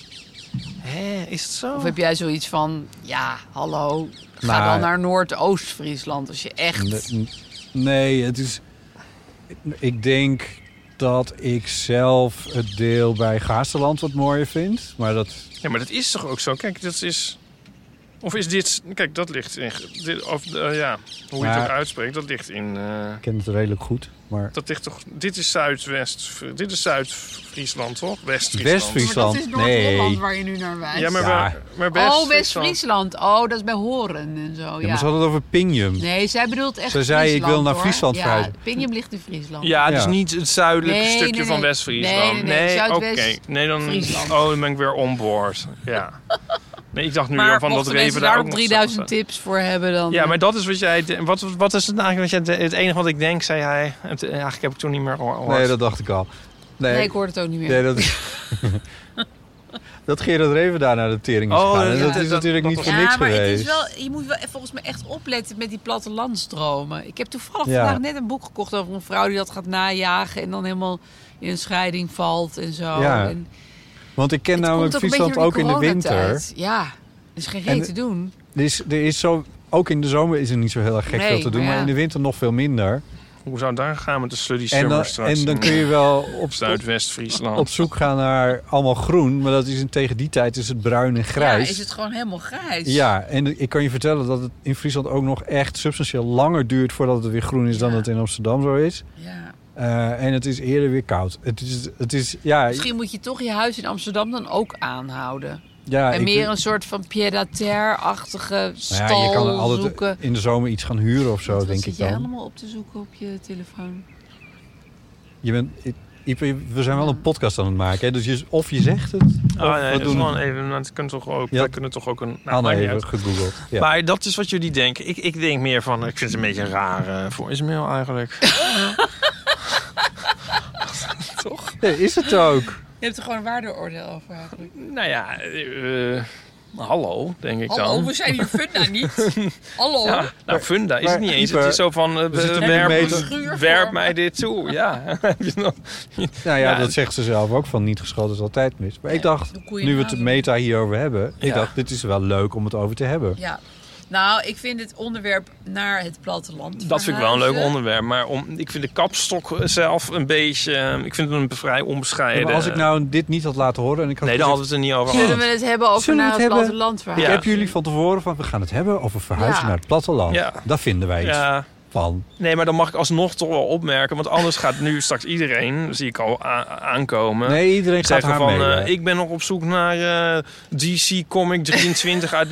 S3: Hè, is het zo?
S4: Of heb jij zoiets van, ja, hallo, ga
S2: Maar-
S4: dan naar Noordoost-Friesland als je echt...
S2: Nou, Nee, Nee, het is... Ik denk dat ik zelf het deel bij Gaasterland wat mooier vind. Maar dat...
S3: Ja, maar dat is toch ook zo? Kijk, dat is... Of is dit... Kijk, dat ligt in... Dit, of, eh, ja, hoe je
S2: Maar-
S3: het ook uitspreekt, dat ligt in... eh,
S2: Ik ken het redelijk goed, maar...
S3: dat ligt toch... Dit is Zuidwest... Dit is Zuid-Friesland, toch? West-Friesland.
S2: West-Friesland. Maar dat is Noord-Holland Nee.
S4: waar je nu naar wijst.
S3: Ja, maar,
S2: Ja.
S3: waar- maar
S4: oh,
S3: West-Friesland...
S4: West-Friesland. Oh, dat is bij Horen en zo,
S2: Ja,
S4: Oh, ja.
S2: maar ze hadden het over Pingium.
S4: Nee, zij bedoelt echt
S2: Ze zei, ik
S4: Friesland,
S2: wil naar
S4: hoor.
S2: Friesland
S4: Ja,
S2: verhuizen.
S4: Pinjum ligt in Friesland.
S3: ja, dus
S2: Ja.
S3: niet het zuidelijke
S4: Nee,
S3: stukje
S4: nee,
S3: van
S4: nee.
S3: West-Friesland.
S4: Nee, nee, nee,
S3: oké.
S4: Zuidwest-
S3: Nee, dan,
S4: Friesland.
S3: oh, dan ben ik weer onboord. Ja. Nee, ik dacht nu wel
S4: maar
S3: van dat
S4: mochten
S3: Reven
S4: mensen
S3: daar
S4: daar
S3: ook
S4: ook
S3: nog
S4: 3000
S3: zaten.
S4: tips voor hebben, dan...
S3: Ja, maar dat is wat jij. de- Wat, wat is het nou eigenlijk? Wat jij, de- het enige wat ik denk, zei hij. Het, eh, eigenlijk heb ik toen niet meer geho- gehoord.
S2: Nee, dat dacht ik al. Nee,
S4: Nee, ik hoor het ook niet meer.
S2: nee, dat is... dat Gerard Reven daar naar de tering is
S3: Oh,
S2: gegaan. En
S3: ja,
S2: dat is
S3: dat-
S2: natuurlijk
S3: dat
S2: niet
S3: was-
S2: voor niks
S4: ja, maar
S2: geweest.
S4: het is wel, je moet wel volgens mij echt opletten met die plattelandsdromen. Ik heb toevallig
S2: Ja.
S4: vandaag net een boek gekocht over een vrouw die dat gaat najagen en dan helemaal in een scheiding valt en zo.
S2: Ja.
S4: en
S2: Want ik ken
S4: het komt
S2: namelijk
S4: ook een beetje
S2: Friesland
S4: door
S2: ook
S4: die
S2: in de winter.
S4: coronatijd. Ja, er is geen
S2: En-
S4: reet te doen.
S2: Er is, er is zo, ook in de zomer is er niet zo heel erg gek
S4: Nee,
S2: veel te doen.
S4: maar
S2: Maar
S4: ja.
S2: in de winter nog veel minder.
S3: Hoe zou het daar gaan met de sluddy
S2: En
S3: summer
S2: dan,
S3: straks?
S2: en dan kun je wel op, op,
S3: Zuidwest-Friesland.
S2: op zoek gaan naar allemaal groen. Maar dat is in, tegen die tijd is het bruin en grijs.
S4: Ja, is het gewoon helemaal grijs.
S2: Ja, en ik kan je vertellen dat het in Friesland ook nog echt substantieel langer duurt voordat het weer groen is dan
S4: Ja.
S2: dat in Amsterdam zo is.
S4: Ja.
S2: Eh, en het is eerder weer koud. Het is, het is ja,
S4: Misschien moet je toch je huis in Amsterdam dan ook aanhouden.
S2: ja
S4: en
S2: ik-
S4: meer een soort van pied-à-terre-achtige
S2: Nou
S4: stal
S2: je kan
S4: zoeken.
S2: altijd in de zomer iets gaan huren of zo,
S4: Wat
S2: denk
S4: zit
S2: ik
S4: je
S2: dan.
S4: allemaal op te zoeken op je telefoon?
S2: Je bent, I- Ipe, we zijn wel een podcast aan het maken, hè? dus je, of je zegt het, of
S3: Ah, nee,
S2: we
S3: dat is
S2: doen
S3: gewoon
S2: het
S3: even. Dat kunnen toch ook.
S2: Ja.
S3: We kunnen toch ook een. Nou,
S2: aan
S3: maakt niet
S2: even
S3: uit.
S2: gegoogeld. Ja.
S3: Maar dat is wat jullie denken. Ik, ik denk meer van. Ik vind het een beetje een rare voicemail eigenlijk. toch?
S2: Nee, is het ook?
S4: Je hebt er gewoon een waardeoordeel over eigenlijk.
S3: Nou ja, eh, eh, hallo, denk ik dan.
S4: Hallo, we zijn hier funda niet. Hallo.
S3: Ja, nou, funda is
S2: maar
S3: het niet eens.
S2: Ieper,
S3: het is zo van, eh,
S2: we zitten met
S3: werp,
S2: een meter-
S4: Schuur
S3: werp
S4: voor
S3: mij dit toe. Ja. Heb je nog-
S2: Nou ja,
S3: Ja,
S2: dat zegt ze zelf ook van niet geschoten is altijd mis. Maar ik dacht,
S4: de koeien
S2: nu we het
S4: hazen.
S2: meta hierover hebben, ik
S3: Ja.
S2: dacht, dit is wel leuk om het over te hebben.
S4: Ja. Nou, ik vind het onderwerp naar het platteland.
S3: dat vind ik wel een leuk
S4: verhuizen.
S3: onderwerp. Maar om, ik vind de kapstok zelf een beetje... eh, Ik vind hem vrij onbescheiden.
S2: Ja, maar als ik nou dit niet had laten horen en ik had
S3: nee, dan
S2: gezegd,
S3: hadden we het er niet over
S4: Zullen
S3: gehad.
S4: we het hebben over
S2: Zullen we
S4: naar het,
S2: het hebben?
S4: platteland
S2: ik
S3: Ja.
S2: heb jullie van tevoren van, we gaan het hebben over verhuizen
S4: Ja.
S2: naar het platteland.
S3: Ja.
S2: Daar vinden wij iets
S3: Ja,
S2: van.
S3: nee, maar dan mag ik alsnog toch wel opmerken. Want anders gaat nu straks iedereen, zie ik al a- aankomen...
S2: Nee, iedereen gaat
S3: Zeggen
S2: haar
S3: van,
S2: mee.
S3: eh, ik ben nog op zoek naar eh, DC Comic 23 uit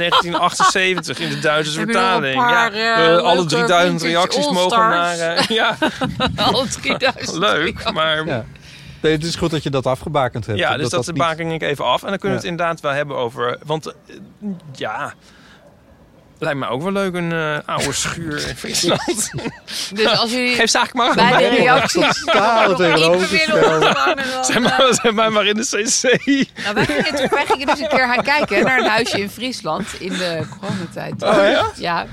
S3: 1978 in de Duitse
S4: Heb je nog een
S3: vertaling.
S4: paar,
S3: ja,
S4: eh,
S3: eh, alle
S4: leuke
S3: 3000
S4: vintage
S3: reacties mogen naar...
S4: All-Stars?
S3: eh, ja,
S4: Al 3000.
S3: leuk, maar...
S2: Ja.
S3: Ja.
S2: Nee, het is goed dat je dat afgebakend hebt.
S3: dus dat,
S2: niet-
S3: baking ik even af. En dan kunnen we
S2: Ja.
S3: het inderdaad wel hebben over... Want eh, ja, Lijkt me ook wel leuk, een eh, oude schuur in Friesland.
S4: Dus als jullie
S3: Geef zaak maar.
S4: bij de reacties
S2: Totaal tegenovergesteld.
S3: Zeg maar, zeg maar, maar in de CC.
S4: eh, Nou, wij, gingen, toen- wij gingen dus een keer gaan kijken naar een huisje in Friesland in de coronatijd.
S3: Oh, ja?
S4: Ja.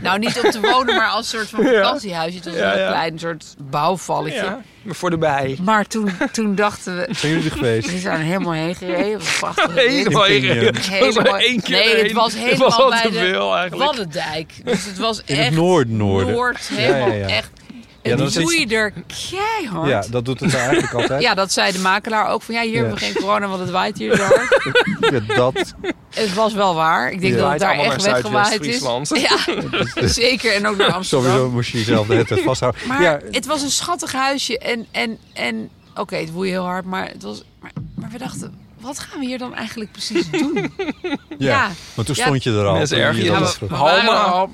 S4: Nou, niet om te wonen, maar als soort van vakantiehuisje. Het was
S3: Ja,
S4: een
S3: ja.
S4: klein soort bouwvalletje.
S3: Ja, maar voor de bij.
S4: Maar toen, toen dachten we...
S2: Zijn jullie er geweest?
S4: We zijn er helemaal heen gereden. Wat prachtig.
S3: Helemaal
S2: Pinion.
S3: één
S4: Helemaal-
S3: keer
S4: nee,
S3: erheen.
S4: het was
S3: Het
S4: helemaal
S3: al
S4: bij
S3: te
S4: de
S3: veel eigenlijk.
S4: Waddendijk. Dus het was
S2: In
S4: echt...
S2: het noord-noorden.
S4: Noord,
S2: Ja,
S4: helemaal
S2: ja, ja.
S4: echt...
S2: Ja,
S4: En
S2: dat
S4: ja,
S2: is
S4: doe
S2: iets-
S4: je er keihard.
S2: Ja, dat doet het eigenlijk altijd.
S4: Ja, dat zei de makelaar ook. Van ja, hier
S2: Ja.
S4: hebben we geen corona, want het waait hier zo hard.
S2: Ja, dat.
S4: Het was wel waar. Ik denk
S2: Ja.
S4: dat het daar
S3: Waait allemaal
S4: echt
S3: naar
S4: weggewaaid is.
S3: Zuidwest-Friesland.
S4: Ja, zeker. En ook naar Amsterdam.
S2: Sowieso moest je jezelf de hele tijd vasthouden.
S4: Maar
S2: ja,
S4: het was een schattig huisje. En, en, en oké, het woei heel hard. Maar, het was, maar, maar we dachten, wat gaan we hier dan eigenlijk precies doen?
S2: ja.
S4: ja.
S2: want toen
S4: Ja.
S2: stond je er al.
S3: Dat is
S2: toen
S3: erg.
S2: je
S3: Ja,
S2: dat
S3: maar-
S2: was vroeg.
S4: We waren
S3: Halma.
S4: al-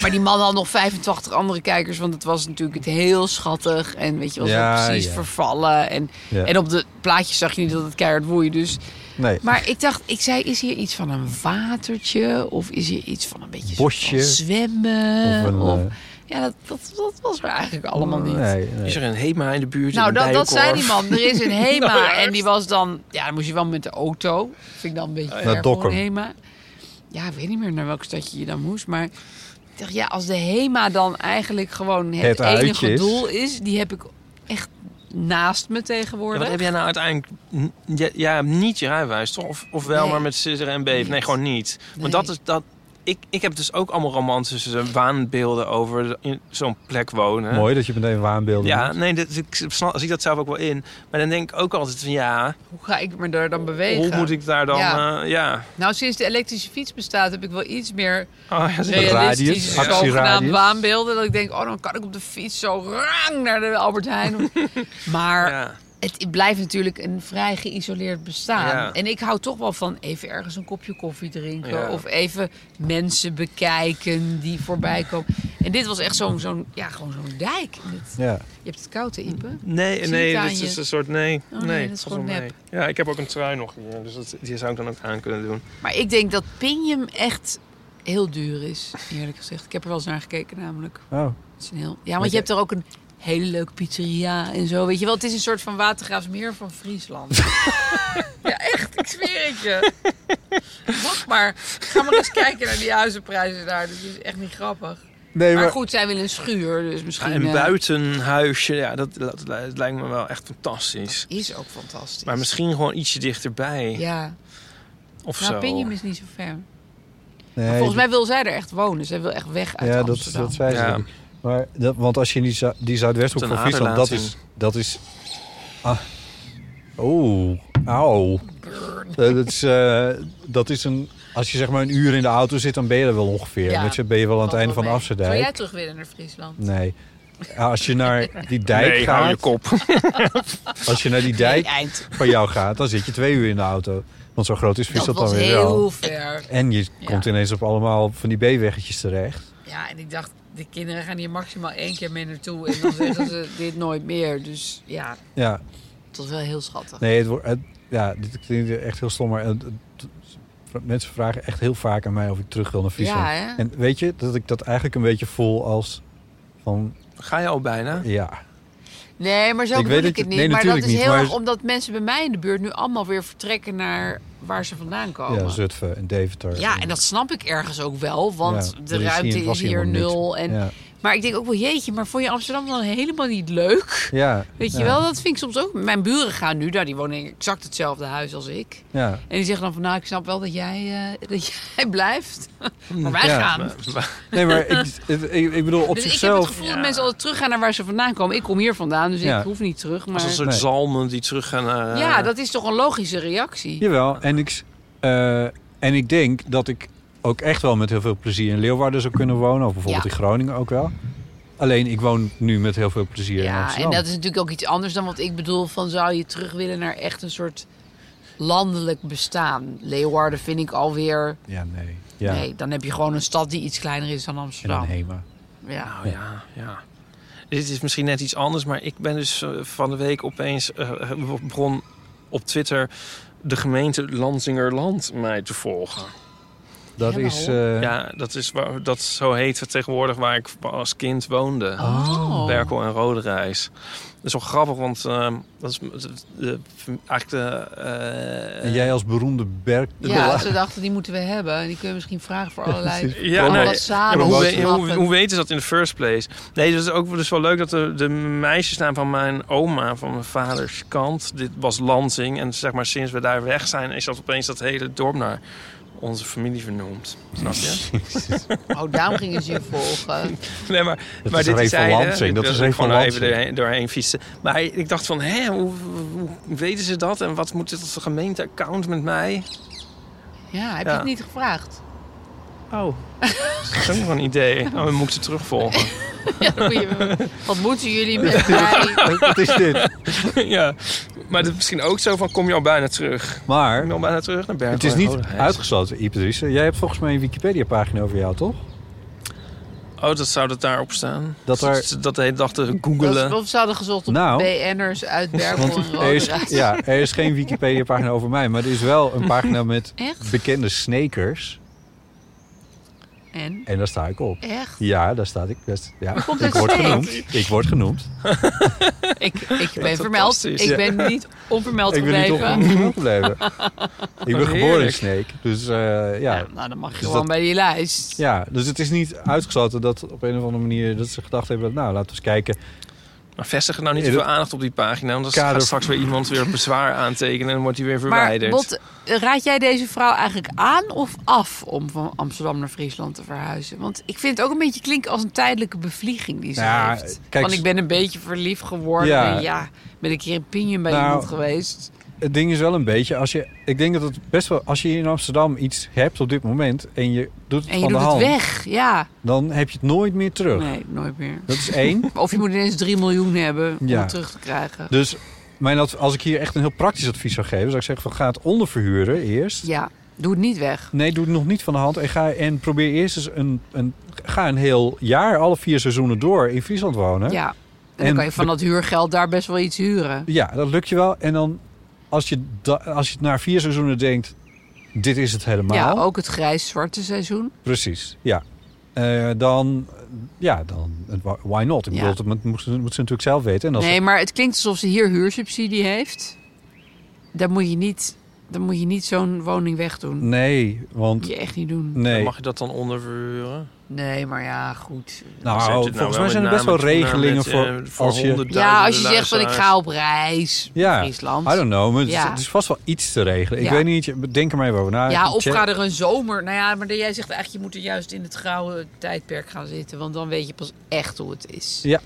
S4: Maar die man had nog 85 andere kijkers. Want het was natuurlijk het heel schattig. En weet je, was
S2: Ja,
S4: ook precies
S2: ja.
S4: vervallen. En,
S2: Ja.
S4: en op de plaatjes zag je niet dat het keihard woei. Dus
S2: Nee.
S4: Maar ik dacht, ik zei, is hier iets van een watertje? Of is hier iets van een beetje soort van
S2: Bosje. Of
S4: zwemmen? Of
S2: een, eh,
S4: Ja, dat, dat, dat was er eigenlijk allemaal niet.
S2: Nee,
S3: Is
S2: nee.
S3: er een HEMA in de buurt?
S4: Nou,
S3: een
S4: dat, dat
S3: bijenkorf?
S4: zei die man. Er is een HEMA
S3: Nou ja,
S4: en die was dan... Ja, dan moest je wel met de auto. Vind ik dan een
S3: Oh
S4: beetje ver
S2: Naar Dokkum.
S4: voor een HEMA. Ja, ik weet niet meer naar welk stadje je dan moest, maar... Ik dacht, ja, als de HEMA dan eigenlijk gewoon
S2: Het
S4: het,
S2: uitje
S4: enige
S2: is.
S4: doel is... Die heb ik echt naast me
S3: Ja,
S4: tegenwoordig.
S3: wat heb jij nou uiteindelijk... Ja, ja, niet je rijbewijs, toch? Of, of wel,
S4: Nee.
S3: maar met scissor en beef. Nee,
S4: Niet.
S3: gewoon niet.
S4: Nee.
S3: Want dat is... Dat, ik, ik heb dus ook allemaal romantische waanbeelden over de- in zo'n plek wonen.
S2: Mooi dat je meteen waanbeelden
S3: Ja,
S2: doet.
S3: nee, dat, ik snap, zie dat zelf ook wel in. Maar dan denk ik ook altijd van ja,
S4: Hoe ga ik me daar dan bewegen?
S3: hoe moet ik daar dan...
S4: Ja.
S3: Ja, ja.
S4: Nou, sinds de elektrische fiets bestaat heb ik wel iets meer
S3: Oh, ja zeker.
S2: Radius,
S4: realistische zogenaamd
S2: actieradius.
S4: waanbeelden. Dat ik denk, oh, dan kan ik op de fiets zo rang naar de Albert Heijn. maar
S3: Ja.
S4: het blijft natuurlijk een vrij geïsoleerd bestaan.
S3: Ja.
S4: En ik hou toch wel van even ergens een kopje koffie drinken.
S3: Ja.
S4: Of even mensen bekijken die voorbij komen. En dit was echt zo'n zo'n ja, gewoon zo'n dijk. in het-
S2: Ja.
S4: Je hebt het koud, hè, Ipe?
S3: Nee,
S4: Zie
S3: nee,
S4: het aan
S3: dit
S4: je.
S3: is dus een soort nee.
S4: Oh,
S3: nee,
S4: nee, dat is
S3: valt wel
S4: gewoon
S3: mee. Ja, ik heb ook een trui nog hier, dus dat, die zou ik dan ook aan kunnen doen.
S4: Maar ik denk dat Pinjum echt heel duur is, eerlijk gezegd. Ik heb er wel eens naar gekeken namelijk.
S2: Oh.
S4: Het is een heel... Ja, want je hebt er ook een hele leuke pizzeria en zo. Weet je wel, het is een soort van Watergraafsmeer van Friesland. ja, echt, ik zweer het je. Wacht maar, ga maar eens kijken naar die huizenprijzen daar. Dat is echt niet grappig.
S2: Nee,
S4: Maar
S2: maar...
S4: goed, zij willen een schuur, dus misschien...
S3: een
S4: eh,
S3: buitenhuisje, ja, dat, dat, dat lijkt me wel echt fantastisch.
S4: Is ook fantastisch.
S3: Maar misschien gewoon ietsje dichterbij
S4: Ja,
S3: of
S4: nou,
S3: zo.
S4: Pinjum is niet zo ver.
S2: Nee,
S4: Volgens mij wil zij er echt wonen. Zij wil echt weg uit
S2: ja, dat,
S4: Amsterdam.
S2: dat zei ze.
S3: Ja.
S2: denk ik. Maar dat, want als je in die, Zu- die Zuidwesthoek
S3: Ten
S2: van Friesland, dat is...
S3: aderlating.
S2: Dat is ah, oh, auw. Eh, Dat is, eh, dat is een... Als je zeg maar een uur in de auto zit, dan ben je er wel ongeveer.
S4: Ja,
S2: Met je ben je wel aan het
S4: Valt
S2: einde
S4: wel
S2: van
S4: mee. Zou jij
S2: Afsterdijk.
S4: terug willen naar Friesland?
S2: Nee. Als je naar die
S3: Nee,
S2: dijk
S3: hou je
S2: gaat,
S3: kop.
S2: als je naar die dijk
S4: Nee, eind.
S2: van jou gaat, dan zit je twee uur in de auto. Want zo groot is
S4: Dat
S2: Friesland dan
S4: was
S2: weer
S4: heel
S2: wel.
S4: ver.
S2: En je
S4: Ja.
S2: komt ineens op allemaal van die B-weggetjes terecht.
S4: Ja, en ik dacht, de kinderen gaan hier maximaal één keer mee naartoe. En dan zeggen ze dit nooit meer. Dus ja,
S2: Ja,
S4: het was wel heel schattig.
S2: nee, het wordt... het- ja, dit klinkt echt heel stom, maar... het- het- mensen vragen echt heel vaak aan mij of ik terug wil naar Friesland.
S4: Ja, hè?
S2: en weet je, dat ik dat eigenlijk een beetje voel als van...
S3: Ga je al bijna?
S2: Ja,
S4: Nee, maar zo
S2: Ik
S4: bedoel
S2: weet het-
S4: ik het, niet.
S2: nee,
S4: maar dat
S2: natuurlijk
S4: is
S2: niet,
S4: heel
S2: maar-
S4: erg omdat mensen bij mij in de buurt nu allemaal weer vertrekken naar waar ze vandaan komen.
S2: ja
S4: Ja,
S2: Zutphen en Deventer.
S4: Oh, en dat snap ik ergens ook wel. Want
S2: Ja, er
S4: de
S2: is
S4: ruimte
S2: hier- was
S4: is
S2: hier
S4: hier
S2: helemaal niks.
S4: nul. En,
S2: Ja,
S4: Maar ik denk ook wel, jeetje, maar vond je Amsterdam dan helemaal niet leuk?
S2: ja,
S4: Weet je
S2: ja,
S4: wel, dat vind ik soms ook. Mijn buren gaan nu, daar die wonen in exact hetzelfde huis als ik.
S2: Ja,
S4: En die zeggen dan van, nou, ik snap wel dat jij, eh, dat jij blijft. Maar wij
S2: Ja.
S4: gaan.
S2: nee, maar ik, ik, ik bedoel, op
S4: Dus ik heb het
S2: zichzelf...
S4: gevoel dat mensen altijd teruggaan naar waar ze vandaan komen. Ik kom hier vandaan, dus
S2: Ja.
S4: ik hoef niet terug.
S3: Als een
S4: Maar...
S3: soort
S2: Nee.
S3: zalmen die terug gaan naar... eh,
S4: Ja, dat is toch een logische reactie?
S2: Jawel, en ik, s- eh, en ik denk dat ik ook echt wel met heel veel plezier in Leeuwarden zou kunnen wonen. Of bijvoorbeeld
S4: Ja.
S2: in Groningen ook wel. Alleen ik woon nu met heel veel plezier in
S4: Ja,
S2: Amsterdam.
S4: en dat is natuurlijk ook iets anders dan wat ik bedoel van zou je terug willen naar echt een soort landelijk bestaan. Leeuwarden vind ik alweer...
S2: Ja, nee. Ja.
S4: Nee, dan heb je gewoon een stad die iets kleiner is dan
S2: En dan
S4: Amsterdam.
S2: Hema.
S4: Ja.
S3: Nou ja, ja. Dit is misschien net iets anders, maar ik ben dus eh, van de week opeens eh, begon op Twitter de gemeente Lansingerland mij te volgen.
S2: Dat
S4: Ja,
S2: is...
S4: waarom?
S2: eh,
S3: Ja, dat is waar, dat zo heet het tegenwoordig waar ik als kind woonde.
S4: Oh.
S3: Berkel en Roderijs. Dat is wel grappig, want ehm, dat is de, eigenlijk de... eh,
S2: en jij als beroemde berk...
S4: Ja, ze dachten die moeten we hebben. En die kun je misschien vragen voor allerlei.
S3: Ja,
S4: alles
S3: nee. Ja,
S4: samen.
S3: maar hoe,
S4: hoe
S3: we- hoe,
S4: snappen.
S3: hoe weten ze dat in de first place? Nee, dat is ook dus wel leuk dat de, de meisjesnaam van mijn oma, van mijn vaders kant, dit was Lansing. En zeg maar, sinds we daar weg zijn, is dat opeens dat hele dorp naar onze familie vernoemd. Snap je?
S4: Oh, daarom gingen ze je volgen.
S3: Nee, maar,
S2: Dat
S3: maar
S2: is
S3: dit
S2: even
S3: zijde.
S2: Lansing,
S3: Ik
S2: dat
S3: wil
S2: is
S3: er
S2: even
S3: gewoon nou even
S2: Lansing.
S3: doorheen, doorheen fietsen. Maar ik dacht van, hè, hoe, hoe weten ze dat? En wat moet het als gemeenteaccount met mij?
S4: Ja, heb je
S3: Ja.
S4: het niet gevraagd?
S3: Oh. Dat is ook nog een idee. Nou, we moeten terugvolgen.
S4: Ja, goeie. Wat moeten jullie met mij?
S2: Wat is dit?
S3: ja. Maar dat is misschien ook zo van, kom je al bijna terug?
S2: Maar
S3: Ik wil bijna terug naar Berkel.
S2: het is niet
S3: Oh, hij
S2: uitgesloten, Ipadrice. Jij hebt volgens mij een Wikipedia-pagina over jou, toch?
S3: Oh, dat zou dat daarop staan.
S2: Dat
S3: Dat,
S2: er-
S3: dat, dat heet dachten
S4: Dat-
S3: googelen.
S4: Of ze hadden gezocht op
S2: Nou.
S4: BN'ers uit Berkel en
S2: Er is,
S4: Roderijs.
S2: ja, er is geen Wikipedia-pagina over mij, maar er is wel een pagina met
S4: Echt?
S2: bekende snakers.
S4: En?
S2: En daar sta ik op.
S4: Echt?
S2: Ja, daar staat ik best. Ja,
S4: komt
S2: ik
S4: het
S2: word
S4: steeds?
S2: genoemd. Ik word genoemd.
S4: Ik, ik ben vermeld.
S3: fantastisch.
S4: Ik
S3: Ja.
S4: ben niet onvermeld
S2: ik ben niet
S4: gebleven.
S2: opgenomen gebleven. ik ben geboren in
S3: heerlijk.
S2: Snake. Dus, eh, ja.
S4: Ja, nou, dan mag je
S2: Dus
S4: gewoon
S2: dat-
S4: bij die lijst.
S2: Ja, dus het is niet uitgesloten dat op een of andere manier dat ze gedacht hebben... nou, laten we eens kijken.
S3: Maar vestig er nou niet
S2: Nee,
S3: te veel
S2: dat-
S3: aandacht op die pagina. Want dan
S2: Kader-
S3: gaat straks weer iemand weer bezwaar aantekenen. En dan wordt hij weer
S4: Maar
S3: verwijderd.
S4: Bot, raad jij deze vrouw eigenlijk aan of af om van Amsterdam naar Friesland te verhuizen? Want ik vind het ook een beetje klinken als een tijdelijke bevlieging die ze
S2: Ja,
S4: heeft.
S2: kijk,
S4: Van ik ben een beetje verliefd geworden.
S2: Ja.
S4: Ja, ben een keer een pinion bij
S2: Nou,
S4: iemand geweest.
S2: Het ding is wel een beetje, als je, ik denk dat het best wel... als je hier in Amsterdam iets hebt op dit moment en je doet het
S4: En je
S2: van
S4: doet
S2: de
S4: het
S2: hand...
S4: weg. Ja,
S2: dan heb je het nooit meer terug.
S4: nee, nooit meer.
S2: Dat is één.
S4: Of je moet ineens 3 miljoen hebben om
S2: Ja.
S4: het terug te krijgen.
S2: Dus mijn adv- als ik hier echt een heel praktisch advies zou geven, zou ik zeggen van ga het onderverhuren eerst.
S4: Ja, doe het niet weg.
S2: Nee, doe het nog niet van de hand. En, ga, en probeer eerst eens een, een, ga een heel jaar, alle vier seizoenen door in Friesland wonen.
S4: Ja. En,
S2: En
S4: dan kan je van
S2: be-
S4: dat huurgeld daar best wel iets huren.
S2: Ja, dat lukt je wel. En dan als je, da- als je na vier seizoenen denkt, dit is het helemaal.
S4: Ja, ook het grijs-zwarte seizoen.
S2: Precies, ja. Eh, dan, ja, dan, why not? Ik
S4: Ja.
S2: bedoel, dat moet, moet ze natuurlijk zelf weten. En als
S4: Nee, maar het klinkt alsof ze hier huursubsidie heeft. Dan moet je niet, dan moet je niet zo'n woning wegdoen.
S2: nee want...
S4: Moet je echt niet doen.
S2: Nee.
S3: Mag je dat dan onderverhuren?
S4: nee maar ja, goed.
S2: Nou,
S3: Zet
S2: volgens
S3: het nou wel
S2: mij
S3: met
S2: zijn er best wel
S3: name toe naar
S2: regelingen
S3: met,
S2: voor,
S3: eh,
S2: als je...
S3: honderdduizenden
S4: Ja, als je zegt van ik
S3: luisteraars.
S4: ga op reis
S2: Ja,
S4: ja, Friesland.
S2: I don't know, maar het is-
S4: Ja.
S2: het is vast wel iets te regelen. Ik
S4: Ja.
S2: weet niet, je- denk er maar even over na.
S4: ja, of
S2: Check.
S4: ga er een zomer. Nou ja, maar jij zegt eigenlijk, je moet er juist in het grauwe tijdperk gaan zitten. Want dan weet je pas echt hoe het is.
S2: Ja,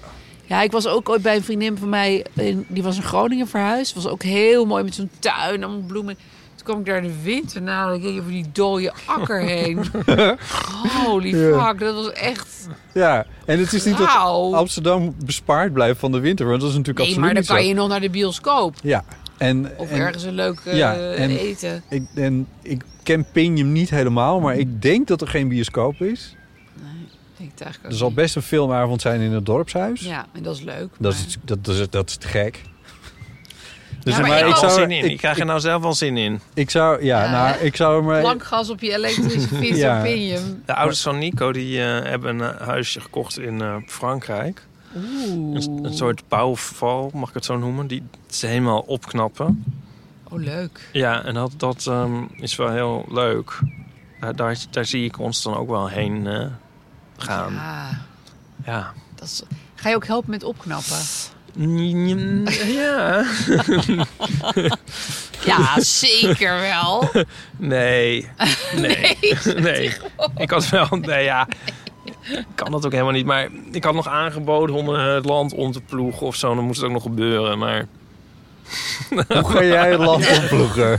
S4: Ja, ik was ook ooit bij een vriendin van mij, in- die was in Groningen verhuisd. Was ook heel mooi met zo'n tuin, allemaal bloemen. Toen kwam ik daar in de winter na en ik keek over die dode akker heen. Holy
S2: Ja.
S4: fuck, dat was echt...
S2: ja, en het is niet dat
S4: Wauw.
S2: Amsterdam bespaard blijft van de winter, want dat is natuurlijk
S4: Nee, maar dan
S2: absoluut
S4: kan
S2: niet
S4: je nog naar de bioscoop.
S2: zo. Ja, en,
S4: Of
S2: en,
S4: ergens een leuk eh,
S2: ja, en-
S4: eten.
S2: ik, en ik ken Pinjum niet helemaal, maar
S4: Mm.
S2: ik denk dat er geen bioscoop is.
S4: Ik denk het eigenlijk ook
S2: Er zal
S4: niet.
S2: best een filmavond zijn in het dorpshuis.
S4: Ja, en dat is leuk.
S2: Dat,
S4: maar-
S2: is, dat, dat is, dat is te gek. Dus
S4: Ja, maar
S3: Ik
S4: ik
S3: heb er
S4: zou-
S3: al zin in. Ik,
S2: ik,
S3: krijg er nou zelf wel zin in.
S2: ik zou, ja,
S4: Ja,
S2: nou,
S4: hè?
S2: ik zou er maar...
S4: Plankgas op je elektrische fiets
S2: Ja.
S4: op Pinium.
S3: De ouders van Nico die, eh, hebben een eh, huisje gekocht in eh, Frankrijk. Een, een soort bouwval, mag ik het zo noemen. Die ze helemaal opknappen.
S4: Oh, leuk.
S3: Ja, en dat, dat ehm, is wel heel leuk. Daar, daar, daar zie ik ons dan ook wel heen eh, gaan. Ja.
S4: Ja, dat is... Ga je ook helpen met opknappen?
S3: Mm, Ja.
S4: Ja, zeker wel.
S3: Nee. Nee. Nee. Ik had wel... Nee, ja. Ik kan dat ook helemaal niet. Maar ik had nog aangeboden om eh, het land om te ploegen of zo. Dan moest het ook nog gebeuren. Maar
S2: Hoe ga jij het land opploegen?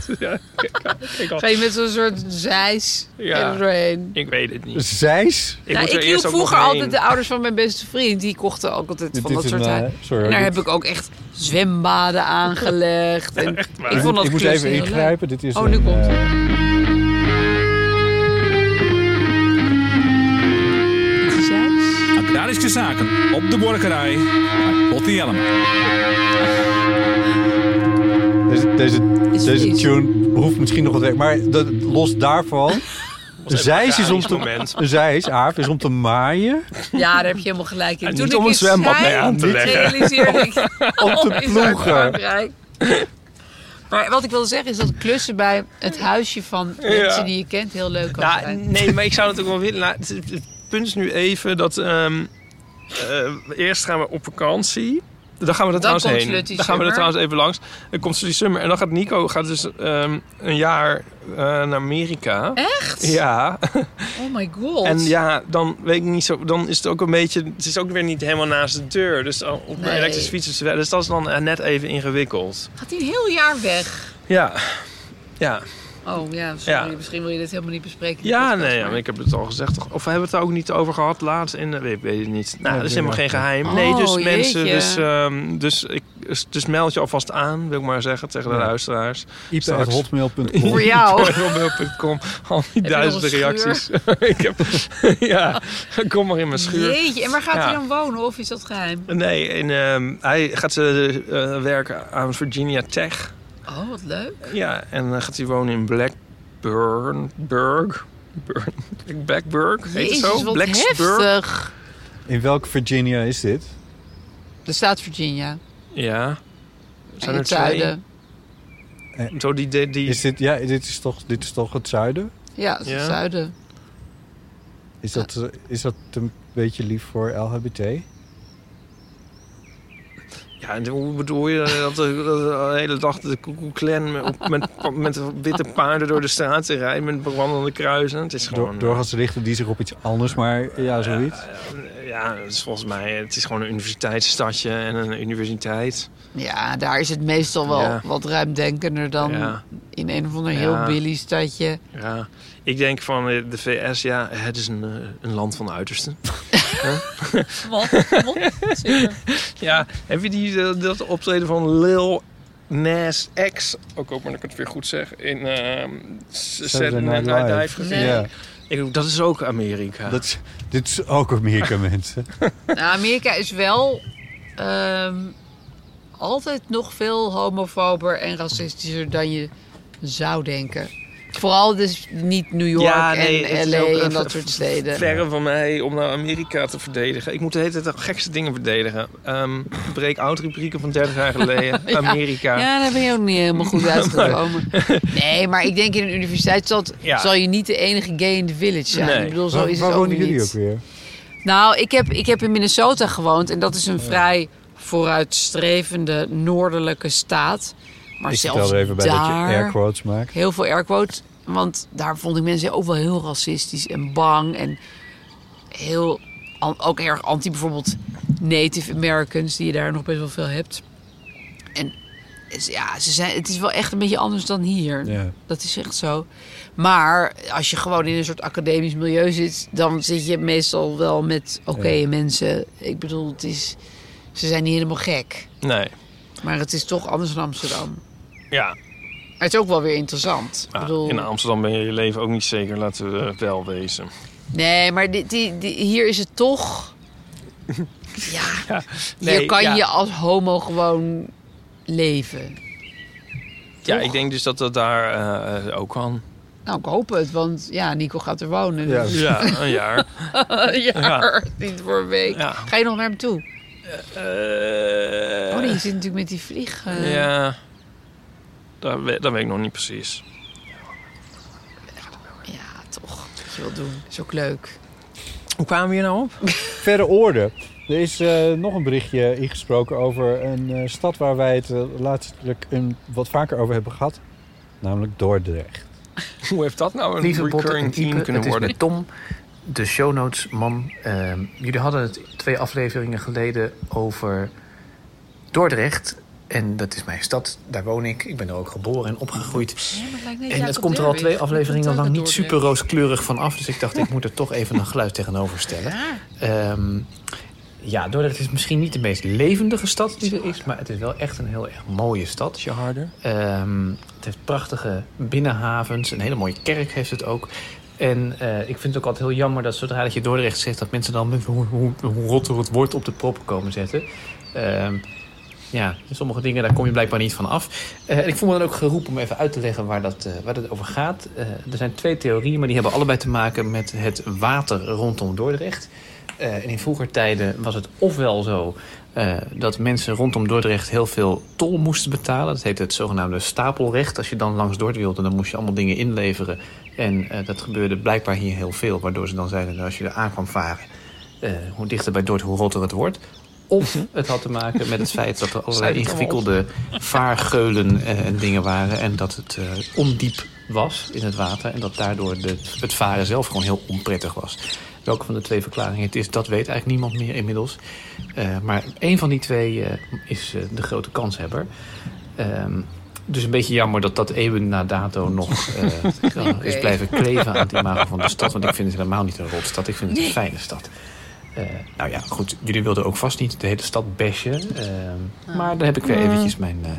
S4: Ga je met zo'n soort zeis
S3: Ja.
S4: er doorheen?
S3: ik weet het niet.
S2: Zijs?
S3: Ik
S4: nou,
S3: moet er
S4: ik hielp
S3: eerst ook
S4: vroeger
S3: nog heen.
S4: altijd de ouders van mijn beste vriend. Die kochten ook altijd
S2: Dit
S4: van dat
S2: is
S4: soort
S2: een,
S4: huizen.
S2: eh, sorry.
S4: En daar heb ik ook echt zwembaden aangelegd. En ik vond dat
S2: ik moest
S4: klus
S2: even
S4: heel
S2: ingrijpen. Dit is
S4: Oh, nu
S2: een,
S4: komt
S2: eh,
S4: leuk. Die zeis.
S7: Agrarische Zaken op de Borkerij bij Botti Jellema.
S2: Deze, deze,
S4: Is
S2: deze
S4: vies.
S2: tune hoeft misschien nog wat weg. Maar dat, los daarvan Een zeis is om te,
S3: moment.
S2: een zeis, Aaf, is om te maaien.
S4: Ja, daar heb je helemaal gelijk in.
S2: En
S4: Toen
S2: niet
S4: ik
S2: om een
S4: het
S2: zwembad
S4: zei,
S2: mee aan te leggen.
S4: realiseerde ik
S2: Om te
S4: is
S2: ploegen.
S4: uit Frankrijk. Maar wat ik wilde zeggen is dat klussen bij het huisje van mensen
S3: Ja. Nou,
S4: die je kent heel leuk kan
S3: Ja,
S4: zijn.
S3: nee, maar ik zou het ook wel willen. Nou, het, het punt is nu even dat... ehm, eh, eerst gaan we op vakantie. Dan gaan we
S4: Dan
S3: er trouwens
S4: komt
S3: heen.
S4: Slutty
S3: dan gaan we er
S4: Summer.
S3: trouwens even langs. Dan komt die Summer. En dan gaat Nico gaat dus ehm, een jaar eh, naar Amerika.
S4: Echt?
S3: Ja.
S4: Oh my god.
S3: En ja, dan weet ik niet zo. Dan is het ook een beetje. Het is ook weer niet helemaal naast de deur. Dus al- op mijn
S4: Nee.
S3: elektrische fiets is het wel- Dus dat is dan eh, net even ingewikkeld.
S4: Gaat hij een heel jaar weg?
S3: Ja. Ja.
S4: Oh ja, sorry,
S3: Ja.
S4: misschien wil je dit helemaal niet bespreken.
S3: Ja, nee, ja, maar ik heb het al gezegd. toch? Of hebben we het er ook niet over gehad laatst? In, de- ik weet het niet. Nou, dat is helemaal geen geheim. Nee, dus
S4: Oh,
S3: mensen,
S4: jeetje.
S3: dus, ehm, dus, ik, dus, dus meld je alvast aan, wil ik maar zeggen, tegen de
S2: Ja.
S3: luisteraars.
S2: Ipe
S3: Straks.
S2: at hotmail.com.
S4: Voor jou.
S3: Ipe at hotmail.com. Al
S4: Heb
S3: die
S4: je nog een
S3: duizenden
S4: schuur?
S3: reacties. ik heb, ja, kom maar in mijn schuur.
S4: Jeetje, en waar gaat hij
S3: Ja.
S4: dan wonen of is dat geheim?
S3: Nee, en, ehm, hij gaat ze werken aan Virginia Tech.
S4: Oh, wat leuk.
S3: Ja, en dan gaat hij wonen in Blackburn. Burg. Burn- Blackburg, heet
S4: Jezus,
S3: het zo?
S4: wat
S3: Blacksburg.
S4: heftig.
S2: In welk Virginia is dit?
S4: De staat Virginia.
S3: Ja.
S4: In
S3: Zijn er
S4: het
S3: twee?
S4: zuiden.
S3: Zo die, die, die-
S2: Is dit, ja, dit is toch, dit is toch het zuiden?
S4: Ja, het is
S3: Ja.
S4: het zuiden.
S2: Is dat, eh, is dat een beetje lief voor LHBT?
S3: Ja, en hoe bedoel je dat de, dat eh, de hele dag de Ku Klux Klan met, op- met, met witte paarden door de straat rijdt met brandende kruisen? Het is gewoon...
S2: Door, doorgaans richten die zich op iets anders, maar ja, zoiets.
S3: eh, Ja, het is volgens mij het is gewoon een universiteitsstadje en een universiteit.
S4: Ja, daar is het meestal wel
S3: Ja.
S4: wat ruimdenkender dan
S3: Ja.
S4: in een of ander
S3: Ja.
S4: heel billy stadje.
S3: Ja, ik denk van eh, de VS, ja, het is een, eh, een land van de uitersten.
S4: Wat?
S3: Ja, heb je die, eh, dat optreden van Lil Nas X, ook al kan ik het weer goed zeggen, in ehm Saturday Night Live gezien?
S4: Nee.
S2: Ja,
S3: Ik bedoel, dat is ook Amerika.
S2: dat is, dit is ook Amerika, mensen.
S4: nou, Amerika is wel ehm, altijd nog veel homofober en racistischer dan je zou denken. Vooral dus niet New York
S3: Ja, nee, het
S4: en
S3: is
S4: LA
S3: ook, eh,
S4: en dat soort steden.
S3: Verre van mij om naar Amerika te verdedigen. Ik moet de hele tijd de gekste dingen verdedigen. Ehm Break-out rubrieken van 30 jaar geleden. Amerika.
S4: Ja, daar ben je ook niet helemaal goed uitgekomen. Nee, maar ik denk in een universiteitsstad
S3: Ja.
S4: zal je niet de enige gay in de village zijn.
S3: Nee.
S4: Ik bedoel, zo
S2: Waar,
S4: is
S2: waar
S4: het ook
S2: wonen jullie
S4: niet.
S2: ook weer?
S4: Nou, ik heb, ik heb in Minnesota gewoond en dat is een vrij vooruitstrevende noordelijke staat. Maar
S2: ik
S4: zelfs
S2: vertel er even bij dat je
S4: daar
S2: air quotes maakt.
S4: heel veel airquotes, want daar vond ik mensen ook wel heel racistisch en bang en heel an- ook erg anti bijvoorbeeld Native Americans die je daar nog best wel veel hebt. En is- ja, ze zijn, het is wel echt een beetje anders dan hier.
S2: Ja.
S4: Dat is echt zo. Maar als je gewoon in een soort academisch milieu zit, dan zit je meestal wel met oké
S2: Ja.
S4: mensen. Ik bedoel, het is, ze zijn niet helemaal gek.
S3: Nee.
S4: Maar het is toch anders dan Amsterdam.
S3: Ja.
S4: Maar het is ook wel weer interessant.
S3: Ja,
S4: ik bedoel,
S3: Ah, In Amsterdam ben je je leven ook niet zeker, laten we eh, wel wezen.
S4: nee, maar dit- die, die, hier is het toch. ja,
S3: Nee,
S4: hier kan
S3: ja.
S4: je als homo gewoon leven.
S3: Ja,
S4: Toch?
S3: ik denk dus dat dat daar eh, eh, ook kan.
S4: Nou, ik hoop het, want ja, Nico gaat er wonen.
S2: Ja.
S4: Dus
S3: Ja, een jaar.
S4: een jaar, niet voor een week.
S3: Ja.
S4: Ga je nog naar hem toe?
S3: Eh,
S4: Oh nee, je zit natuurlijk met die vlieg. eh,
S3: Ja. Dat weet, dat weet ik nog niet precies.
S4: Ja, toch. Wat je wil doen. Is ook leuk.
S3: Hoe kwamen we hier nou op?
S2: Verre orde. Er is eh, nog een berichtje ingesproken over een eh, stad waar wij het eh, laatstelijk een, wat vaker over hebben gehad. Namelijk Dordrecht.
S3: Hoe heeft dat nou een
S8: Lieve Botte en
S3: recurring team
S8: Ipe,
S3: kunnen
S8: het is
S3: worden?
S8: met Tom, de show notes man. Ehm, jullie hadden het twee afleveringen geleden over Dordrecht. En dat is mijn stad, daar woon ik. Ik ben er ook geboren en opgegroeid. En het komt er al twee afleveringen lang niet super rooskleurig van af. Dus ik dacht, ik moet er toch even een geluid tegenover stellen. Ehm, ja, Dordrecht is misschien niet de meest levendige stad die er is. Maar het is wel echt een heel erg mooie stad.
S3: Ietsje harder.
S8: Ehm, het heeft prachtige binnenhavens. Een hele mooie kerk heeft het ook. En eh, ik vind het ook altijd heel jammer dat zodra dat je Dordrecht zegt... dat mensen dan met hoe, hoe, hoe rotter het woord op de prop komen zetten. Ehm, Ja, sommige dingen daar kom je blijkbaar niet van af. Eh, ik voel me dan ook geroepen om even uit te leggen waar dat, eh, waar dat over gaat. Eh, er zijn twee theorieën, maar die hebben allebei te maken met het water rondom Dordrecht. Eh, en in vroeger tijden was het ofwel zo eh, dat mensen rondom Dordrecht heel veel tol moesten betalen. Dat heet het zogenaamde stapelrecht. Als je dan langs Dordrecht wilde, dan moest je allemaal dingen inleveren. En eh, dat gebeurde blijkbaar hier heel veel, waardoor ze dan zeiden dat als je er aan kwam varen, eh, hoe dichter bij Dordrecht, hoe rotter het wordt. Of het had te maken met het feit dat er allerlei
S9: Sluit Mhm. het allemaal op.
S8: ingewikkelde vaargeulen eh, en dingen waren. En dat het eh, ondiep was in het water. En dat daardoor de, het varen zelf gewoon heel onprettig was. Welke van de twee verklaringen het is, dat weet eigenlijk niemand meer inmiddels. Eh, maar één van die twee eh, is eh, de grote kanshebber. Ehm, dus een beetje jammer dat dat eeuwen na dato nog eh,
S9: Oké.
S8: is blijven kleven aan het imago van de stad. Want ik vind het helemaal niet een rotstad. Ik vind het een
S9: Nee.
S8: fijne stad. Eh, nou ja, goed. Jullie wilden ook vast niet de hele stad bashen. ehm, Maar daar heb ik weer
S9: Mm.
S8: eventjes mijn, eh,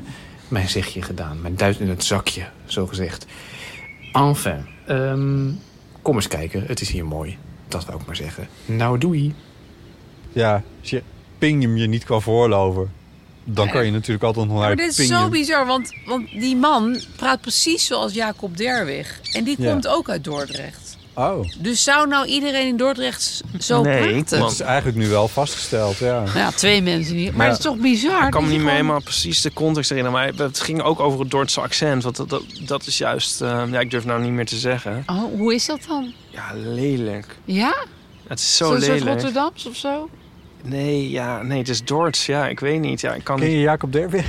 S8: mijn zegje gedaan. Mijn duit in het zakje, zo gezegd. Enfin, ehm, kom eens kijken. Het is hier mooi. Dat wou ik maar zeggen. Nou, doei.
S2: Ja, als je Pingham je niet kan voorloven, dan kan je natuurlijk altijd nog naar
S4: Maar dit is zo
S2: Pingham.
S4: bizar, want, want die man praat precies zoals Jacob Derwig. En die
S2: Ja.
S4: komt ook uit Dordrecht.
S2: Oh.
S4: Dus zou nou iedereen in Dordrecht s- zo praten? Nou
S2: dat is eigenlijk nu wel vastgesteld, ja.
S4: Ja, twee mensen hier. Maar
S2: Ja.
S4: het is toch bizar?
S3: Ik kan me
S4: dat
S3: niet
S4: je
S3: meer
S4: gewoon-
S3: helemaal precies de context herinneren. Maar het ging ook over het Dordtse accent. Want dat, dat, dat is juist... eh, ja, ik durf nou niet meer te zeggen.
S4: Oh, hoe is dat dan?
S3: Ja, lelijk.
S4: Ja?
S3: Het is zo
S4: Zo'n soort
S3: lelijk.
S4: Rotterdams of zo?
S3: Nee, ja, nee, het is Dorts. Ja, ik weet niet. Ja, ik kan
S2: Ken je
S3: niet-
S2: Jacob Derwig?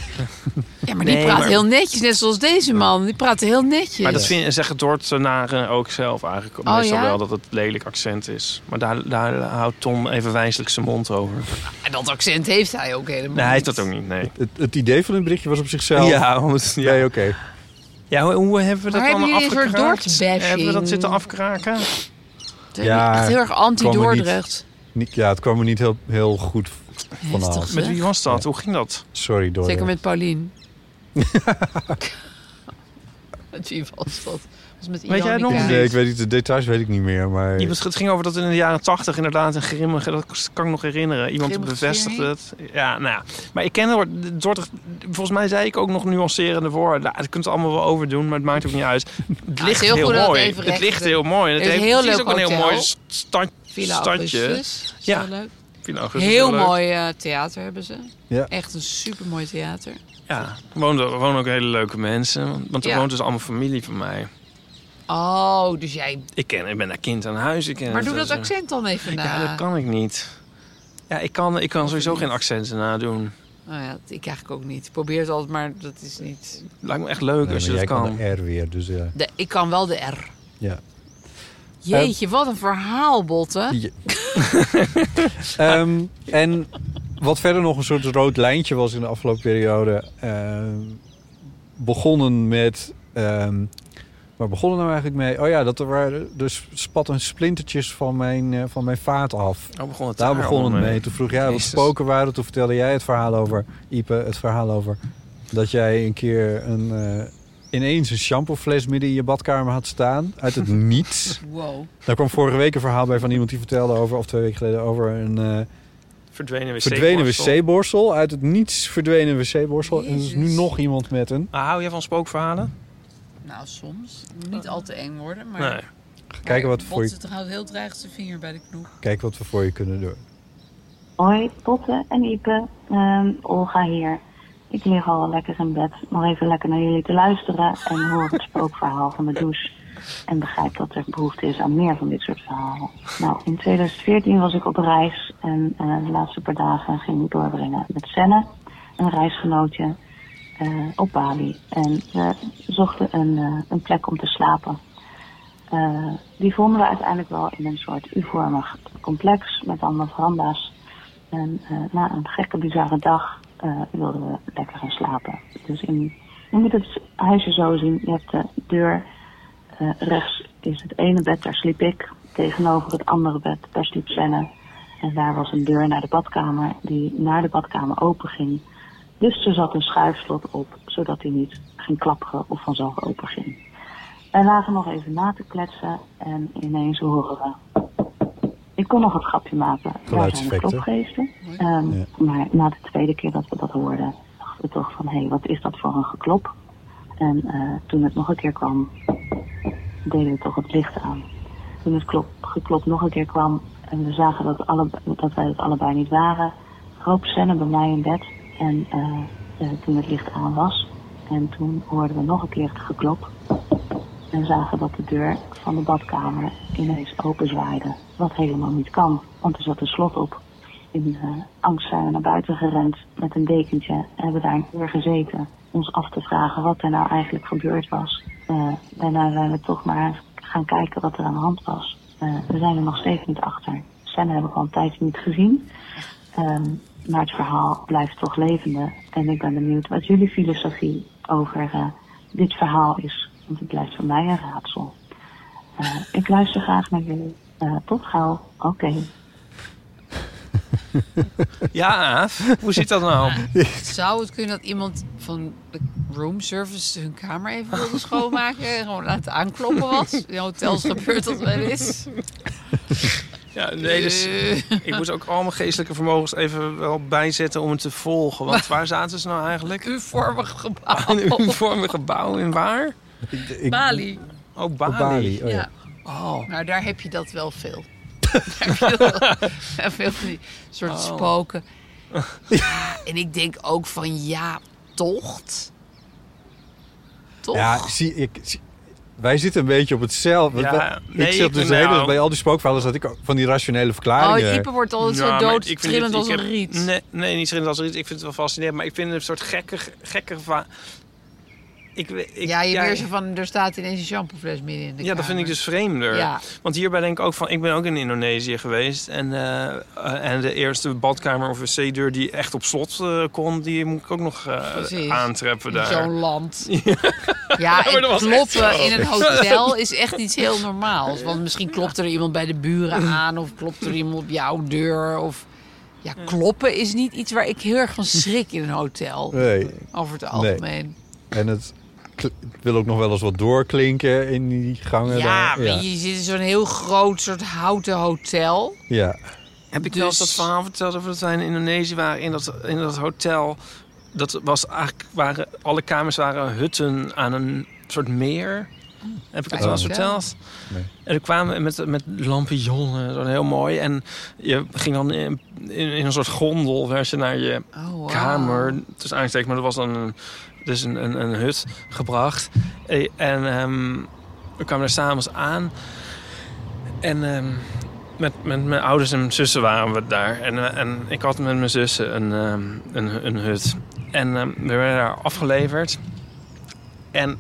S4: Ja, maar die
S3: Nee,
S4: praat
S3: maar-
S4: heel netjes, net zoals deze man. Die praat heel netjes.
S3: Maar dat vind, zeggen Dordtenaren ook zelf eigenlijk
S4: Oh,
S3: meestal
S4: ja?
S3: wel dat het lelijk accent is. Maar daar, daar houdt Tom even wijselijk zijn mond over.
S4: En dat accent heeft hij ook helemaal.
S3: Nee, hij is dat ook niet, nee.
S2: Het, het idee van het berichtje was op zichzelf.
S3: Ja, ja.
S2: Nee, oké.
S3: Ja, hoe, hoe hebben we dat
S4: Maar hebben
S3: allemaal
S4: jullie een soort
S3: afgekraakt?
S4: Dordtbashing?
S3: Hebben we dat zitten afkraken?
S4: echt heel erg anti-Dordrecht.
S2: het kwam er niet- niet- Ja, het kwam er niet heel, heel goed vanaf.
S4: Heftig, Met zeg. wie
S3: was dat? Hoe ging dat?
S2: Sorry, Dordrecht.
S4: Zeker met Paulien. met wie was dat? Was met
S3: Weet jij het nog
S4: Ironica.
S2: Nee, ik weet niet, de details weet ik niet meer, maar...
S3: Iemand, het ging over dat in de jaren tachtig inderdaad een grimmige, dat kan ik nog herinneren. Iemand
S9: Grimmige
S3: bevestigde
S9: serie?
S3: het. Ja, nou ja. Maar ik ken Dor- Dordrecht, volgens mij zei ik ook nog nuancerende woorden. Nou, dat kunt het allemaal wel overdoen, maar het maakt ook niet uit. Het
S4: Ah,
S3: ligt
S4: het is heel
S3: heel,
S4: goed dat het
S3: mooi.
S4: even
S3: Het
S4: recht
S3: ligt
S4: is.
S3: heel mooi. En het
S4: Er is
S3: heeft,
S4: een heel
S3: het is
S4: leuk
S3: ook een heel
S4: hotel.
S3: mooi sta-
S4: Villa
S3: stadje.
S4: Augustus. Is
S3: Ja.
S4: heel leuk.
S3: Villa Augustus is
S4: Heel
S3: leuk.
S4: mooi eh, theater hebben ze.
S2: Ja.
S4: Echt een supermooi theater.
S3: Ja, er wonen, er wonen ook hele leuke mensen. Want er
S4: Ja.
S3: woont dus allemaal familie van mij.
S4: Oh, dus jij...
S3: Ik, ken, ik ben daar kind aan huis. Ik ken
S4: Maar
S3: het
S4: doe dat
S3: zo.
S4: accent dan even na.
S3: Ja, dat kan ik niet. Ja, ik kan, ik kan sowieso geen accenten nadoen.
S4: Nou ja, ik eigenlijk ook niet. Ik probeer het altijd, maar dat is niet...
S3: Lijkt me echt leuk
S2: Nee,
S3: als je
S2: maar
S3: dat
S2: jij
S3: kan.
S2: kan de R weer, dus ja.
S4: De- ik kan wel de R.
S2: ja.
S4: Jeetje, wat een verhaal, Botte.
S2: Ja. Ehm, en wat verder nog een soort rood lijntje was in de afgelopen periode. ehm, begonnen met. ehm waar begonnen we nou eigenlijk mee? Oh ja, dat er waren dus spatten splintertjes van mijn, eh, van mijn vaat af.
S3: Oh, begon het
S2: Daar
S3: daar
S2: begon het
S3: allemaal
S2: mee.
S3: mee.
S2: Toen vroeg jij wat
S3: Jezus.
S2: spoken waren. Toen vertelde jij het verhaal over, Ipe, het verhaal over dat jij een keer een, eh, ineens een shampoofles midden in je badkamer had staan. Uit het niets.
S4: Wow.
S2: Daar kwam vorige week een verhaal bij van iemand die vertelde over, of twee weken geleden, over een eh,
S3: Verdwenen wc
S2: verdwenen wc-borstel. Uit het niets verdwenen wc-borstel. En er is nu nog iemand met een.
S3: Maar Ah, hou jij van spookverhalen?
S4: Nou, soms. Het moet niet al te eng worden, maar... oh,
S2: Nee. Ga kijken wat voor je-
S4: Botte houdt heel dreigend zijn vinger bij de knoop.
S2: Kijk wat we voor je kunnen doen.
S10: Hoi, Potte en Ipe. Ehm, Olga hier. Ik lig al lekker in bed. Nog even lekker naar jullie te luisteren en hoor het spookverhaal van de douche. En begrijp dat er behoefte is aan meer van dit soort verhalen. Nou, in 2014 was ik op reis en eh, de laatste paar dagen ging ik doorbrengen met Senne, een reisgenootje, eh, op Bali. En we zochten een, eh, een plek om te slapen. Eh, die vonden we uiteindelijk wel in een soort U-vormig complex met allemaal veranda's. En eh, na een gekke, bizarre dag eh, wilden we lekker gaan slapen. Dus in, je moet het huisje zo zien. Je hebt de deur. eh, rechts is het ene bed, daar sliep ik. Tegenover het andere bed, daar sliep Senne. En daar was een deur naar de badkamer, die naar de badkamer openging. Dus er zat een schuifslot op, zodat hij niet ging klapperen of vanzelf openging. Wij lagen nog even na te kletsen en ineens horen we. Ik kon nog een grapje maken. Daar zijn de
S9: Geluidseffecten.
S10: klopgeesten. Ehm, Maar na de tweede keer dat we dat hoorden, dachten we toch van, hé, hey, wat is dat voor een geklop? En eh, toen het nog een keer kwam, deden we toch het licht aan. Toen het klop, geklop nog een keer kwam en we zagen dat, alle, dat wij het allebei niet waren, kroop Senne bij mij in bed. En eh, eh, toen het licht aan was, en toen hoorden we nog een keer het geklop. En zagen dat de deur van de badkamer ineens openzwaaide. Wat helemaal niet kan, want er zat een slot op. In eh, angst zijn we naar buiten gerend met een dekentje en hebben daar een uur gezeten. Ons af te vragen wat er nou eigenlijk gebeurd was. Eh, daarna zijn we toch maar gaan kijken wat er aan de hand was. Eh, we zijn er nog steeds niet achter. Senne hebben we al een tijdje niet gezien. Ehm, maar het verhaal blijft toch levende. En ik ben benieuwd wat jullie filosofie over eh, dit verhaal is. Want het blijft voor mij een raadsel. Eh, ik luister graag naar jullie. Eh, tot gauw. Oké.
S3: Ja, Aaf, hoe zit dat nou?
S4: Zou het kunnen dat iemand van de roomservice hun kamer even wilde schoonmaken en gewoon laten aankloppen was? In hotels gebeurt dat wel eens. Eh,
S3: Ja, nee, dus ik moest ook al mijn geestelijke vermogens even wel bijzetten om het te volgen. Want waar zaten ze nou eigenlijk?
S4: Een uniformig gebouw.
S3: Een uniformig gebouw, in waar?
S4: Bali.
S3: Oh, Bali.
S2: Bali, oh ja.
S3: Oh.
S4: Nou, daar heb je dat wel veel. Daar heb je wel- veel van die soort
S3: Oh.
S4: spoken. Ja, en ik denk ook van ja, tocht. Toch?
S2: Ja, zie, ik, zie- wij zitten een beetje op hetzelfde.
S3: Ja,
S2: Want wij-
S3: nee,
S2: ik zat
S3: ik-
S2: dus de hele
S3: nou.
S2: tijd bij al die spookverhalen zat ik ook van die rationele
S4: Oh,
S2: verklaringen.
S4: Ipe wordt altijd
S3: Ja,
S4: zo
S3: maar
S4: dood,
S3: ik vind
S4: trillend
S3: het-
S4: als
S3: ik
S4: een
S3: heb-
S4: riet.
S3: Nee, nee, niet trillend als een riet. Ik vind het wel fascinerend. Maar ik vind het een soort gekke... gekke va- ik, we- ik,
S4: ja, je weer zo van, er staat ineens een shampoofles midden in de
S3: Ja, dat vind ik
S4: kamer.
S3: dus vreemder.
S4: Ja.
S3: Want hierbij denk ik ook van, ik ben ook in Indonesië geweest. En, eh, eh, en de eerste badkamer of wc-deur die echt op slot eh, kon, die moet ik ook nog eh,
S4: Precies.
S3: aantreppen
S4: In
S3: daar.
S4: zo'n land.
S3: Ja,
S4: Ja,
S3: maar
S4: en
S3: dat was echt
S4: kloppen
S3: zo.
S4: in een hotel is echt iets heel normaals. Want misschien klopt er iemand bij de buren aan of klopt er iemand op jouw deur. Of... Ja, kloppen is niet iets waar ik heel erg van schrik in een hotel.
S2: Nee.
S4: Over het
S2: Nee.
S4: algemeen.
S2: En het, kl- het wil ook nog wel eens wat doorklinken in die gangen.
S4: Ja,
S2: daar.
S4: maar je zit in zo'n heel groot soort houten hotel.
S2: ja.
S3: Heb ik wel eens
S4: Dus-
S3: dat verhaal verteld over dat wij in Indonesië waren in dat, in dat hotel? Dat was eigenlijk, waren, alle kamers waren hutten aan een soort meer. Heb ik het
S7: Oh.
S3: wel eens verteld?
S7: Nee.
S3: En we kwamen met, met lampionnen, zo heel mooi. En je ging dan in, in, in een soort gondel werd je naar je
S4: wauw.
S3: kamer. Dus aangetekend, maar er was dan een, dus een, een, een hut gebracht. Eh, En ehm, we kwamen daar s'avonds aan. En ehm, met, met mijn ouders en mijn zussen waren we daar. En, eh, en ik had met mijn zussen een, ehm, een, een hut. En ehm, we werden daar afgeleverd. En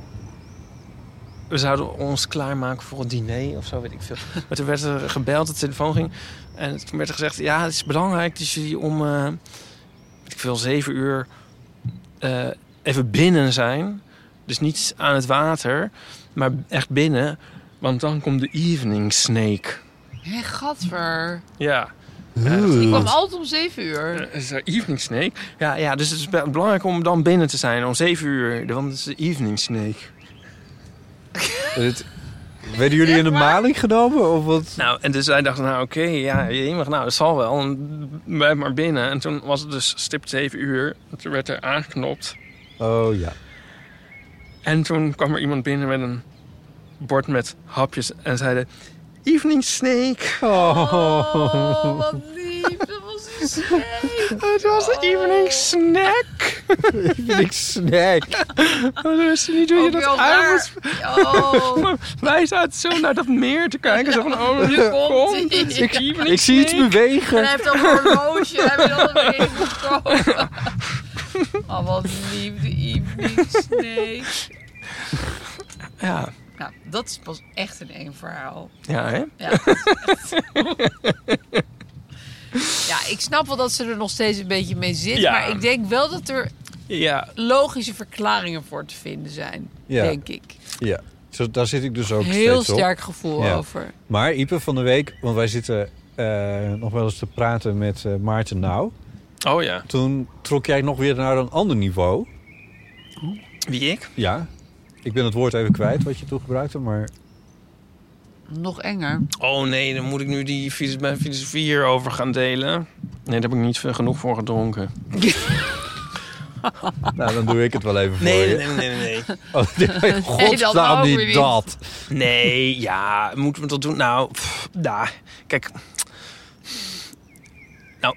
S3: we zouden ons klaarmaken voor een diner of zo, weet ik veel. Maar toen werd er gebeld, de telefoon ging. En toen werd er gezegd, ja, het is belangrijk dat jullie om, eh, weet ik veel, zeven uur eh, even binnen zijn. Dus niet aan het water, maar echt binnen. Want dan komt de evening snake.
S4: Hé, gadver.
S3: Ja.
S4: Ik
S3: Oeh.
S4: kwam altijd om zeven uur.
S3: Eh, is er evening snake? Ja, ja, dus het is be- belangrijk om dan binnen te zijn om zeven uur. Want het is de evening snake.
S2: Het, werden jullie in de maling genomen? Of wat?
S3: Nou, en dus wij dachten, nou oké, ja, je mag, nou dat zal wel. En Wij maar binnen. En toen was het dus stipt 7 uur. En Toen werd er aangeknopt.
S2: Oh ja.
S3: En toen kwam er iemand binnen met een bord met hapjes en zeiden... Evening Snake.
S2: Oh,
S3: wat
S4: lief. Dat was een snake.
S3: Het was een evening snack.
S2: evening snack.
S3: dus niet doe je
S4: Ook
S3: dat
S4: heel
S3: uit.
S4: raar. Oh.
S3: Maar wij zaten zo naar dat meer te kijken. Zo van, oh,
S4: Ja,
S3: hier
S4: komt
S3: komt
S4: ie.
S3: het.
S4: Ik-
S3: Evening
S2: ik zie iets
S3: Snake.
S2: bewegen.
S4: En hij heeft al een horloge. Hij wil er weer in gekomen. Oh, wat lief, de evening snake.
S3: Ja.
S4: Nou, dat is pas echt een eng verhaal.
S3: Ja, hè?
S4: Ja, dat is echt... ja, ik snap wel dat ze er nog steeds een beetje mee zit.
S3: Ja.
S4: Maar ik denk wel dat er
S3: Ja.
S4: logische verklaringen voor te vinden zijn.
S2: Ja.
S4: Denk ik.
S2: Ja, zo, daar zit ik dus ook
S4: Heel
S2: steeds op.
S4: sterk gevoel over.
S2: Maar Ipe van de week, want wij zitten eh, nog wel eens te praten met eh, Maarten Nauw.
S3: Oh ja.
S2: Toen trok jij nog weer naar een ander niveau.
S3: Wie ik?
S2: Ja, ik ben het woord even kwijt wat je toen gebruikte, maar...
S4: Nog enger.
S3: Oh nee, dan moet ik nu die, filos- mijn filosofie hierover gaan delen. Nee, daar heb ik niet genoeg voor gedronken.
S2: Nou, dan doe ik het wel even voor
S3: Nee,
S2: je.
S3: nee, nee, nee, nee.
S2: Oh, in godsnaam niet dat.
S3: Nee, ja, moeten we dat doen? Nou, pff, daar. Kijk. Nou,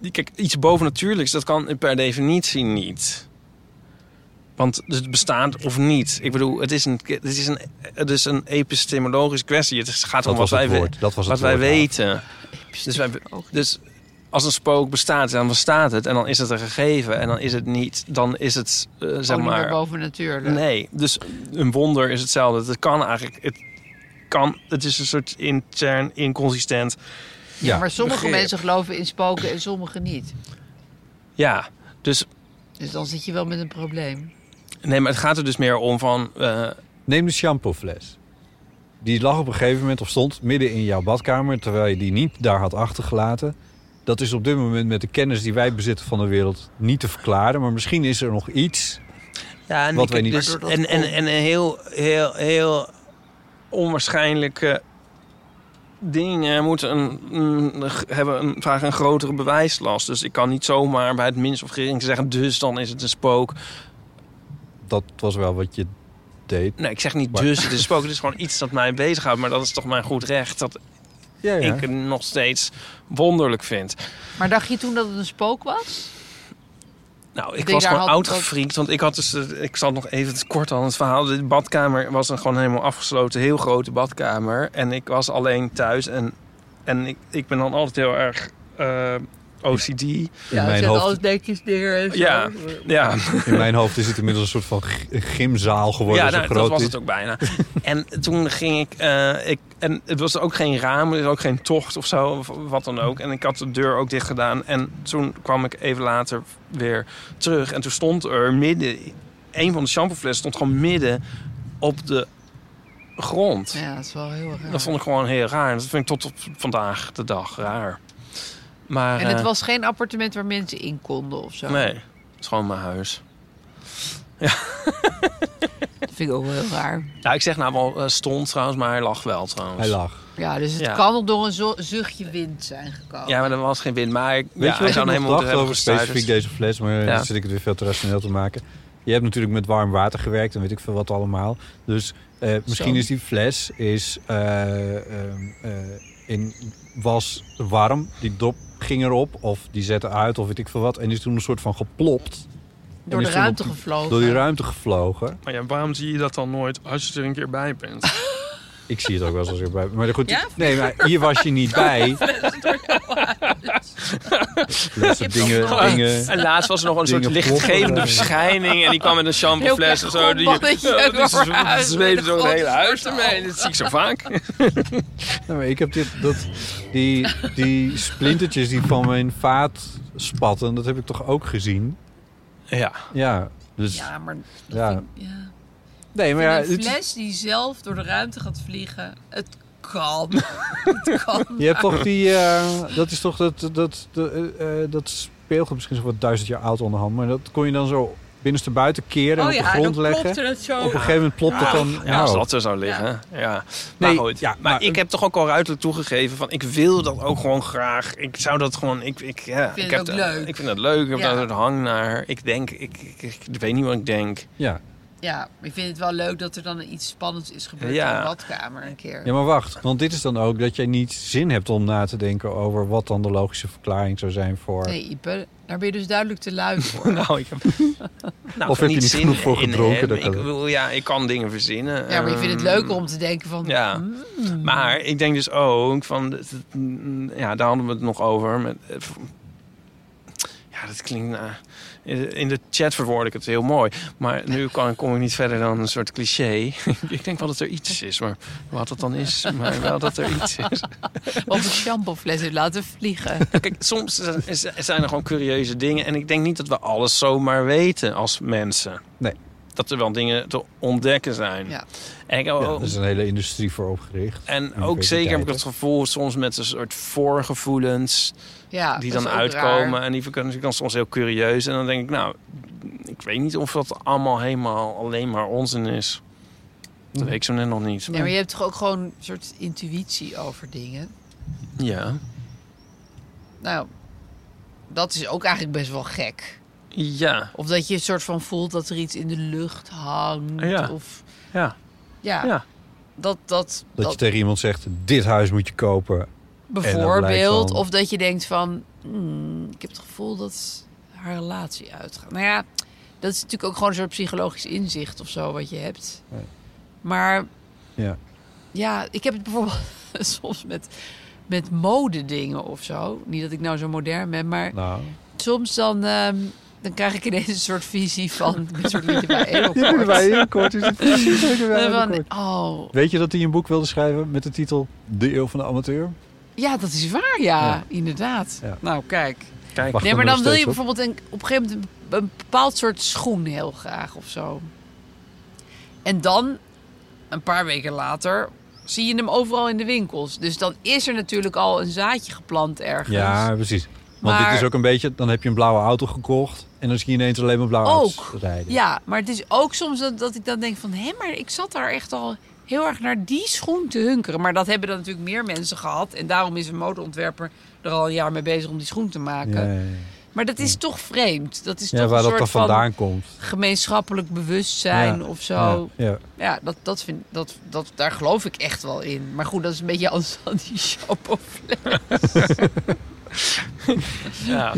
S3: die- kijk, iets bovennatuurlijks, dat kan per definitie niet. Want het bestaat of niet. Ik bedoel, het is een, het is een, het is een epistemologische kwestie. Het gaat
S2: Dat
S3: om wat
S2: was
S3: wij,
S2: het
S3: we-
S2: woord. Dat was het
S3: wat wij
S2: woord, Aaf.
S3: weten. Dus, wij, dus als een spook bestaat, dan bestaat het. En dan is het een gegeven. En dan is het niet. Dan is het, eh, zeg
S4: Ook niet meer
S3: maar...
S4: bovennatuurlijk.
S3: Nee, dus een wonder is hetzelfde. Het kan eigenlijk. Het, kan, het is een soort intern inconsistent.
S4: Ja, maar sommige mensen geloven in spoken en sommige niet.
S3: Ja, dus.
S4: Dus dan zit je wel met een probleem.
S3: Nee, maar het gaat er dus meer om van. eh,
S2: Neem de shampoofles. Die lag op een gegeven moment of stond midden in jouw badkamer... terwijl je die niet daar had achtergelaten. Dat is op dit moment met de kennis die wij bezitten van de wereld niet te verklaren. Maar misschien is er nog iets
S3: Ja,
S2: wat wij
S3: ik-
S2: niet...
S3: dus- en, en, en een heel, heel, heel onwaarschijnlijke dingen moeten een, een- hebben een, vaak een grotere bewijslast. Dus ik kan niet zomaar bij het minst of geringste zeggen... dus dan is het een spook.
S2: Dat was wel wat je deed.
S3: Nee, ik zeg niet
S2: Maar-
S3: dus het is een spook. Het is gewoon iets dat mij bezighoudt. Maar dat is toch mijn goed recht dat
S2: Ja, ja.
S3: ik het nog steeds wonderlijk vind.
S4: Maar dacht je toen dat het een spook was?
S3: Nou,
S4: Ik
S3: ik
S4: denk
S3: was
S4: daar
S3: gewoon
S4: had-
S3: oud Want ik had dus... eh, Ik zal nog even kort aan het verhaal. De badkamer was een gewoon helemaal afgesloten. Heel grote badkamer. En ik was alleen thuis. En, en ik, ik ben dan altijd heel erg... eh, OCD. In
S4: netjes neer en
S3: Ja, ja.
S2: In mijn hoofd is het inmiddels een soort van g- gymzaal geworden.
S3: Ja,
S2: zo
S3: nou,
S2: groot
S3: dat was
S2: is.
S3: het ook bijna. en toen ging ik, eh, ik... En het was ook geen raam, er was ook geen tocht of zo, of wat dan ook. En ik had de deur ook dicht gedaan. En toen kwam ik even later weer terug. En toen stond er midden... Een van de shampooflessen stond gewoon midden op de grond.
S4: Ja, dat is wel heel erg. raar.
S3: Dat vond ik gewoon heel raar. Dat vind ik tot op vandaag de dag raar. Maar,
S4: En het
S3: eh,
S4: was geen appartement waar mensen in konden of zo.
S3: Nee, het is gewoon mijn huis.
S4: Dat vind ik ook wel heel raar.
S3: Ja, ik zeg nou wel eh, stond trouwens, maar hij lag wel trouwens.
S2: Hij lag.
S4: Ja, dus het
S3: Ja.
S4: kan nog door een zo- zuchtje wind zijn gekomen.
S3: Ja, maar er was geen wind. Maar ik,
S2: Weet
S3: ja,
S2: je wat
S3: hij
S2: ik
S3: zou
S2: nog
S3: helemaal moeten
S2: dacht
S3: hebben
S2: over specifiek deze
S3: gestuiterd.
S2: fles? Maar eh,
S3: Ja.
S2: dan zit ik het weer veel te rationeel te maken. Je hebt natuurlijk met warm water gewerkt en weet ik veel wat allemaal. Dus eh, misschien
S3: Zo.
S2: is die fles is, eh, ehm, eh, in, was warm. Die dop ging erop of die zette uit of weet ik veel wat. En die is toen een soort van geplopt.
S4: Door
S2: En
S4: de
S2: is toen
S4: ruimte
S2: op-
S4: gevlogen.
S2: Door die ruimte gevlogen.
S3: Maar ja, waarom zie je dat dan nooit als je er een keer bij bent?
S2: Ik zie het ook wel eens als ik erbij ben. Maar goed,
S3: Ja?
S2: nee, maar hier was je niet bij. Dat soort dingen, dingen.
S3: En laatst was er nog een soort
S2: Dingen
S3: lichtgevende
S2: ploppen.
S3: verschijning. En die kwam met een shampoofles
S4: Heel
S3: of
S4: klein
S3: zo. Die,
S4: grondballetje
S3: Ja, die
S4: door huis,
S3: zweefde
S4: door
S3: door
S4: de
S3: het hele
S4: grond.
S3: huis ermee. Dat zie ik zo vaak.
S2: Nou, maar ik heb dit, dat, die, die splintertjes die van mijn vaat spatten, dat heb ik toch ook gezien?
S3: Ja.
S2: Ja, dus...
S4: Ja, maar dat
S2: ja. Nee, maar ja,
S4: een
S2: het-
S4: fles die zelf door de ruimte gaat vliegen. Het kan. het kan.
S2: je hebt toch die... eh, dat is toch dat, dat, dat, eh, eh, dat speelgoed misschien zo wat duizend jaar oud onderhand, maar dat kon je dan zo binnenste buiten keren en
S4: Oh
S2: op de
S4: ja,
S2: grond
S4: dan
S2: leggen.
S4: plopte het zo.
S2: Op een gegeven moment plopte het dan...
S3: Ah, Ja,
S2: nou,
S3: als dat er zou liggen. Ja. Maar
S2: Nee,
S3: goed.
S2: ja,
S3: maar, ik heb toch ook al ruidelijk toegegeven van ik wil dat ook gewoon graag. Ik zou dat gewoon. Ik, ik, ja,
S4: vind het
S3: heb
S4: ook
S3: de-
S4: leuk.
S3: Ik vind het leuk. Ik heb
S4: Ja.
S3: daar een soort hang naar. Ik denk, ik, ik, ik, ik weet niet wat ik denk.
S2: Ja.
S4: Ja, maar ik vind het wel leuk dat er dan iets spannends is gebeurd
S2: Ja.
S4: in de badkamer een keer.
S2: Ja, maar wacht. Want dit is dan ook dat jij niet zin hebt om na te denken over wat dan de logische verklaring zou zijn voor...
S4: Nee, Ipe, daar ben je dus duidelijk te lui voor.
S3: nou, ik heb... Nou,
S2: Of
S3: ik
S2: heb je niet
S3: zin
S2: genoeg voor
S3: in
S2: gedronken?
S3: hebben.
S2: Dat kan
S3: Ik, wil, ja, ik kan dingen verzinnen.
S4: Ja, maar je vindt het
S3: Ehm,
S4: leuk om te denken van...
S3: Ja,
S4: mm.
S3: maar ik denk dus ook van... dat- dat- mm, Ja, daar hadden we het nog over. Met, eh, v- ja, dat klinkt... nou, in- in de chat verwoord ik het heel mooi. Maar nu kan, kom ik niet verder dan een soort cliché. ik denk wel dat er iets is, maar wat dat dan is... Maar wel dat er iets is.
S4: Of een shampoofles heeft laten vliegen.
S3: Kijk, soms z- z- zijn er gewoon curieuze dingen. En ik denk niet dat we alles zomaar weten als mensen.
S2: Nee.
S3: Dat er wel dingen te ontdekken zijn.
S4: Ja.
S3: En, ik- oh,
S2: Ja, er is een hele industrie voor opgericht.
S3: en ook zeker heb ik het gevoel soms met een soort voorgevoelens.
S4: Ja,
S3: die
S4: Ah, dat
S3: dan
S4: is ook
S3: uitkomen.
S4: raar.
S3: En die kunnen die kan soms heel curieus. En dan denk ik, nou, ik weet niet of dat allemaal helemaal alleen maar onzin is. Dat
S2: Mhm.
S3: weet ik zo net nog niet.
S4: Nee, maar je hebt toch ook gewoon een soort intuïtie over dingen?
S3: Ja.
S4: Nou, dat is ook eigenlijk best wel gek.
S3: Ja.
S4: Of dat je een soort van voelt dat er iets in de lucht hangt.
S2: Ja.
S4: Of,
S3: ja.
S4: ja.
S3: Ja.
S4: Dat, dat,
S2: Dat, je tegen iemand zegt, dit huis moet je kopen. En dat blijkt
S4: bijvoorbeeld.
S2: dan-
S4: Of dat je denkt van, "Hmm, ik heb het gevoel dat haar relatie uitgaat. Nou ja, dat is natuurlijk ook gewoon een soort psychologisch inzicht of zo wat je hebt.
S2: Ja.
S4: Maar
S2: Ja.
S4: ja, ik heb het bijvoorbeeld soms met, met modedingen of zo. Niet dat ik nou zo modern ben, maar
S2: Nou.
S4: soms dan, ehm, dan krijg ik ineens een soort visie van... Ik ben een soort liedje bij
S2: Je
S4: Edelkort.
S2: bent bij Edelkort, dus het is precies wat je bij
S4: En van,
S2: Edelkort.
S4: Oh,
S2: Weet je dat hij een boek wilde schrijven met de titel De Eeuw van de Amateur?
S4: ja, dat is waar, ja.
S2: Ja.
S4: Inderdaad.
S2: Ja.
S4: Nou, kijk.
S2: Kijk.
S4: nee, maar dan wil je bijvoorbeeld een, op een gegeven moment een, een bepaald soort schoen heel graag of zo. En dan, een paar weken later, zie je hem overal in de winkels. Dus dan is er natuurlijk al een zaadje geplant ergens.
S2: Ja, precies. Want
S4: Maar-
S2: dit is ook een beetje, dan heb je een blauwe auto gekocht en dan zie je ineens alleen maar blauwe
S4: ook.
S2: auto's rijden.
S4: Ja, maar het is ook soms dat, dat ik dan denk van... hé, maar ik zat daar echt al heel erg naar die schoen te hunkeren. Maar dat hebben dan natuurlijk meer mensen gehad. En daarom is een modeontwerper er al een jaar mee bezig om die schoen te maken.
S2: Ja, ja, ja.
S4: Maar dat is toch vreemd. Dat is
S2: Ja,
S4: toch
S2: waar
S4: een
S2: dat
S4: soort
S2: dan
S4: van
S2: vandaan komt.
S4: gemeenschappelijk bewustzijn
S2: Ja,
S4: of zo.
S2: ja, ja.
S4: dat, dat vind, dat, dat, daar geloof ik echt wel in. Maar goed, dat is een beetje anders dan die shopofles.
S3: Ja.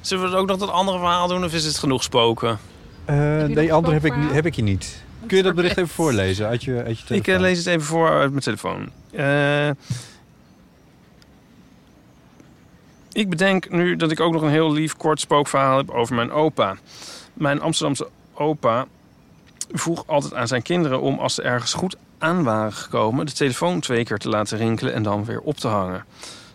S3: Zullen we ook nog dat andere verhaal doen of is het genoeg spoken?
S2: Eh,
S3: nog
S2: nee, andere
S3: een
S2: heb ik,
S3: spookverhaal?
S2: niet- heb ik hier niet. Kun je dat bericht even voorlezen uit je, uit je telefoon?
S3: Ik eh, lees het even voor uit mijn telefoon. Eh, ik bedenk nu dat ik ook nog een heel lief kort spookverhaal heb over mijn opa. Mijn Amsterdamse opa vroeg altijd aan zijn kinderen om als ze ergens goed aan waren gekomen, de telefoon twee keer te laten rinkelen en dan weer op te hangen.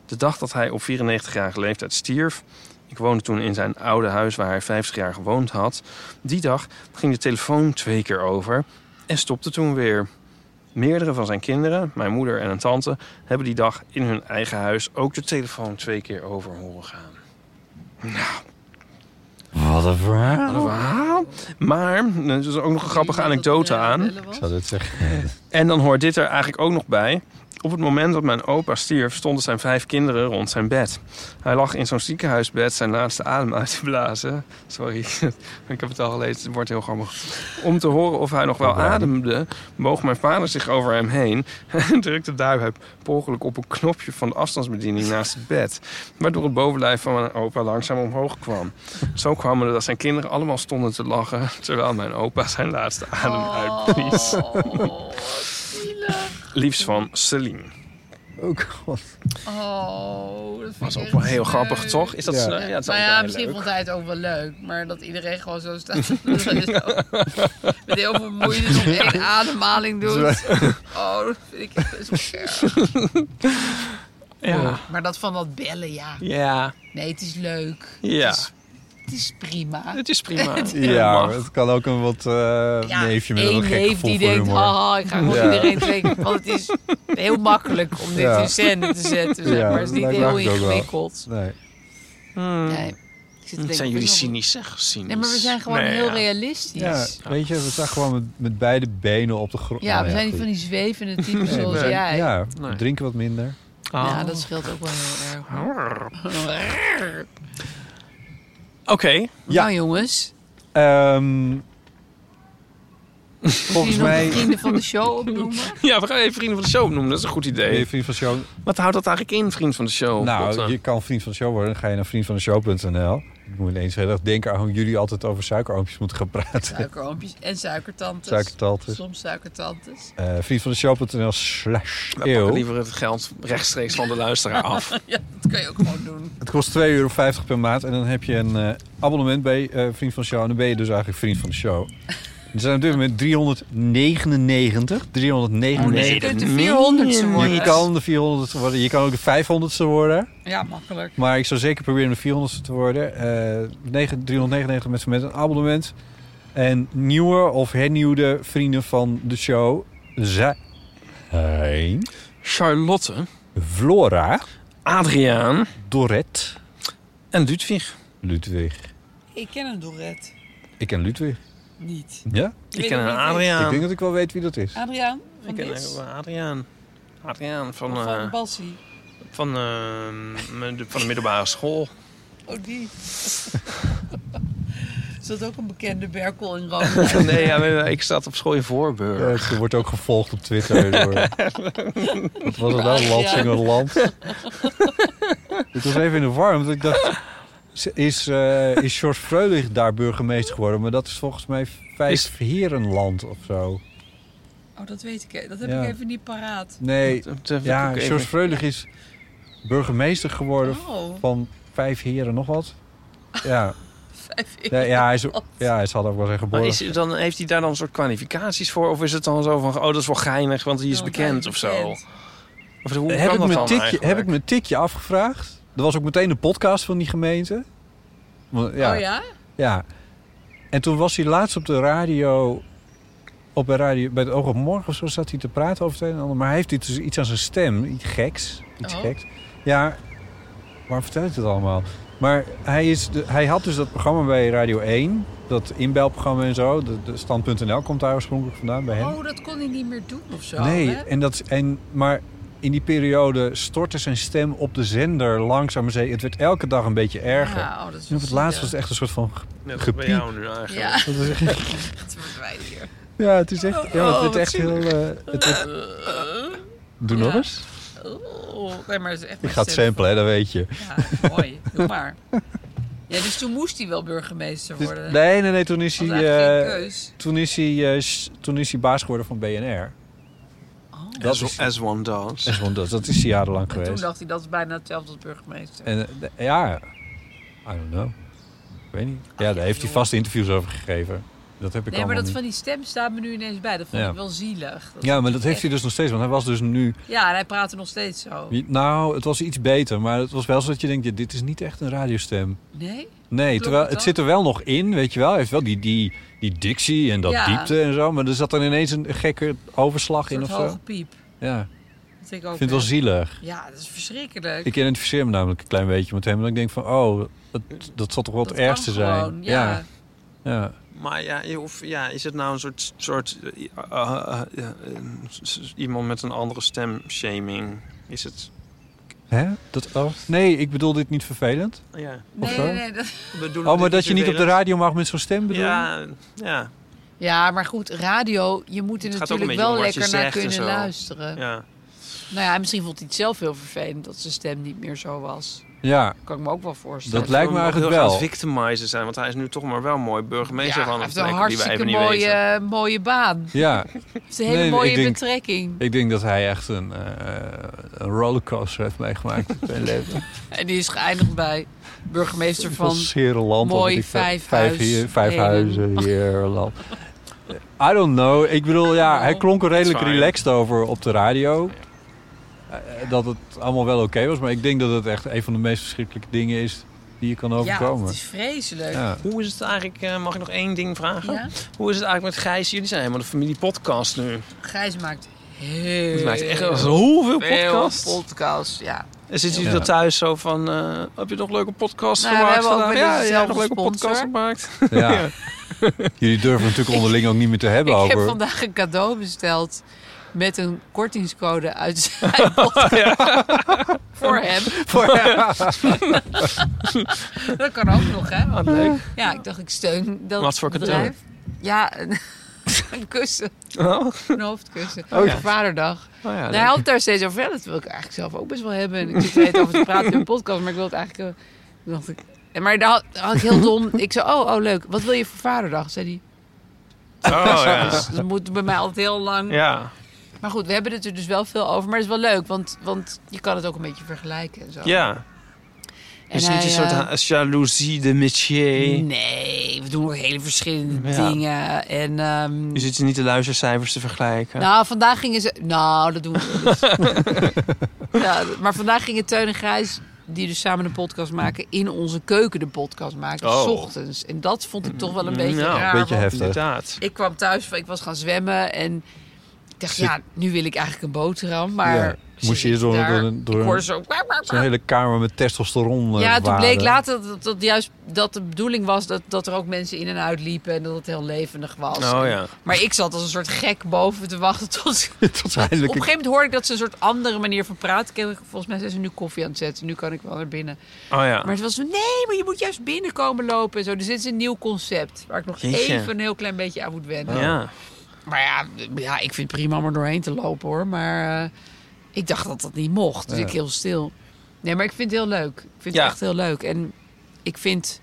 S3: De dag dat hij op 94-jarige leeftijd stierf, ik woonde toen in zijn oude huis waar hij 50 jaar gewoond had, die dag ging de telefoon twee keer over en stopte toen weer. Meerdere van zijn kinderen, mijn moeder en een tante, hebben die dag in hun eigen huis ook de telefoon twee keer over horen gaan.
S2: Wat een verhaal.
S3: Wat een verhaal. Maar, er is ook nog een grappige anekdote aan.
S2: Ik zou dit zeggen.
S3: En dan hoort dit er eigenlijk ook nog bij. Op het moment dat mijn opa stierf, stonden zijn vijf kinderen rond zijn bed. Hij lag in zo'n ziekenhuisbed zijn laatste adem uit te blazen. Sorry, ik heb het al gelezen, het wordt heel grappig. Om te horen of hij nog wel ademde, boog mijn vader zich over hem heen... en drukte daarbij per ongeluk op een knopje van de afstandsbediening naast het bed... waardoor het bovenlijf van mijn opa langzaam omhoog kwam. Zo kwam het dat zijn kinderen allemaal stonden te lachen... terwijl mijn opa zijn laatste adem
S4: Oh.
S3: uitblies. Liefst van Celine.
S2: Ook god.
S4: Oh, dat
S3: was ook wel heel grappig, toch? Is dat sneu? Ja, het is
S4: nou
S3: ook
S4: Eh, ja,
S3: wel
S4: misschien
S3: leuk.
S4: vond hij het ook wel leuk. Maar dat iedereen gewoon zo staat. te lullen en zo. Met heel veel moeite nog één ademhaling doet. Oh, dat vind ik echt zo erg.
S3: Ja.
S4: Maar dat van dat bellen, ja.
S3: Ja.
S4: Nee, het is leuk.
S3: Ja.
S4: Het is prima.
S3: Het is prima.
S2: Ja,
S3: mag.
S2: het kan ook een wat eh, neefje met
S4: één
S2: een gek
S4: neef
S2: gevoel
S4: die
S2: voor
S4: denkt, ah.
S2: humor.
S4: haha, ik ga gewoon
S2: Ja.
S4: iedereen trekken. Want het is heel makkelijk om dit
S2: Ja.
S4: in scène te zetten. Zeg
S2: Ja,
S4: maar. Het is niet
S2: dat lijkt
S4: heel
S2: me ook wel.
S4: ingewikkeld.
S2: Nee.
S3: Hmm.
S4: Nee. Ik zit te denken, wat
S3: zijn jullie
S4: is nog-
S3: cynisch, zeg? Cynisch.
S4: Nee, maar we zijn gewoon heel realistisch.
S2: Ja,
S4: Ja,
S2: weet je, we staan gewoon met, met beide benen op de grond. Nou
S4: we zijn niet
S2: goed.
S4: van die zwevende typen
S2: Nee,
S4: zoals
S2: nee.
S4: jij.
S2: Ja, we drinken wat minder.
S3: Oh.
S4: Ja, dat scheelt ook wel heel erg. hoor.
S3: Oké.
S2: Ja.
S4: Nou jongens,
S2: Ehm, volgens
S4: nog
S2: mij...
S4: de vrienden van de show opnoemen?
S3: Ja, we gaan even vrienden van de show noemen. Dat is een goed idee.
S2: Ben je vriend van de show?
S3: Wat houdt dat eigenlijk in, vriend van de show?
S2: Nou,
S3: Botte?
S2: je kan vriend van de show worden. Dan ga je naar vriendvandeshow.nl. Ik moet ineens heel erg denken aan hoe jullie altijd over suikeroompjes moeten gaan praten.
S4: Suikeroompjes en suikertantes.
S2: Suikertantes.
S4: Soms suikertantes.
S2: Eh vriendvandeshow.nl slash
S3: We pakken
S2: eeuw.
S3: liever het geld rechtstreeks van de luisteraar af.
S4: ja, dat kan je ook gewoon doen.
S2: Het kost 2,50 euro per maand en dan heb je een eh, abonnement bij eh, Vriend van de Show. En dan ben je dus eigenlijk Vriend van de Show. Er zijn op dit moment 399. 399.
S4: Oh nee, je kunt de 400ste worden.
S2: Je kan de 400ste worden. Je kan ook de 500ste worden.
S4: Ja, makkelijk.
S2: Maar ik zou zeker proberen de 400ste te worden. Eh, negen- 399 mensen met een abonnement. En nieuwe of hernieuwde vrienden van de show zijn...
S3: Charlotte.
S2: Flora.
S3: Adriaan.
S2: Dorette.
S3: En Ludwig.
S2: Ludwig.
S4: Ik ken een Dorette.
S2: Ik ken Ludwig.
S4: Niet.
S2: Ja?
S4: Ik weet ken ook een niet wie. Adriaan.
S2: Ik denk dat ik wel weet wie dat is.
S4: Adriaan van
S3: Ik ken
S4: Dis?
S3: eh, Adriaan. Adriaan van...
S4: Of
S3: eh,
S4: van Bassie.
S3: van, eh, me- de- van de middelbare school.
S4: Oh, die. Oh, Is dat ook een bekende Berkel in Rome?
S3: nee, ja, maar ik zat op school in Voorburg.
S2: ze wordt ook gevolgd op Twitter door... Wat was het nou? Lansinger Land? ik was even in de war, want ik dacht... ze- Is, eh is George Freulich daar burgemeester geworden? Maar dat is volgens mij Vijf Herenland of zo.
S4: Oh, dat weet ik. Dat
S2: heb Ja. ik even
S4: niet paraat.
S2: Nee,
S3: Dat- dat heb
S2: ja,
S3: ik ook
S2: George
S3: even-
S2: Freulich is burgemeester geworden
S4: Oh.
S2: van Vijf Heren nog wat. Ja,
S4: Vijf
S2: ja, ja, hij, is, ja hij zal ook wel zijn
S3: Maar
S2: geboren.
S3: is, het dan, heeft hij daar dan een soort kwalificaties voor? Of is het dan zo van, oh, dat is wel geinig, want die is Oh, bekend of zo?
S4: Oh
S3: Of hoe
S2: heb,
S3: kan
S2: ik
S3: dat
S2: me
S3: dan
S2: tikje,
S3: eigenlijk?
S2: heb ik me een tikje afgevraagd. Er was ook meteen de podcast van die gemeente. Want-
S4: Oh ja?
S2: Ja. En toen was hij laatst op de radio... Op de radio bij het Oog op Morgen of zo zat hij te praten over het een en ander. Maar hij heeft iets, iets aan zijn stem. Iets geks. Iets
S4: Oh.
S2: geks. Ja, waarom vertel ik dit allemaal? Maar hij, is de- hij had dus dat programma bij Radio 1. Dat inbelprogramma en zo. De, de Stand.nl komt daar oorspronkelijk vandaan bij hem.
S4: Oh, dat kon hij niet meer doen of zo.
S2: Nee,
S4: hè?
S2: en dat, en, maar in die periode stortte zijn stem op de zender langzaam. maar ze- Het werd elke dag een beetje erger.
S4: Ja, oh, dat is
S2: en op het
S4: wel
S2: laatst was
S4: zielig.
S2: het echt een soort van ge-
S3: Net als bij
S2: gepiep.
S3: jou nu eigenlijk.
S2: Dat is-
S4: Het wordt wijd hier.
S2: ja, het is echt, ja, het
S4: Oh,
S2: werd
S4: wat
S2: echt heel...
S4: zielig.
S2: eh, het werd- Doe
S4: Ja.
S2: nog eens.
S4: Oh, nee, maar het is echt
S2: Ik
S4: mijn
S2: ga het
S4: stem.
S2: samplen, hè, dat weet je.
S4: Ja, mooi. Doe maar. Ja, dus toen moest hij wel burgemeester
S2: Dus-
S4: worden.
S2: nee, nee, nee, toen is hij...
S4: Want hij had geen
S2: eh,
S4: keus.
S2: toen, is hij eh, s- toen is hij baas geworden van BNR.
S3: As- as one does.
S2: As one does. Dat is hij jarenlang
S4: Oh. En toen
S2: geweest.
S4: dacht hij, dat is bijna hetzelfde als burgemeester.
S2: En eh, de- ja, I don't know. Ik weet niet. Ja, daar heeft hij vast interviews over gegeven. Dat heb ik
S4: nee, maar
S2: allemaal
S4: dat
S2: niet.
S4: van die stem staat me nu ineens bij. Dat vond
S2: Ja.
S4: ik wel zielig.
S2: Ja, maar
S4: vond
S2: dat
S4: ik
S2: heeft hij
S4: echt-
S2: dus nog steeds. Want hij was dus nu...
S4: Ja, en hij praatte nog steeds zo.
S2: Nou, het was iets beter. Maar het was wel zo dat je denkt... ja, dit is niet echt een radiostem.
S4: Nee?
S2: Nee,
S4: Klopt
S2: terwijl
S4: het
S2: het
S4: dan?
S2: zit er wel nog in, weet je wel. Hij heeft wel die, die, die dictie en dat
S4: Ja.
S2: diepte en zo. Maar er zat dan ineens een gekke overslag in
S4: Een
S2: of
S4: soort hoge
S2: zo.
S4: piep.
S2: Ja,
S4: Dat ik ook,
S2: ik vind het wel
S4: hè.
S2: zielig.
S4: Ja, dat is verschrikkelijk.
S2: Ik identificeer me namelijk een klein beetje met hem. En ik denk van, oh, dat, dat zal toch wel
S4: Dat
S2: het
S4: kan
S2: ergste zijn.
S4: gewoon, ja.
S2: ja. Ja.
S3: Maar ja, je hoeft- ja, is het nou een soort, soort eh, eh, eh, eh, s- s- iemand met een andere stemshaming? Is het...
S2: Hè? Dat, oh, nee, ik bedoel dit niet vervelend.
S3: Ja.
S2: Of
S4: Nee,
S2: zo?
S4: nee, nee. Dat...
S2: Oh, maar dat je niet op de radio mag met zo'n stem bedoel je?
S3: Ja, ja.
S4: Ja, maar goed, radio, je moet er
S3: Het gaat ook
S4: natuurlijk
S3: een beetje
S4: wel
S3: om wat je
S4: lekker naar
S3: zegt en
S4: kunnen
S3: zo.
S4: luisteren.
S3: Ja.
S4: Nou ja, en misschien vond hij het zelf heel vervelend dat zijn stem niet meer zo was.
S2: Ja.
S4: Kan ik me ook wel voorstellen.
S2: Dat lijkt me
S3: Om
S2: eigenlijk
S3: heel erg
S2: wel.
S3: aan het victimizer zijn, want hij is nu toch maar wel mooi burgemeester
S4: Ja,
S3: van
S4: hij
S3: een
S4: heeft een
S3: plek die wij
S4: hartstikke
S3: even niet weten.
S4: mooie, mooie baan.
S2: Ja.
S4: Het is een hele
S2: Nee,
S4: mooie
S2: ik denk-
S4: betrekking.
S2: Ik denk dat hij echt een, eh, een rollercoaster heeft meegemaakt in zijn leven.
S4: En die is geëindigd bij burgemeester
S2: Van
S4: van
S2: Serenland. of weet
S4: mooi
S2: ik veel.
S4: vijf,
S2: vijf,
S4: huis-
S2: hier, vijf
S4: Heden.
S2: huizen, Herenland. I don't know. Ik bedoel, ja, hij klonk er redelijk
S3: Fine.
S2: relaxed over op de radio. Eh, Dat het allemaal wel oké was. Maar ik denk dat het echt een van de meest verschrikkelijke dingen is die je kan
S4: Ja,
S2: overkomen.
S4: het is vreselijk.
S2: Ja.
S3: Hoe is het eigenlijk, eh, mag ik nog één ding vragen?
S4: Ja?
S3: Hoe is het eigenlijk met Gijs? Jullie zijn helemaal de familie podcast nu.
S4: Gijs maakt heel
S3: Het maakt echt zoveel
S4: veel
S3: podcasts.
S4: podcasts, ja.
S3: En zitten jullie
S2: Ja.
S3: dan thuis zo van, eh, heb je nog leuke podcasts
S4: Nou, we
S3: gemaakt
S4: hebben ook
S3: vandaag?
S4: weer
S3: Ja,
S4: dezelfde
S3: ja, nog leuke
S4: sponsor.
S3: podcasts gemaakt.
S2: Ja. Jullie durven natuurlijk onderling ook niet meer te hebben
S4: Ik heb
S2: over.
S4: vandaag een cadeau besteld met een kortingscode uit zijn podcast.
S3: Oh,
S4: Voor hem. dat kan ook nog, hè?
S3: Wat Ah, leuk.
S4: Ja, ik dacht, ik steun dat
S3: Wat voor cadeau?
S4: bedrijf. Ja, een, een kussen.
S3: Oh.
S4: Een hoofdkussen.
S3: Oh, ja.
S4: Voor vaderdag.
S3: Oh, ja,
S4: nou,
S3: leuk.
S4: hij had daar steeds over. Ja, dat wil ik eigenlijk zelf ook best wel hebben. En ik zit er net over te praten in een podcast, maar ik wil het eigenlijk... eh, toen dacht ik, en maar daar had, had ik heel dom... Ik zei, oh, oh, leuk. Wat wil je voor vaderdag? Zei hij.
S3: Oh, ja.
S4: Dus dat moet bij mij altijd heel lang.
S3: Ja.
S4: Maar goed, we hebben het er dus wel veel over. Maar het is wel leuk, want, want je kan het ook een beetje vergelijken en zo.
S3: Ja.
S4: En
S3: Is niet
S4: hij,
S3: een soort
S4: eh, Mm.
S3: ha- jaloezie de
S2: E.
S3: métier?
S4: Nee, we doen ook hele verschillende
S3: Ja.
S4: dingen. En, ehm,
S3: Je zit niet de luistercijfers te vergelijken.
S4: Nou, vandaag gingen ze... Nou, dat doen we niet. ja, maar vandaag gingen Teun en Grijs, die dus samen een podcast maken... in onze keuken de podcast maken,
S3: Oh.
S4: s ochtends. En dat vond ik toch wel een beetje
S3: Nou,
S4: raar.
S2: Mm, beetje
S4: want
S2: heftig.
S3: Inderdaad.
S4: Ik kwam thuis, van- ik was gaan zwemmen en... dacht,
S2: Zit-
S4: ja, nu wil ik eigenlijk een boterham. Maar
S2: Ja,
S4: ze
S2: moest je eerst door,
S4: zitten
S2: door,
S4: daar.
S2: een- door
S4: ik hoorde
S2: een-
S4: zo...
S2: zo'n hele kamer met testosteron. eh,
S4: Ja, toen bleek
S2: waarden.
S4: later dat, dat juist dat de bedoeling was dat, dat er ook mensen in en uit liepen en dat het heel levendig was.
S2: Oh, ja.
S4: Maar ik zat als een soort gek boven te wachten tot ze-
S2: Tot
S4: Op een
S2: eindelijk.
S4: gegeven moment hoorde ik dat ze een soort andere manier van praten. Ik heb- Volgens mij zijn ze nu koffie aan het zetten. Nu kan ik wel naar binnen.
S3: Oh ja.
S4: Maar het was zo, nee, maar je moet juist binnenkomen lopen en zo. Dus dit is een nieuw concept waar ik nog
S3: Jeetje.
S4: even een heel klein beetje aan moet wennen.
S3: Ja.
S4: Maar ja, ja, ik vind het prima om er doorheen te lopen hoor. Maar eh, ik dacht dat dat niet mocht. Dus
S3: Ja.
S4: ik heel stil. Nee, maar ik vind het heel leuk. Ik vind
S3: Ja.
S4: het echt heel leuk. En ik vind,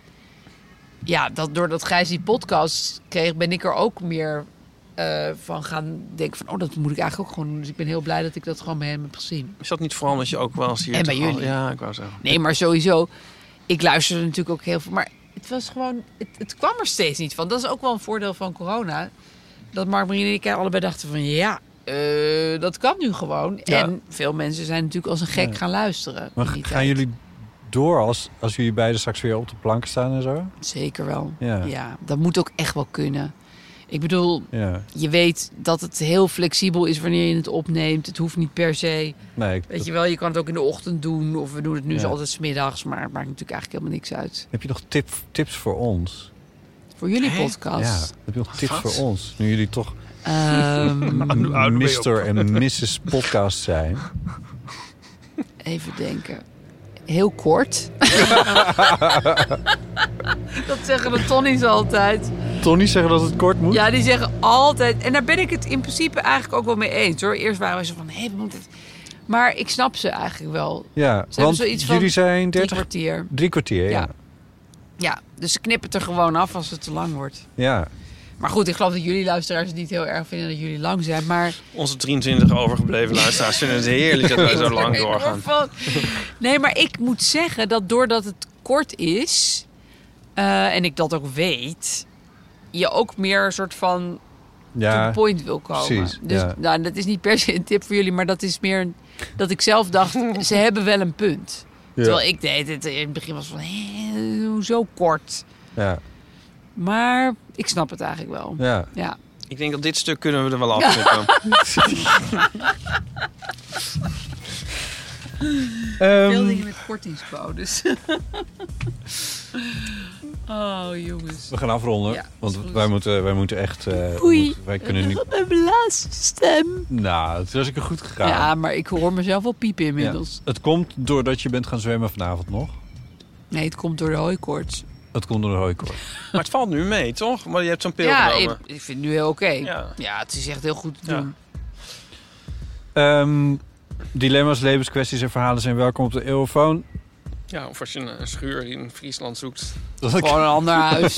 S4: ja, dat doordat Gijs die podcast kreeg, ben ik er ook meer eh, van gaan denken van, oh, dat moet ik eigenlijk ook gewoon doen. Dus ik ben heel blij dat ik dat gewoon bij hem heb gezien.
S3: Is dat niet vooral omdat je ook wel eens hier...
S4: En bij
S3: toch al-
S4: jullie.
S3: Ja, ik wou zeggen.
S4: Nee, maar sowieso, ik luisterde natuurlijk ook heel veel. Maar het was gewoon, het, het kwam er steeds niet van. Dat is ook wel een voordeel van corona. Dat Mark Marie en ik allebei dachten van, ja, eh, dat kan nu gewoon.
S2: Ja.
S4: En veel mensen zijn natuurlijk als een gek gaan luisteren.
S2: Maar
S4: Die
S2: g- gaan jullie door als, als jullie beiden straks weer op de plank staan en zo?
S4: Zeker wel.
S2: Ja.
S4: Ja. dat moet ook echt wel kunnen. Ik bedoel,
S2: Ja.
S4: je weet dat het heel flexibel is wanneer je het opneemt. Het hoeft niet per se.
S2: Nee, ik-
S4: weet je wel, je kan het ook in de ochtend doen. Of we doen het nu
S2: Ja.
S4: zo altijd smiddags. Maar het maakt natuurlijk eigenlijk helemaal niks uit.
S2: Heb je nog tip, tips voor ons?
S4: Voor jullie
S2: Hè?
S4: podcast.
S2: Ja, heb je nog tips
S4: Wat?
S2: voor ons? Nu jullie toch
S4: Ehm, Hoe oud ben je ook?
S2: Mr. en Mrs. Podcast zijn.
S4: Even denken. Heel kort. dat zeggen de Tonnies altijd.
S2: Tony zeggen dat het kort moet?
S4: Ja, die zeggen altijd. En daar ben ik het in principe eigenlijk ook wel mee eens hoor. Eerst waren we zo van: hé, we moeten. het- Maar ik snap ze eigenlijk wel.
S2: Ja,
S4: hebben
S2: want
S4: zoiets van
S2: jullie zijn 30
S4: drie kwartier.
S2: Drie kwartier, ja.
S4: Ja. Ja, dus ze knippen het er gewoon af als het te lang wordt.
S2: ja.
S4: Maar goed, ik geloof dat jullie luisteraars het niet heel erg vinden dat jullie lang zijn. Maar
S3: Onze 23 overgebleven luisteraars vinden het heerlijk dat wij zo lang doorgaan.
S4: Nee, maar ik moet zeggen dat doordat het kort is eh, en ik dat ook weet, je ook meer een soort van
S2: Ja,
S4: to the point wil komen.
S2: precies,
S4: dus
S2: ja.
S4: nou, dat is niet per se een tip voor jullie, maar dat is meer een- dat ik zelf dacht, ze hebben wel een punt.
S2: Ja.
S4: Terwijl ik deed het in het begin was van, hé, hoezo kort?
S2: Ja.
S4: Maar ik snap het eigenlijk wel.
S2: Ja.
S4: ja.
S3: Ik denk dat dit stuk kunnen we er wel afknippen.
S2: Ehm,
S4: Veel dingen met kortingscodes. oh, jongens.
S2: We gaan afronden,
S4: Ja,
S2: want
S4: is goed.
S2: wij moeten, wij moeten echt... eh, we
S4: Oei,
S2: moeten- wij kunnen niet...
S4: mijn laatste stem.
S2: Nou, het was ik goed gegaan.
S4: Ja, maar ik hoor mezelf al piepen inmiddels.
S2: Ja. Het komt doordat je bent gaan zwemmen vanavond nog.
S4: Nee, het komt door de hooikoorts.
S2: Het komt door de hooikoorts.
S3: Maar het valt nu mee, toch? Maar je hebt zo'n pil
S4: ja, ik,
S3: genomen.
S4: ik vind het nu heel oké.
S3: Ja.
S4: Ja. het is echt heel goed te doen.
S2: Ehm, dilemma's, levenskwesties en verhalen zijn welkom op de Eurofoon.
S3: Ja, of als je een eh, schuur in Friesland zoekt.
S2: Dat ik-
S4: Gewoon een ander huis.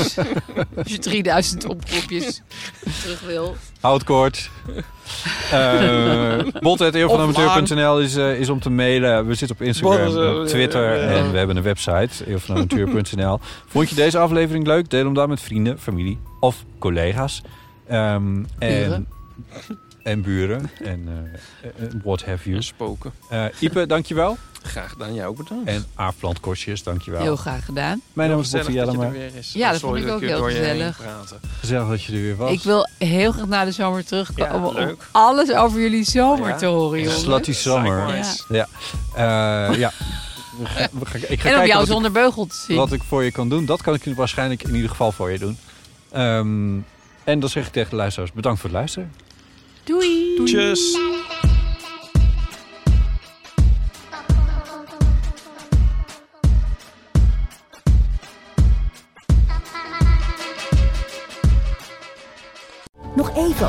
S4: Als je 3000 oproepjes terug wil.
S2: Houd kort. Eh Bot.eeuwvanamateur.nl is, eh, is om te mailen. We zitten op Instagram,
S3: Bot, eh,
S2: op Twitter
S3: ja.
S2: en we hebben een website. eeuwvanamateur.nl Vond je deze aflevering leuk? Deel hem dan met vrienden, familie of collega's. Ehm, en,
S3: Buren.
S2: en buren. En eh, eh, what have you.
S3: spoken.
S2: Eh Ipe, dankjewel.
S3: Graag gedaan, jou ook bedankt.
S2: En Aaf Plantkorstjes, dankjewel.
S4: Heel graag gedaan.
S2: Mijn naam is
S3: Gezellig
S2: Boffie
S3: dat je
S2: Jellema.
S3: er weer is.
S4: Ja, dat
S3: Sorry
S4: vond ik ook
S3: ik
S4: heel
S3: door je heen
S4: gezellig.
S3: praatte.
S2: Gezellig dat je er weer was.
S4: Ik wil heel graag na de zomer terugkomen
S3: Ja, leuk.
S4: om alles over jullie zomer
S3: Ja.
S4: te horen,
S2: Ja.
S4: jongens.
S2: Slutty Summer. Ja.
S4: Likewise.
S2: Ja. Eh, ja. We gaan- we gaan- ik ga
S4: En om
S2: kijken
S4: jou
S2: wat ik-
S4: zonder beugel te zien.
S2: Wat ik voor je kan doen, dat kan ik waarschijnlijk in ieder geval voor je doen. Ehm, en dan zeg ik tegen de luisteraars, bedankt voor het luisteren.
S4: Doei.
S3: Tjus.
S1: Nog even